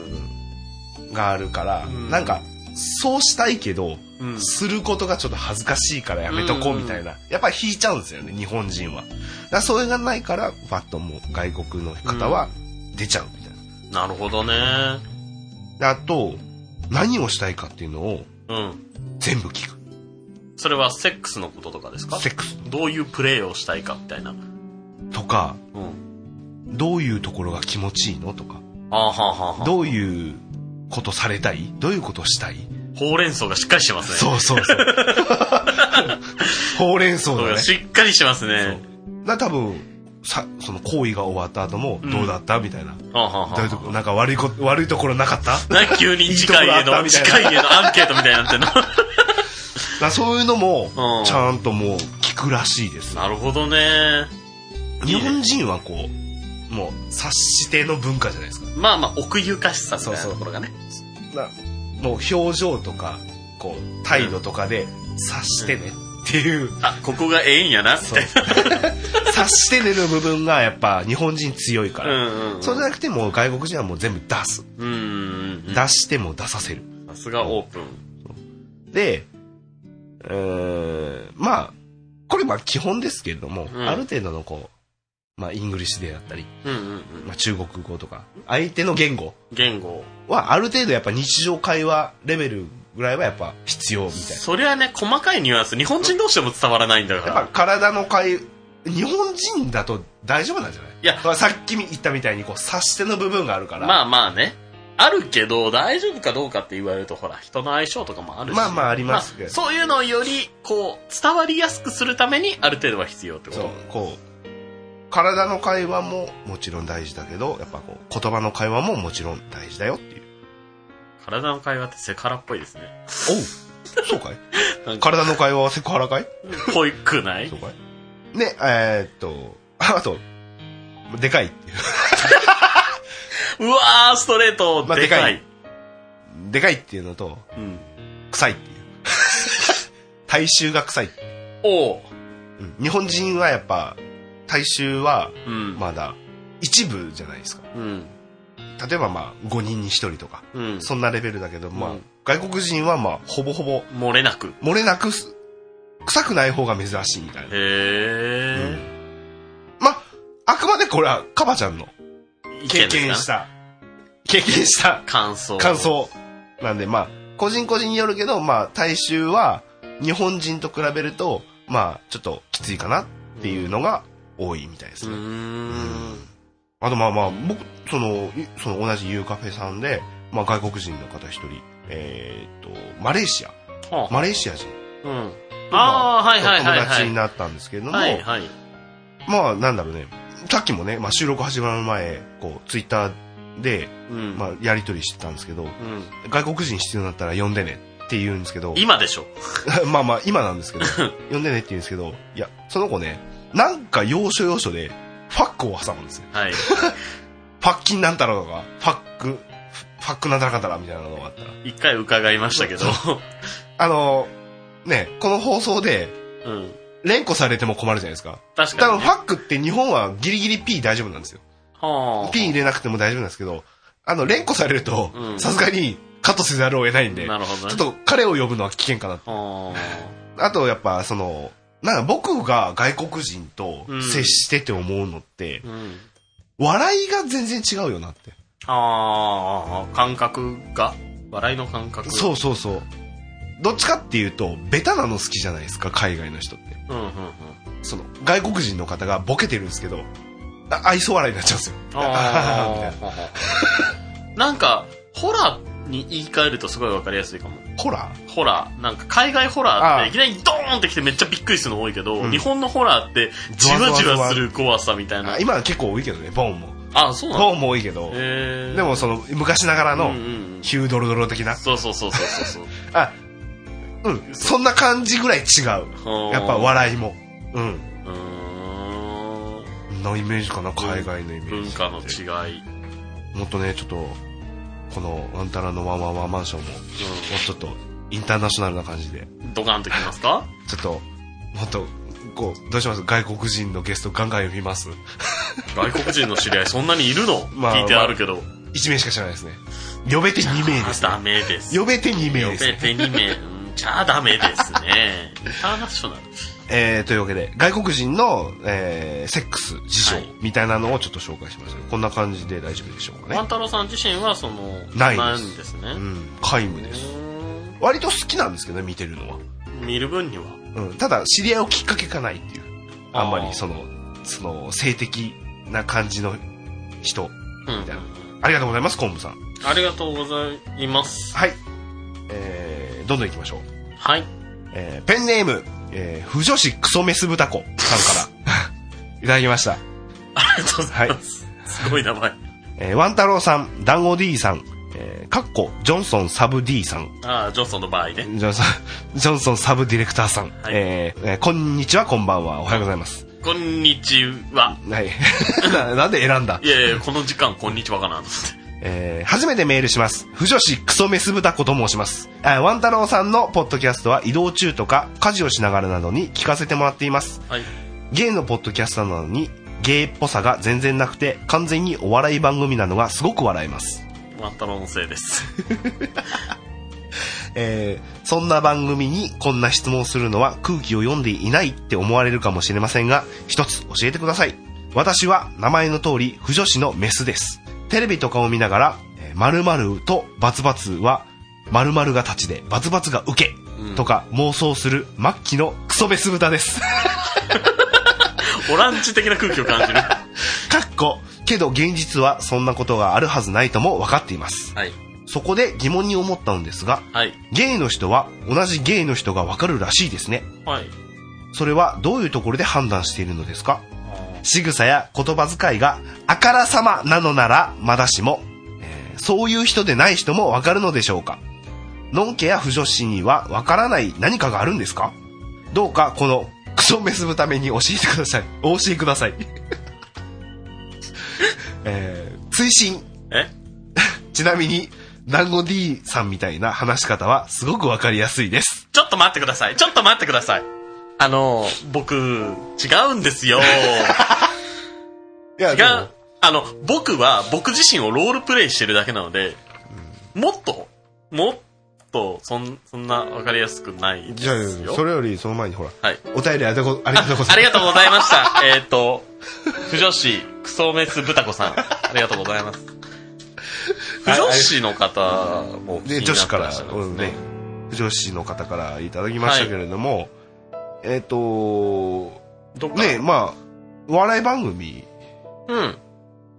Speaker 2: 分があるから、
Speaker 4: ん
Speaker 2: なんかそうしたいけど、
Speaker 4: うん
Speaker 2: することがちょっと恥ずかしいからやめとこうみたいな、やっぱり引いちゃうんですよね日本人はだからそれがないからバッともう外国の方は出ちゃうみたいな、
Speaker 4: なるほどね。
Speaker 2: であと何をしたいかっていうのを
Speaker 4: うん。
Speaker 2: 全部聞く
Speaker 4: それはセックスのこととかですか
Speaker 2: セックス
Speaker 4: どういうプレイをしたいかみたいな。うん。
Speaker 2: とかどういうところが気持ちいいのとか
Speaker 4: ああはあはあはあ。
Speaker 2: どういうことされたいどういうことしたい
Speaker 4: ほうれん草がしっかりしてますね。
Speaker 2: そうそう そうほうれん草
Speaker 4: そう
Speaker 2: だ
Speaker 4: よ
Speaker 2: ね
Speaker 4: しっかりしてますね。
Speaker 2: だ多分さその行為が終わった後もどうだった、みたいな
Speaker 4: ああはあは
Speaker 2: どういうとこなんか悪いこ悪いところなかっただか
Speaker 4: あ。な急に次回
Speaker 2: いい
Speaker 4: へ
Speaker 2: とこあった
Speaker 4: の、
Speaker 2: みたい
Speaker 4: 次
Speaker 2: な
Speaker 4: 回へのアンケートみたいに なってんの。
Speaker 2: らそういうのも
Speaker 4: うん
Speaker 2: ちゃんともう聞くらしいです
Speaker 4: なるほどね。
Speaker 2: 日本人はこうもう察しての文化じゃないですか
Speaker 4: まあまあ、奥ゆかしさみたいなところがね。
Speaker 2: なもう表情とかこう態度とかで察してねっていう
Speaker 4: あ、ここがええんやな、みたい
Speaker 2: 察してねの部分がやっぱ日本人強いか
Speaker 4: な。う
Speaker 2: ら、
Speaker 4: んうん。
Speaker 2: そうじゃなくてもう外国人はもう全部出す、
Speaker 4: うんうんうん。
Speaker 2: 出しても出させる
Speaker 4: さすがオープン。
Speaker 2: でうーんまあこれまあ基本ですけれども、
Speaker 4: ん
Speaker 2: ある程度のこうまあイングリッシュでだったり、
Speaker 4: うんうんうん。
Speaker 2: まあ、中国語とか相手の言語
Speaker 4: 言語。
Speaker 2: はある程度やっぱ日常会話レベルぐらいはやっぱ必要みたいな
Speaker 4: そりゃね、細かいニュアンス、日本人同士でも伝わらないんだか
Speaker 2: やっぱ
Speaker 4: ら。
Speaker 2: 体の回日本人だと大丈夫なんじゃない
Speaker 4: いや
Speaker 2: だからさっき言ったみたいにこう察しての部分があるから、
Speaker 4: まあまあね。あるけど、大丈夫かどうかって言われると、ほら、人の相性とかもあるし。
Speaker 2: まあまあありますけど
Speaker 4: そういうのをより、こう、伝わりやすくするために、ある程度は必要ってこ
Speaker 2: そう
Speaker 4: と。
Speaker 2: こう体の会話ももちろん大事だけどやっぱこう言葉の会話ももちろん大事だよっていう
Speaker 4: 体の会話ってセカラっぽいですね。
Speaker 2: おうそうか
Speaker 4: なん
Speaker 2: い
Speaker 4: か
Speaker 2: 体の会話はセクハラかい
Speaker 4: ぽいくない
Speaker 2: そうかいねえーっと あとでかいっていう
Speaker 4: うわー、ストレート、
Speaker 2: まあ
Speaker 4: でか
Speaker 2: で
Speaker 4: い。
Speaker 2: でかいっていうのと
Speaker 4: うん。
Speaker 2: 臭いっていう 体臭が臭い、
Speaker 4: おう。
Speaker 2: うん日本人はやっぱ体臭は
Speaker 4: うん。
Speaker 2: まだ一部じゃないですか
Speaker 4: うん。
Speaker 2: 例えばまあ5人に1人とか、
Speaker 4: うん。
Speaker 2: そんなレベルだけど、まあ
Speaker 4: うん
Speaker 2: 外国人はまあほぼほぼ
Speaker 4: 漏れなく。
Speaker 2: 漏れなくす臭くない方が珍しいみたいな、
Speaker 4: へ
Speaker 2: まああくまでこれはカバちゃんの
Speaker 4: ー。
Speaker 2: 経
Speaker 4: 意見です
Speaker 2: 験
Speaker 4: か
Speaker 2: した経験した
Speaker 4: 感想。
Speaker 2: 感。想なんでまあ個人個人によるけどまあ大衆は日本人と比べるとまあちょっときついかなっていうのが多いみたいです
Speaker 4: うー
Speaker 2: ね、
Speaker 4: ん。
Speaker 2: あとまあまあ、僕、その、いその同じユーカフェさんで、まあ外国人の方一人、えーっと、マレーシア、
Speaker 4: はあ
Speaker 2: マレーシア人
Speaker 4: うん。ああ、はい
Speaker 2: と
Speaker 4: はいはい
Speaker 2: 友
Speaker 4: は
Speaker 2: 達
Speaker 4: い
Speaker 2: に。なったんですけれども、
Speaker 4: はいはい。
Speaker 2: まあなんだろうね、さっきもね、まあ収録始まる前、こう、ツイッターで、
Speaker 4: うん。
Speaker 2: まあやりとりしてたんですけど、
Speaker 4: うん、
Speaker 2: 外国人必要だったら呼んでねって言うんですけど、
Speaker 4: 今でしょ。
Speaker 2: まあまあ今なんですけど、 呼んでねって言うんですけど、いや、その子ね、なんか要所要所で、ファックを挟むんですよ
Speaker 4: はい。
Speaker 2: ファッキンなんたらとか、ファック、フファックなんたらかんたらみたいなのがあったら。
Speaker 4: 一回伺いました けど。
Speaker 2: あの、ね、この放送で、
Speaker 4: うん。
Speaker 2: 連呼されても困るじゃないですか。
Speaker 4: 確
Speaker 2: 多
Speaker 4: か
Speaker 2: 分
Speaker 4: に、
Speaker 2: フ
Speaker 4: ね。
Speaker 2: ァックって日本はギリギリ P 大丈夫なんですよ。
Speaker 4: はあ
Speaker 2: P 入れなくても大丈夫なんですけど、あの、連呼されると
Speaker 4: う、ん
Speaker 2: さすがにカットせざるを得ないんで、ちょ
Speaker 4: なるほど
Speaker 2: っ
Speaker 4: ね。
Speaker 2: と彼を呼ぶのは危険かな。
Speaker 4: は
Speaker 2: あと、やっぱ、その、なんか僕が外国人と接してて思うのって、
Speaker 4: あ。うん。
Speaker 2: 笑いが全然違うよなって。
Speaker 4: ああ、感覚が笑いの感覚。
Speaker 2: そうそうそう。どっちかっていうと、ベタなの好きじゃないですか、海外の人って。
Speaker 4: う。うんうんうん。
Speaker 2: その、外国人の方がボケてるんですけど、あ愛想笑いになっちゃうんですよ。みたい
Speaker 4: ああ。 なんか、ホラーに言い換えるとすごいわかりやすいかも。
Speaker 2: なホラー
Speaker 4: ホラー。なんか海外ホラー
Speaker 2: あ
Speaker 4: っ
Speaker 2: ー
Speaker 4: ていきなりドーンってきてめっちゃびっくりするの多いけど、
Speaker 2: うん
Speaker 4: 日本のホラーってじわじ
Speaker 2: ゾワゾワ
Speaker 4: わする怖さみたいな
Speaker 2: あ。今結構多いけどね、ボーンも。
Speaker 4: あそうなの
Speaker 2: ボーンも多いけど、
Speaker 4: へー
Speaker 2: でもその、昔ながら
Speaker 4: うんう
Speaker 2: の、
Speaker 4: んうん
Speaker 2: ヒュードロドロ的な、
Speaker 4: そうそうそうそうそうそう。
Speaker 2: あ、うん、そんな 感じぐらい違う。やっぱ笑いも。うん。
Speaker 4: うーん。
Speaker 2: んなイメージかな海外のイメージ
Speaker 4: 文化の違い。
Speaker 2: もっとねちょっとこのワンタラのワンワンワンマンションももうちょっとインターナショナルな感じで
Speaker 4: ドカンときますか
Speaker 2: ちょっともっとこうどうします外国人のゲストガンガン呼びます
Speaker 4: 外国人の知り合いそんなにいる の、
Speaker 2: まあ
Speaker 4: 聞いてあるけど。
Speaker 2: 1名しか知らないですね呼べて2名です
Speaker 4: ダメです。
Speaker 2: 呼べて2名
Speaker 4: 呼
Speaker 2: です
Speaker 4: べ
Speaker 2: ね
Speaker 4: て2名。うんじゃあダメですね。インターナショナル。
Speaker 2: えー、というわけで外国人の、えーセックス事情
Speaker 4: はい
Speaker 2: みたいなのをちょっと紹介しましたけどこんな感じで大丈夫でしょうか
Speaker 4: 万
Speaker 2: ね
Speaker 4: 太郎さん自身はその、
Speaker 2: ないです
Speaker 4: んですね
Speaker 2: う。ん皆無です割と好きなんですけどね見てるのは
Speaker 4: 見る分には。
Speaker 2: うん、ただ知り合いをきっかけがないっていう
Speaker 4: あー
Speaker 2: あんまりそのその性的な感じの人
Speaker 4: うん
Speaker 2: みたいなありがとうございます昆布さん
Speaker 4: ありがとうございます。
Speaker 2: はいえー、どんどんいきましょう、
Speaker 4: はい。
Speaker 2: えー、ペンネーム、えー、不女子クソメス豚子さんからいただきました、
Speaker 4: ありがとうございます。すごい名前。
Speaker 2: えー、ワン太郎さん団子 D さんえー、かっこジョンソンサブ D さん
Speaker 4: ああ、ジョンソンの場合ね。
Speaker 2: ジョンソンジョンソンサブディレクターさん、
Speaker 4: い
Speaker 2: えーえーこんにちはこんばんはおはようございます
Speaker 4: こんにちは。
Speaker 2: はい ななんで選んだ
Speaker 4: いやいや、この時間、こんにちはかなと思って。
Speaker 2: えー初めてメールします。不女子クソメス豚子と申します。あワン太郎さんのポッドキャストは移動中とか家事をしながらなどに聞かせてもらっています。
Speaker 4: はい。
Speaker 2: ゲイのポッドキャストなのにゲイっぽさが全然なくて完全にお笑い番組なのがすごく笑えます。
Speaker 4: 万太郎のせいです。
Speaker 2: えーそんな番組にこんな質問をするのは空気を読んでいないって思われるかもしれませんが、一つ教えてください。私は名前の通り、不女子のメスです。テレビとかを見ながら、えー〇〇とバツバツは、〇〇が立ちで、バツバツが受け、とか妄想する末期のクソメス豚です。
Speaker 4: オランジ的な空気を 感じる。
Speaker 2: かっこ、けど現実はそんなことがあるはずないとも分かっています。
Speaker 4: はい。
Speaker 2: そこで疑問に思ったのですが、
Speaker 4: はい。
Speaker 2: ゲイの人は同じゲイの人が分かるらしいですね。
Speaker 4: はい。
Speaker 2: それはどういうところで判断しているのですか仕草や言葉遣いがあからさまなのならまだしも、えーそういう人でない人もわかるのでしょうかのんけや不女子にはわからない何かがあるんですかどうかこのクソメスぶために教えてください。お教えください。 えー、追伸。
Speaker 4: え
Speaker 2: ちなみに、団子 D さんみたいな話し方はすごくわかりやすいです。
Speaker 4: ちょっと待ってください。ちょっと待ってください。あの、僕、違うんです よ。
Speaker 2: いや
Speaker 4: 違う。あの、僕は僕自身をロールプレイしてるだけなので、もっと、もっと、そん、そんなわかりやすくないです
Speaker 2: じゃあ、
Speaker 4: よ。
Speaker 2: それよりその前にほら、
Speaker 4: はい。
Speaker 2: お便りありがとうありがとうござ
Speaker 4: あり
Speaker 2: い
Speaker 4: がとうございました。 えっと、不女子、クソメス豚子さん。ありがとうござい ます。不女子の方も
Speaker 2: ます。で、
Speaker 4: 気になって
Speaker 2: 女
Speaker 4: ら
Speaker 2: 子から
Speaker 4: っしゃ、る
Speaker 2: うんん
Speaker 4: です
Speaker 2: ね
Speaker 4: ね。、
Speaker 2: 女子の方からいただきましたけれども、えっ、と、
Speaker 4: どっか
Speaker 2: ね、まあ、お笑い番組
Speaker 4: うん。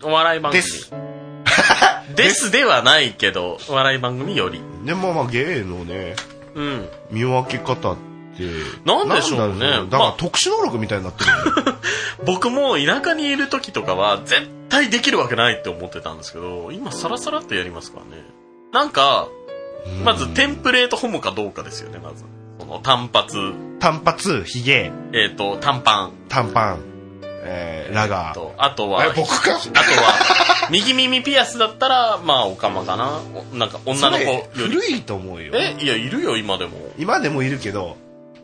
Speaker 4: お笑い番組。
Speaker 2: です。
Speaker 4: ですではないけど、お笑い番組より。
Speaker 2: で、まあまあ、芸のね、
Speaker 4: うん。
Speaker 2: 見分け方って、
Speaker 4: なんでしょ
Speaker 2: な
Speaker 4: うね
Speaker 2: んだろだ
Speaker 4: ま
Speaker 2: か
Speaker 4: あ
Speaker 2: ら特殊能力みたいになってる よね、
Speaker 4: 僕も田舎にいる時とかは、絶対できるわけないって思ってたんですけど、今サラサラっとやりますからね。なんか、まずテンプレートホモかどうかですよね、まず。その単発、
Speaker 2: 単髪、ヒゲ、
Speaker 4: えっ、と、短パン。
Speaker 2: 短パン、えー、ラガー。
Speaker 4: と、あとは、
Speaker 2: え僕か
Speaker 4: あとは、右耳ピアスだったら、まあ、オカマかな。おなんか、女の子よ
Speaker 2: それ
Speaker 4: り。
Speaker 2: 古いと思うよ。
Speaker 4: え、いや、いるよ、今でも。
Speaker 2: 今でもいるけど、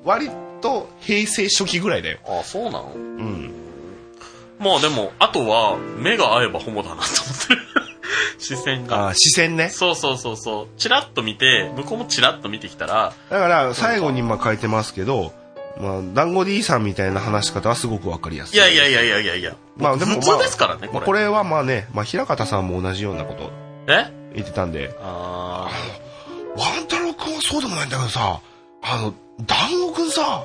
Speaker 2: 割と平成初期ぐらいだよ。
Speaker 4: あそうなの
Speaker 2: うん。
Speaker 4: まあでも、あとは、目が合えばホモだなと思ってる。 視線
Speaker 2: あ
Speaker 4: が。
Speaker 2: ー視線ね。
Speaker 4: そうそうそうそう。チラッと見て、向こうもチラッと見てきたら、
Speaker 2: だから最後にまあ書いてますけど、まあ、団子 D さんみたいな話し方はすごくわかりやすい。
Speaker 4: いやいやいやいやいやいや。
Speaker 2: まあでもま
Speaker 4: 普
Speaker 2: あ
Speaker 4: 通ですからね、
Speaker 2: ま
Speaker 4: こ
Speaker 2: あ
Speaker 4: れ。
Speaker 2: これはまあね、まあ、平方さんも同じようなこと
Speaker 4: え
Speaker 2: 言ってたんで、
Speaker 4: あ
Speaker 2: ワン太郎くんはそうでもないんだけどさ、あの、団子くんさ、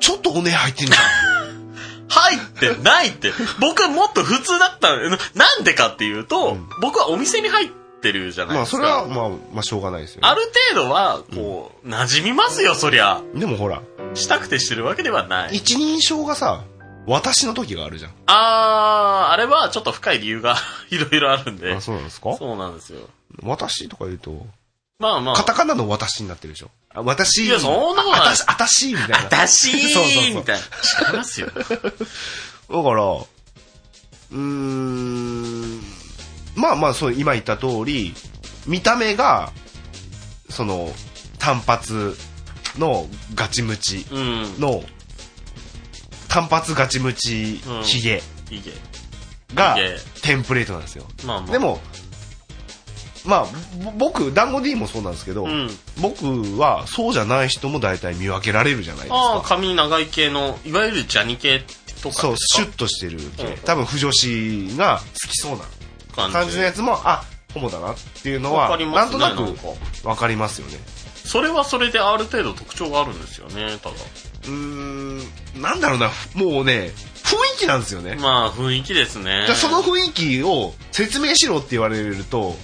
Speaker 2: ちょっとおねえ入ってんじ
Speaker 4: ー入ってないって。僕はもっと普通だったのななんでかっていうと、僕はお店に入ってるじゃ
Speaker 2: ゃ。
Speaker 4: なんい
Speaker 2: ま
Speaker 4: で
Speaker 2: あ
Speaker 4: すか。
Speaker 2: それはまあ、まあしょうがないですよ、
Speaker 4: ある程度は、こう、馴染みますよ、そりゃ。
Speaker 2: でもほら、
Speaker 4: したくてしてるわけではない。
Speaker 2: 一人称がさ、私の時があるじゃん。
Speaker 4: あー、あれはちょっと深い理由が いろいろあるんで
Speaker 2: あ、。そうなんですか
Speaker 4: そうなんですよ。
Speaker 2: 私とか言うと、
Speaker 4: まあま
Speaker 2: カ
Speaker 4: あ。
Speaker 2: タカナの私になってるでしょ。あ私、
Speaker 4: いやそんなことない
Speaker 2: あたし、あたし、みたいな。
Speaker 4: だし
Speaker 2: そうそうそう
Speaker 4: ーみたいな。違いますよ。
Speaker 2: だから、うーんまあまあそう今言った通り見た目がその単発のガチムチ
Speaker 4: うん。
Speaker 2: の単発ガチムチ
Speaker 4: うん
Speaker 2: ヒゲ
Speaker 4: いいけ。
Speaker 2: が
Speaker 4: ヒゲ
Speaker 2: テンプレートなんですよ
Speaker 4: まあまあ。
Speaker 2: で、もまあぼ僕団子 D もそうなんですけど、
Speaker 4: うん。
Speaker 2: 僕はそうじゃない人も大体見分けられるじゃないです
Speaker 4: ああ、
Speaker 2: か
Speaker 4: 髪長い系の、いわゆるジャニ系とか。
Speaker 2: そうシュッとしてる系、
Speaker 4: うん
Speaker 2: 多分不女子が好きそうな
Speaker 4: 感
Speaker 2: 感じのやつもあホモだなっていうのは、
Speaker 4: わかりま
Speaker 2: なんと
Speaker 4: すね
Speaker 2: な
Speaker 4: なんか
Speaker 2: くわかりますよね
Speaker 4: それはそれである程度特徴があるんですよね、ただ。
Speaker 2: うーんなんだろうなもうね雰囲気なんですよね、
Speaker 4: まあ、雰囲気ですね。
Speaker 2: じゃあその雰囲気を説明しろって言われると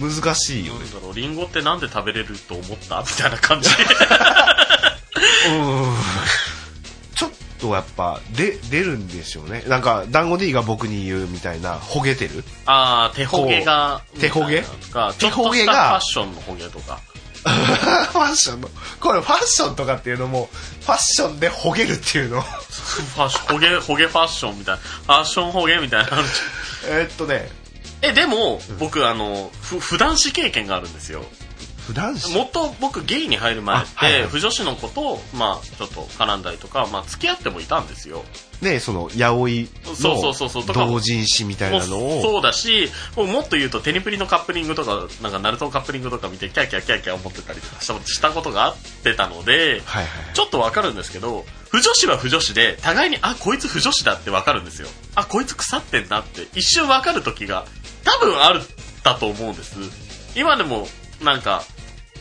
Speaker 2: 難しいよ
Speaker 4: な
Speaker 2: ね
Speaker 4: んだろう、リンゴってなんで食べれると思ったみたいな 感じ。
Speaker 2: うんちょっとやっぱで出るんでしょうねなんか団子 D が僕に言うみたいなほげてる
Speaker 4: ああ、手ほげが。
Speaker 2: う手ほげ
Speaker 4: みたいなのとか、ちょ
Speaker 2: 手
Speaker 4: っと
Speaker 2: ほげ
Speaker 4: した
Speaker 2: が
Speaker 4: ファッションのほげとか。
Speaker 2: ファッションのこれファッションとかっていうのもファッションでほげるっていうの
Speaker 4: ファッション、ほげ、ほげファッションみたいな。ファッションほげみたいなのあるじゃん。
Speaker 2: えーっとね
Speaker 4: え、でも、僕、あの、ふ、普段子経験があるんですよ。
Speaker 2: 普段子
Speaker 4: もっと僕、ゲイに入る前って、
Speaker 2: あはいはい
Speaker 4: 不女子の子と、まあ、ちょっと絡んだりとか、まあ、付き合ってもいたんですよ。
Speaker 2: ねその八百
Speaker 4: そうそうそうそう
Speaker 2: の
Speaker 4: とかも
Speaker 2: 同人誌みたい
Speaker 4: もう
Speaker 2: なのを
Speaker 4: そうだし、もうもっと言うと、テニプリのカップリングとか、なんか、ナルトのカップリングとか見て、キャーキャーキャーキャー思ってたりとかしたしたことがあってたので、
Speaker 2: はいはい
Speaker 4: ちょっとわかるんですけど、不女子は不女子で、互いに、あ、こいつ不女子だってわかるんですよ。あ、こいつ腐ってんなって、一瞬わかる時が、多分ある、だと思うんです。今でも、なんか、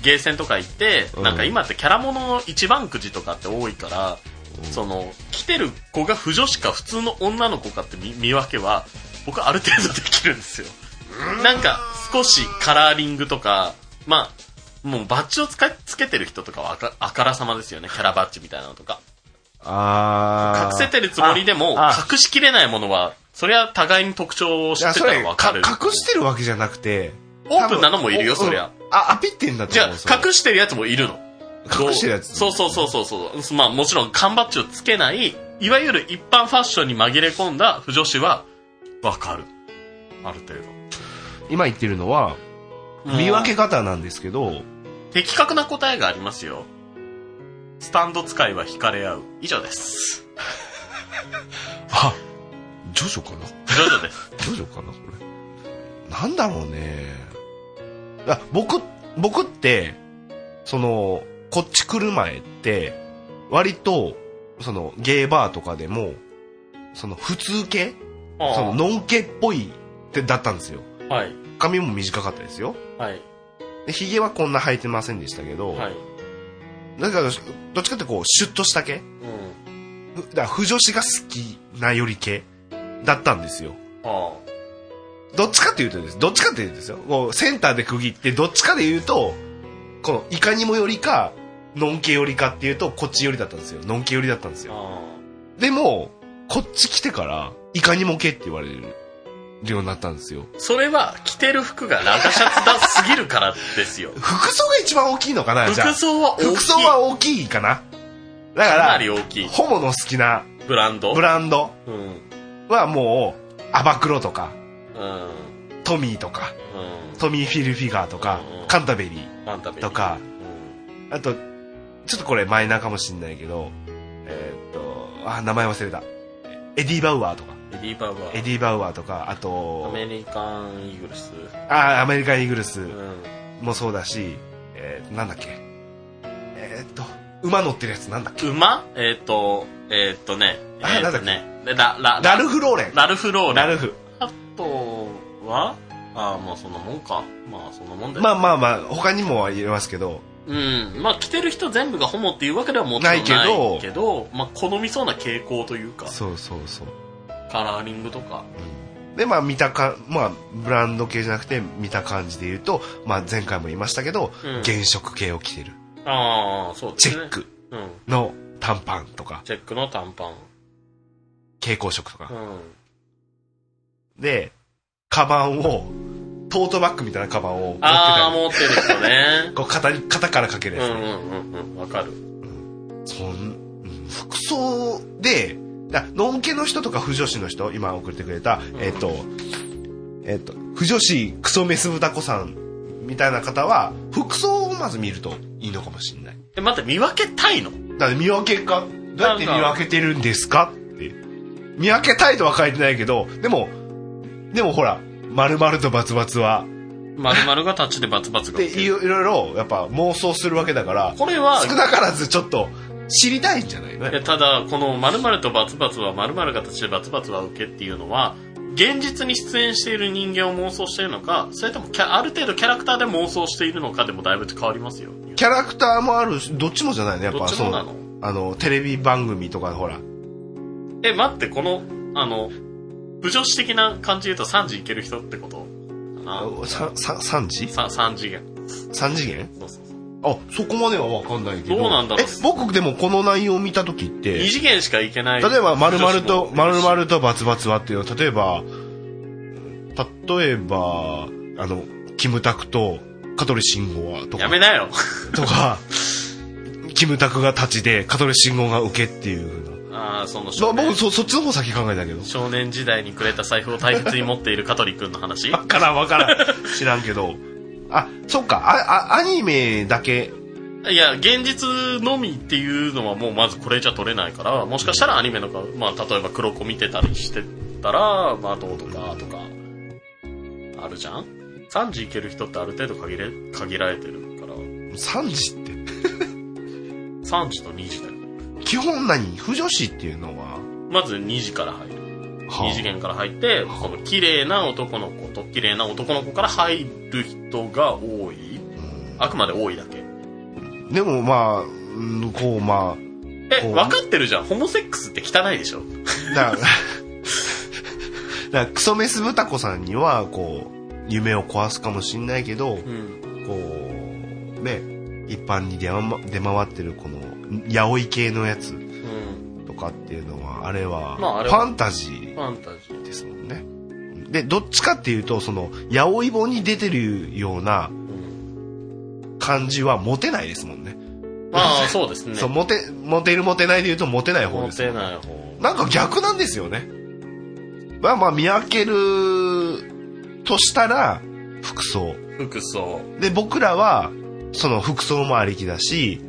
Speaker 4: ゲーセンとか行って、
Speaker 2: うん
Speaker 4: なんか今ってキャラものの一番くじとかって多いから、その、来てる子が不女子か普通の女の子かって見見分けは、僕ある程度できるんですよ。なんか、少しカラーリングとか、まあ、もうバッジを使いつけてる人とかはあかあからさまですよね。キャラバッジみたいなのとか。
Speaker 2: あ
Speaker 4: 隠せてるつもりでも
Speaker 2: ああ、
Speaker 4: 隠しきれないものは、それは互いに特徴を知
Speaker 2: いや
Speaker 4: って
Speaker 2: そ
Speaker 4: た
Speaker 2: れ
Speaker 4: らわか
Speaker 2: か
Speaker 4: る。
Speaker 2: 隠してるわけじゃなくて
Speaker 4: オープンなのもいるよ、
Speaker 2: 多分
Speaker 4: そりゃ。
Speaker 2: うんあアピってんだと
Speaker 4: じゃあ
Speaker 2: 思うそれ、
Speaker 4: 隠してるやつもいるの。
Speaker 2: 隠してるやつ
Speaker 4: そうそうそうそうそう。まあもちろん缶バッジをつけない、いわゆる一般ファッションに紛れ込んだ不女子は、わかる。ある程度。
Speaker 2: 今言ってるのは
Speaker 4: もう
Speaker 2: 見分け方なんですけど
Speaker 4: 的確な答えがありますよ。スタンド使いは惹かれ合う。以上です。
Speaker 2: あジョジョかな
Speaker 4: 以上です。
Speaker 2: ジョジョかなこれなんだろうねあ僕僕ってそのこっち来る前って割とそのゲーバーとかでもその普通系 そのノンケっぽいってだったんですよ
Speaker 4: はい。
Speaker 2: 髪も短かったですよ
Speaker 4: はい。
Speaker 2: でひげはこんな生えてませんでしたけど、
Speaker 4: はい。
Speaker 2: だからどっちかってこうシュッとした系
Speaker 4: うん。
Speaker 2: ふだから不女子が好きなより系だったんですよ
Speaker 4: あ
Speaker 2: どっちかっていうとですどっちかっていうとですよこうセンターで区切ってどっちかで言うとこのいかにもよりかのんけよりかっていうとこっちよりだったんですよのんけよりだったんです
Speaker 4: あ。
Speaker 2: よ
Speaker 4: あ
Speaker 2: でもこっち来てからいかにもけって言われるようになったんですよ。
Speaker 4: あ。それは着てる服がラガシャツだすぎるからですよ
Speaker 2: 服装が一番大きいのかな じゃあ
Speaker 4: 服装は大きい。
Speaker 2: 服装は大きいかなだか
Speaker 4: からなり大きい。
Speaker 2: ホモの好きな
Speaker 4: ブランド
Speaker 2: ブランド
Speaker 4: うん。うん。
Speaker 2: はもうアバクロとか
Speaker 4: うん。
Speaker 2: トミーとかトミー・フィルフィガーとか
Speaker 4: うんうん
Speaker 2: カンタベリ
Speaker 4: なんだ
Speaker 2: ーとか
Speaker 4: うん。
Speaker 2: あとちょっとこれマイナーかもしんないけどえーっとあ名前忘れたエディ・バウアーとか
Speaker 4: エディバーバ
Speaker 2: エデ
Speaker 4: ー。
Speaker 2: ィ・バウアーとかあ
Speaker 4: ア
Speaker 2: と
Speaker 4: メリカンイーグルス。
Speaker 2: あアメリカン・イーグルス
Speaker 4: うん。
Speaker 2: もそうだし、えーなんだっけえーっと馬乗ってるやつなんだっけ
Speaker 4: 馬えっ、と、えっ、とね。
Speaker 2: あ
Speaker 4: えっ、とね。ラ、ラ、
Speaker 2: ラルフ・ローレン
Speaker 4: ラルフローレン。
Speaker 2: ラルフ
Speaker 4: あとは、あーまあそんなもんか。まあそんなもんだよ。
Speaker 2: まあまあまあ他にも言えますけど
Speaker 4: うん。まあ着てる人全部がホモっていうわけではもちろんな
Speaker 2: ないい
Speaker 4: け
Speaker 2: けど
Speaker 4: ど、まあ好みそうな傾向というか、
Speaker 2: そうそうそう
Speaker 4: カラーリングとか。
Speaker 2: でまあ見たかまあブランド系じゃなくて見た感じで言うと、まあ、前回も言いましたけど、
Speaker 4: うん
Speaker 2: 原色系を着てる
Speaker 4: ああ、そうです
Speaker 2: チ
Speaker 4: ね。
Speaker 2: ェッ。ク
Speaker 4: うん。
Speaker 2: の短パンとか
Speaker 4: チェックの短パン。
Speaker 2: 蛍光色とか
Speaker 4: う、ん。
Speaker 2: でカバンをトートバッグみたいなカバンを持って
Speaker 4: ああ、
Speaker 2: たり
Speaker 4: 持ってる人
Speaker 2: 。
Speaker 4: ね
Speaker 2: こう肩に肩からかける
Speaker 4: う
Speaker 2: やつ、
Speaker 4: んうんうんうん。わかる。
Speaker 2: そんうん服装でだだノンケの人とか、不女子の人、今送ってくれた、えっ、と、えっ、と、不女子クソメス豚子さんみたいな方は、服装をまず見るといいのかもしれない。
Speaker 4: え、待って、見分けたいの
Speaker 2: だから見分けか、どうやって見分けてるんですかって。見分けたいとは書いてないけど、でも、でもほら、〇〇とバツバツは、
Speaker 4: 丸々が立ちでバツバツ
Speaker 2: っ
Speaker 4: が
Speaker 2: て
Speaker 4: 起き
Speaker 2: い
Speaker 4: る。
Speaker 2: ろいろいろやっぱ妄想するわけだから、
Speaker 4: これは、
Speaker 2: 少なからずちょっと知りたいんじゃないの
Speaker 4: いやただ、この〇〇とバツバツは〇〇が立ちでバツバツは受けっていうのは、現実に出演している人間を妄想しているのか、それともキャある程度キャラクターで妄想しているのかでもだいぶ変わりますよ。
Speaker 2: キャラクターもあるし、どっちもじゃないのやっ
Speaker 4: ど
Speaker 2: ぱ
Speaker 4: っち
Speaker 2: そ
Speaker 4: もなの
Speaker 2: う。あの、テレビ番組とかほら、
Speaker 4: え、待って、この、あの、不女子的な感じで言うと3時いける人ってことか
Speaker 2: ささ3次
Speaker 4: な。さ3次元。
Speaker 2: ?3 次元
Speaker 4: そうそうそう
Speaker 2: あ、そこまではわかんないけど。
Speaker 4: どうなんだろう
Speaker 2: え、僕でもこの内容を見た時って、
Speaker 4: 2次元しかいけない。
Speaker 2: 例えば、まるまると、まるま
Speaker 4: る。
Speaker 2: るとバツバツはっていうのは、例えば、例えば、あの、キムタクと、香取慎吾は、と
Speaker 4: や
Speaker 2: か
Speaker 4: め、なよ。
Speaker 2: とか、キムタクが立ちで、香取慎吾が受けっていうふうな。
Speaker 4: ああ、その
Speaker 2: まあ
Speaker 4: 少年
Speaker 2: 僕、そ、そっちの方先考えたけど。
Speaker 4: 少年時代にくれた財布を大切に持っている香取くんの 話
Speaker 2: わからんわからん。知らんけど。あ、そっか、あ、あ、アニメだけ、
Speaker 4: いや、現実のみっていうのはもうまずこれじゃ取れないから、もしかしたらアニメのか、まあ例えば黒子見てたりしてたら、まあどうとかとか、あるじゃん ?3 時いける人ってある程度限れ限られてるから、
Speaker 2: 3時って、
Speaker 4: 3時と2時だよ。
Speaker 2: 基本何不女子っていうのは、
Speaker 4: まず2時から入る。
Speaker 2: はあ
Speaker 4: 2次元から入って、この綺麗な男の子と綺麗な男の子から入る人が多い。あくまで多いだけ。
Speaker 2: でもまあ、うんこうまあ、
Speaker 4: え、
Speaker 2: ほう
Speaker 4: 分かってるじゃん。ホモセックスって汚いでしょ
Speaker 2: だからだからクソメス豚子さんにはこう夢を壊すかもしんないけど、
Speaker 4: うん。
Speaker 2: こうね一般に出,、ま、出回ってるこのヤオイ系のやつ
Speaker 4: うん。
Speaker 2: とかっていうのはあれは,、
Speaker 4: まああれ
Speaker 2: フ
Speaker 4: は
Speaker 2: ァンタジ
Speaker 4: フ
Speaker 2: ー
Speaker 4: ァンタジー。
Speaker 2: ですもんねでどっちかっていうとそのヤオイ本に出てるような感じはモテないですもんね
Speaker 4: まあ、そうですね。
Speaker 2: そうモテモテるモテないで言うとモテない方
Speaker 4: モ
Speaker 2: です
Speaker 4: テない方。
Speaker 2: なんか逆なんですよね。まあまあ見分けるとしたら服装。
Speaker 4: 服装。
Speaker 2: で、僕らはその服装もありきだし、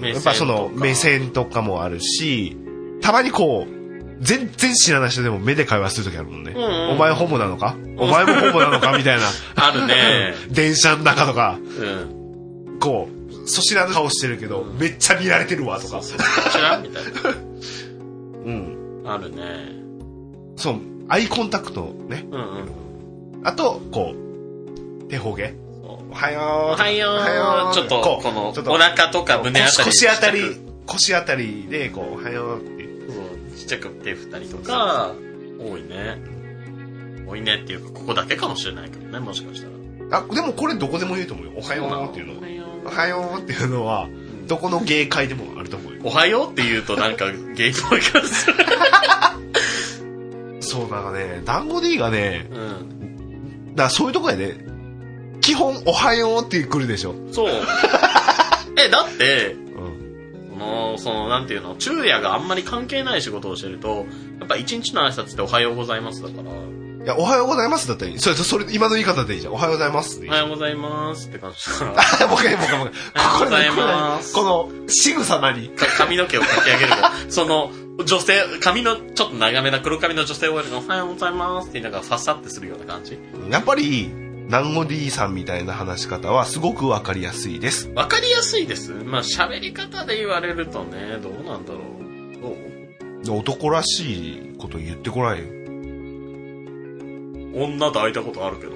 Speaker 4: 目線とか
Speaker 2: やっぱその目線とかもあるし、たまにこう、全然知らない人でも目で会話するときあるもんね。
Speaker 4: んうん
Speaker 2: お前ホモなのかお前もホモなのかみ たいな。
Speaker 4: あるね。
Speaker 2: 電車の中とか、
Speaker 4: うん。
Speaker 2: こう、そしらぬ顔してるけど、めっちゃ見られてるわとか。
Speaker 4: 知らんみたい
Speaker 2: うん。
Speaker 4: な。あるね。
Speaker 2: そう、アイコンタクトね。
Speaker 4: うんうん。
Speaker 2: あと、こう、手ほげ。おはよう。
Speaker 4: おはよ
Speaker 2: おはよ
Speaker 4: う。
Speaker 2: う
Speaker 4: ちょっと、
Speaker 2: こう
Speaker 4: この、
Speaker 2: ちょっと
Speaker 4: お腹とか胸あたり。
Speaker 2: 腰腰あたり、腰あたりで、こう、おはようって。
Speaker 4: そうちっちゃく手振ったりとか、多いね。多いねっていうか、ここだけかもしれないけどね、もしかしたら。
Speaker 2: あ、でもこれどこでも言うと思うよ。おはようっていうの。おはようっていうのは、どこの芸会でもあると思うよ。
Speaker 4: おはようって言うとなんか、ゲイっぽい感じする。
Speaker 2: そう、なんかね、団子 D がね、
Speaker 4: うん。
Speaker 2: だからそういうとこやね。基本、おはようって来るでしょ。
Speaker 4: そう。 え、だって、
Speaker 2: うん。
Speaker 4: その、その、なんていうの、昼夜があんまり関係ない仕事をしてると、やっぱ一日の挨拶っておはようございますだから、
Speaker 2: い
Speaker 4: お
Speaker 2: や、おはようございますだったらいい。それ、それ、今の言い方でいいじゃん。おはようございますでいい
Speaker 4: は
Speaker 2: じゃん。
Speaker 4: ようございますって感じだから、
Speaker 2: あ、 もう一回、もう一回、もう一回。こ
Speaker 4: お
Speaker 2: れ
Speaker 4: はよ
Speaker 2: 何
Speaker 4: うご
Speaker 2: これ
Speaker 4: ざい
Speaker 2: 何
Speaker 4: ます
Speaker 2: この、仕草何
Speaker 4: か髪の毛をかき上げる と、その、女性、髪の、ちょっと長めな黒髪の女性 OL がおはようございますって言いながら、さっさってするような感じ。
Speaker 2: やっぱり、団子 D さんみたいな話し方はすごくわかりやすいです。
Speaker 4: わかりやすいです。まあ、喋り方で言われるとね、どうなんだろう。どう
Speaker 2: 男らしいこと言ってこないよ。
Speaker 4: 女抱いたことあるけど。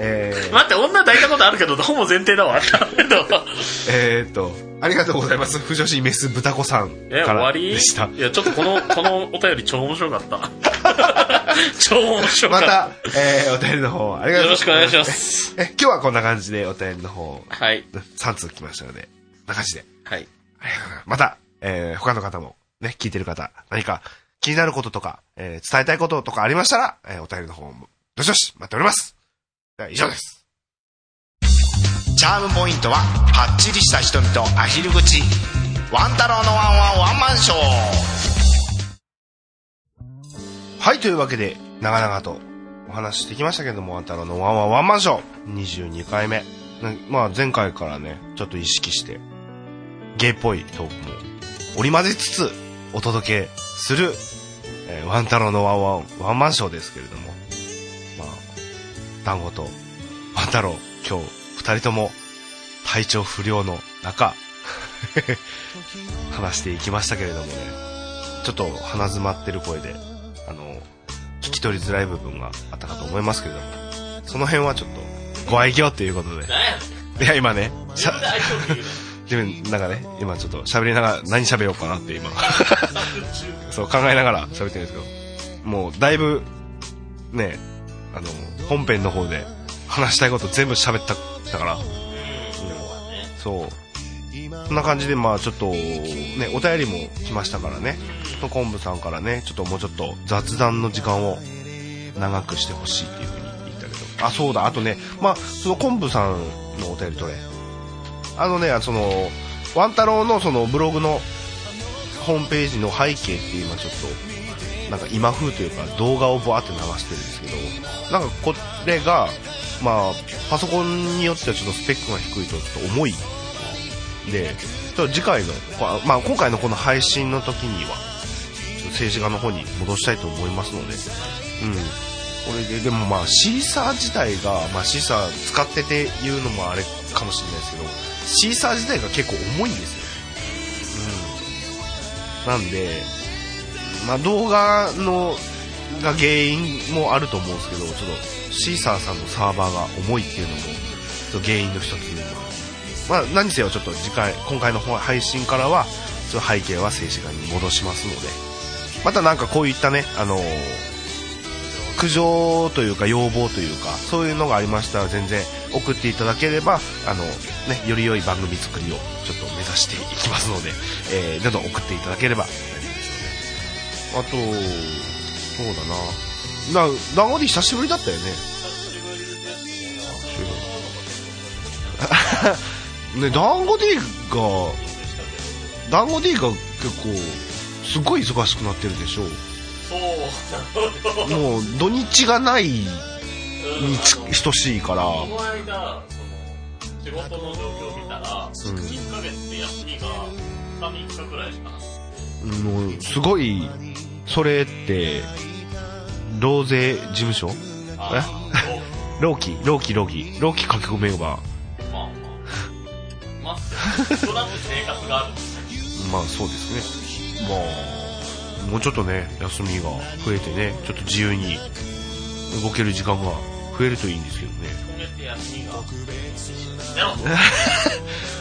Speaker 2: え
Speaker 4: 待って、女抱いたことあるけど、どうも前提だわ。ダメだわ。
Speaker 2: ー、えーっと、ありがとうございます。不女子メス豚子さん
Speaker 4: え、
Speaker 2: か
Speaker 4: 終わ
Speaker 2: ら
Speaker 4: り
Speaker 2: でした。
Speaker 4: いや、ちょっと この、このお便り超面白かった。超面白か
Speaker 2: ま
Speaker 4: った。
Speaker 2: た、えー、お便りの方、ありがと
Speaker 4: よ
Speaker 2: うござ
Speaker 4: ろ
Speaker 2: います。
Speaker 4: しくお願いしま。す。
Speaker 2: え、今日はこんな感じでお便りの方、
Speaker 4: はい。
Speaker 2: 3通来ましたので、こんな感じで。
Speaker 4: はい。
Speaker 2: ありがとうございますまた、えー、他の方も、ね、聞いてる方、何か気になることとか、えー伝えたいこととかありましたら、えーお便りの方も、どしどし待っております。では以上です。
Speaker 1: チャームポイントは、はっちりした瞳とアヒル口。ワン太郎のワンワンワンマンショー
Speaker 2: はい、というわけで、長々とお話ししてきましたけども、ワン太郎のワンワンワンマンショー、22回目。なまあ、前回からね、ちょっと意識して、ゲイっぽいトークも織り交ぜつつ、お届けする、えーワン太郎のワンワンワンマンショーですけれども、まあ、団子とワン太郎、今日、二人とも、体調不良の中、話していきましたけれどもね、ちょっと鼻詰まってる声で、あの、聞き取りづらい部分があったかと思いますけれども、その辺はちょっと、ご愛嬌ということで。いや、今ね、しゃ、自分、なんかね、今ちょっと喋りながら、何喋ろうかなって今、そう考えながら喋ってるんですけど、もうだいぶ、ね、あの、本編の方で話したいこと全部喋った、だから、そう。そんな感じで、まあちょっと、ね、お便りも来ましたからね、昆布さんからね、ちょっともうちょっと雑談の時間を長くしてほしいっていうふうに言ったけど、あ、そうだ、あとね、まあ、その昆布さんのお便りどれ。あのね、その、ワン太郎のそのブログのホームページの背景って今ちょっと、なんか今風というか動画をバーって流してるんですけど、なんかこれが、まあ、パソコンによってはちょっとスペックが低いとちょっと重いでちょっと次回の、こまあ、今回のこの配信の時にはちょっと政治家の方に戻したいと思いますので、うん、これででもまあシーサー自体が、まあ、シーサー使ってて言うのもあれかもしれないですけどシーサー自体が結構重いんですよ、うん、なんで、まあ、動画のが原因もあると思うんですけどちょっとシーサーさんのサーバーが重いっていうのもちょっと原因の一つにもまあ、何せよちょっと次回今回の配信からはちょっと背景は静止画に戻しますのでまたなんかこういったね、あのー苦情というか要望というかそういうのがありましたら全然送っていただければあの、ね、より良い番組作りをちょっと目指していきますので、えー、どんどん送っていただければ大丈夫ですのであとそうだなな団子で久しぶりだったよねね、団子 D が団子 D が結構すごい忙しくなってるでしょうもう土日がないにち等しいから
Speaker 3: この間その仕事の状況を見たら、1ヶ月で休みが3、3日くらい しかなくて
Speaker 2: もうすごいそれって老税事務所え
Speaker 3: あ
Speaker 2: 老期老期老期老期駆け込めば
Speaker 3: ーまあまあまあそらく生活がある
Speaker 2: まあそうですねまあもうちょっとね休みが増えてねちょっと自由に動ける時間が増えるといいんですけどね
Speaker 3: 今月休みがゼロ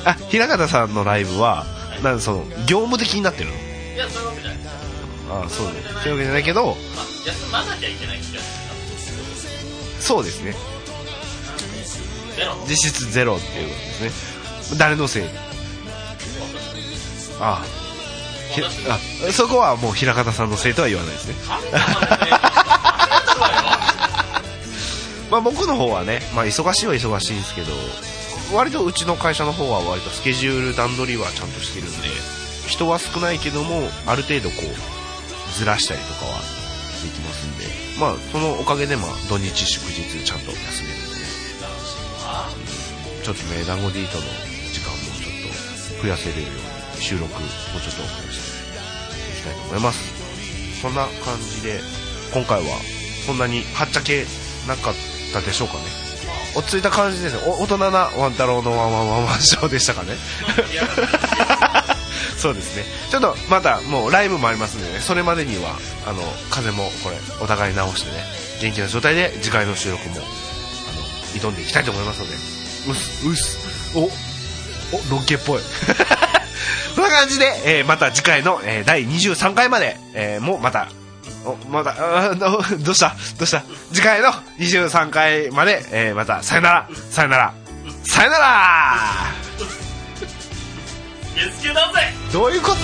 Speaker 2: あ平方さんのライブはなんかその業務的になってる
Speaker 3: いやそういうわけじゃないです
Speaker 2: のああそうねそういうわけじゃないけど
Speaker 3: まあ休まなきゃいけない気がす
Speaker 2: そうですね
Speaker 3: るゼロ
Speaker 2: 実質ゼロっていうことですね誰のせいああひあそこはもう平方さんのせいとは言わないですねまあ僕の方はね、まあ、忙しいは忙しいんですけど割とうちの会社の方は割とスケジュール段取りはちゃんとしてるんで人は少ないけどもある程度こうずらしたりとかはできますんでまあそのおかげでまあ土日祝日ちゃんと休めるんでねちょっとね、団子ディートの時間もちょっと増やせるように収録もちょっとしていきたいと思います。そんな感じで、今回はそんなにはっちゃけなかったでしょうかね。落ち着いた感じですね。お大人なワン太郎のワンワンワンワンショーでしたかね。 そうですね。ちょっとまたもうライブもありますんでね、それまでには、あの、風邪もこれ、お互い直してね、元気な状態で次回の収録も、あの、挑んでいきたいと思いますので、うっす、うっす、お、お、ロンケっぽい。 そんな感じで、えーまた次回の、えー第23回まで、えーもうまた、お、また、あーどどうしたどうした次回の23回まで、えーまた、さよなら、さよなら、さよなら
Speaker 3: 月給だぜ
Speaker 2: どういうこと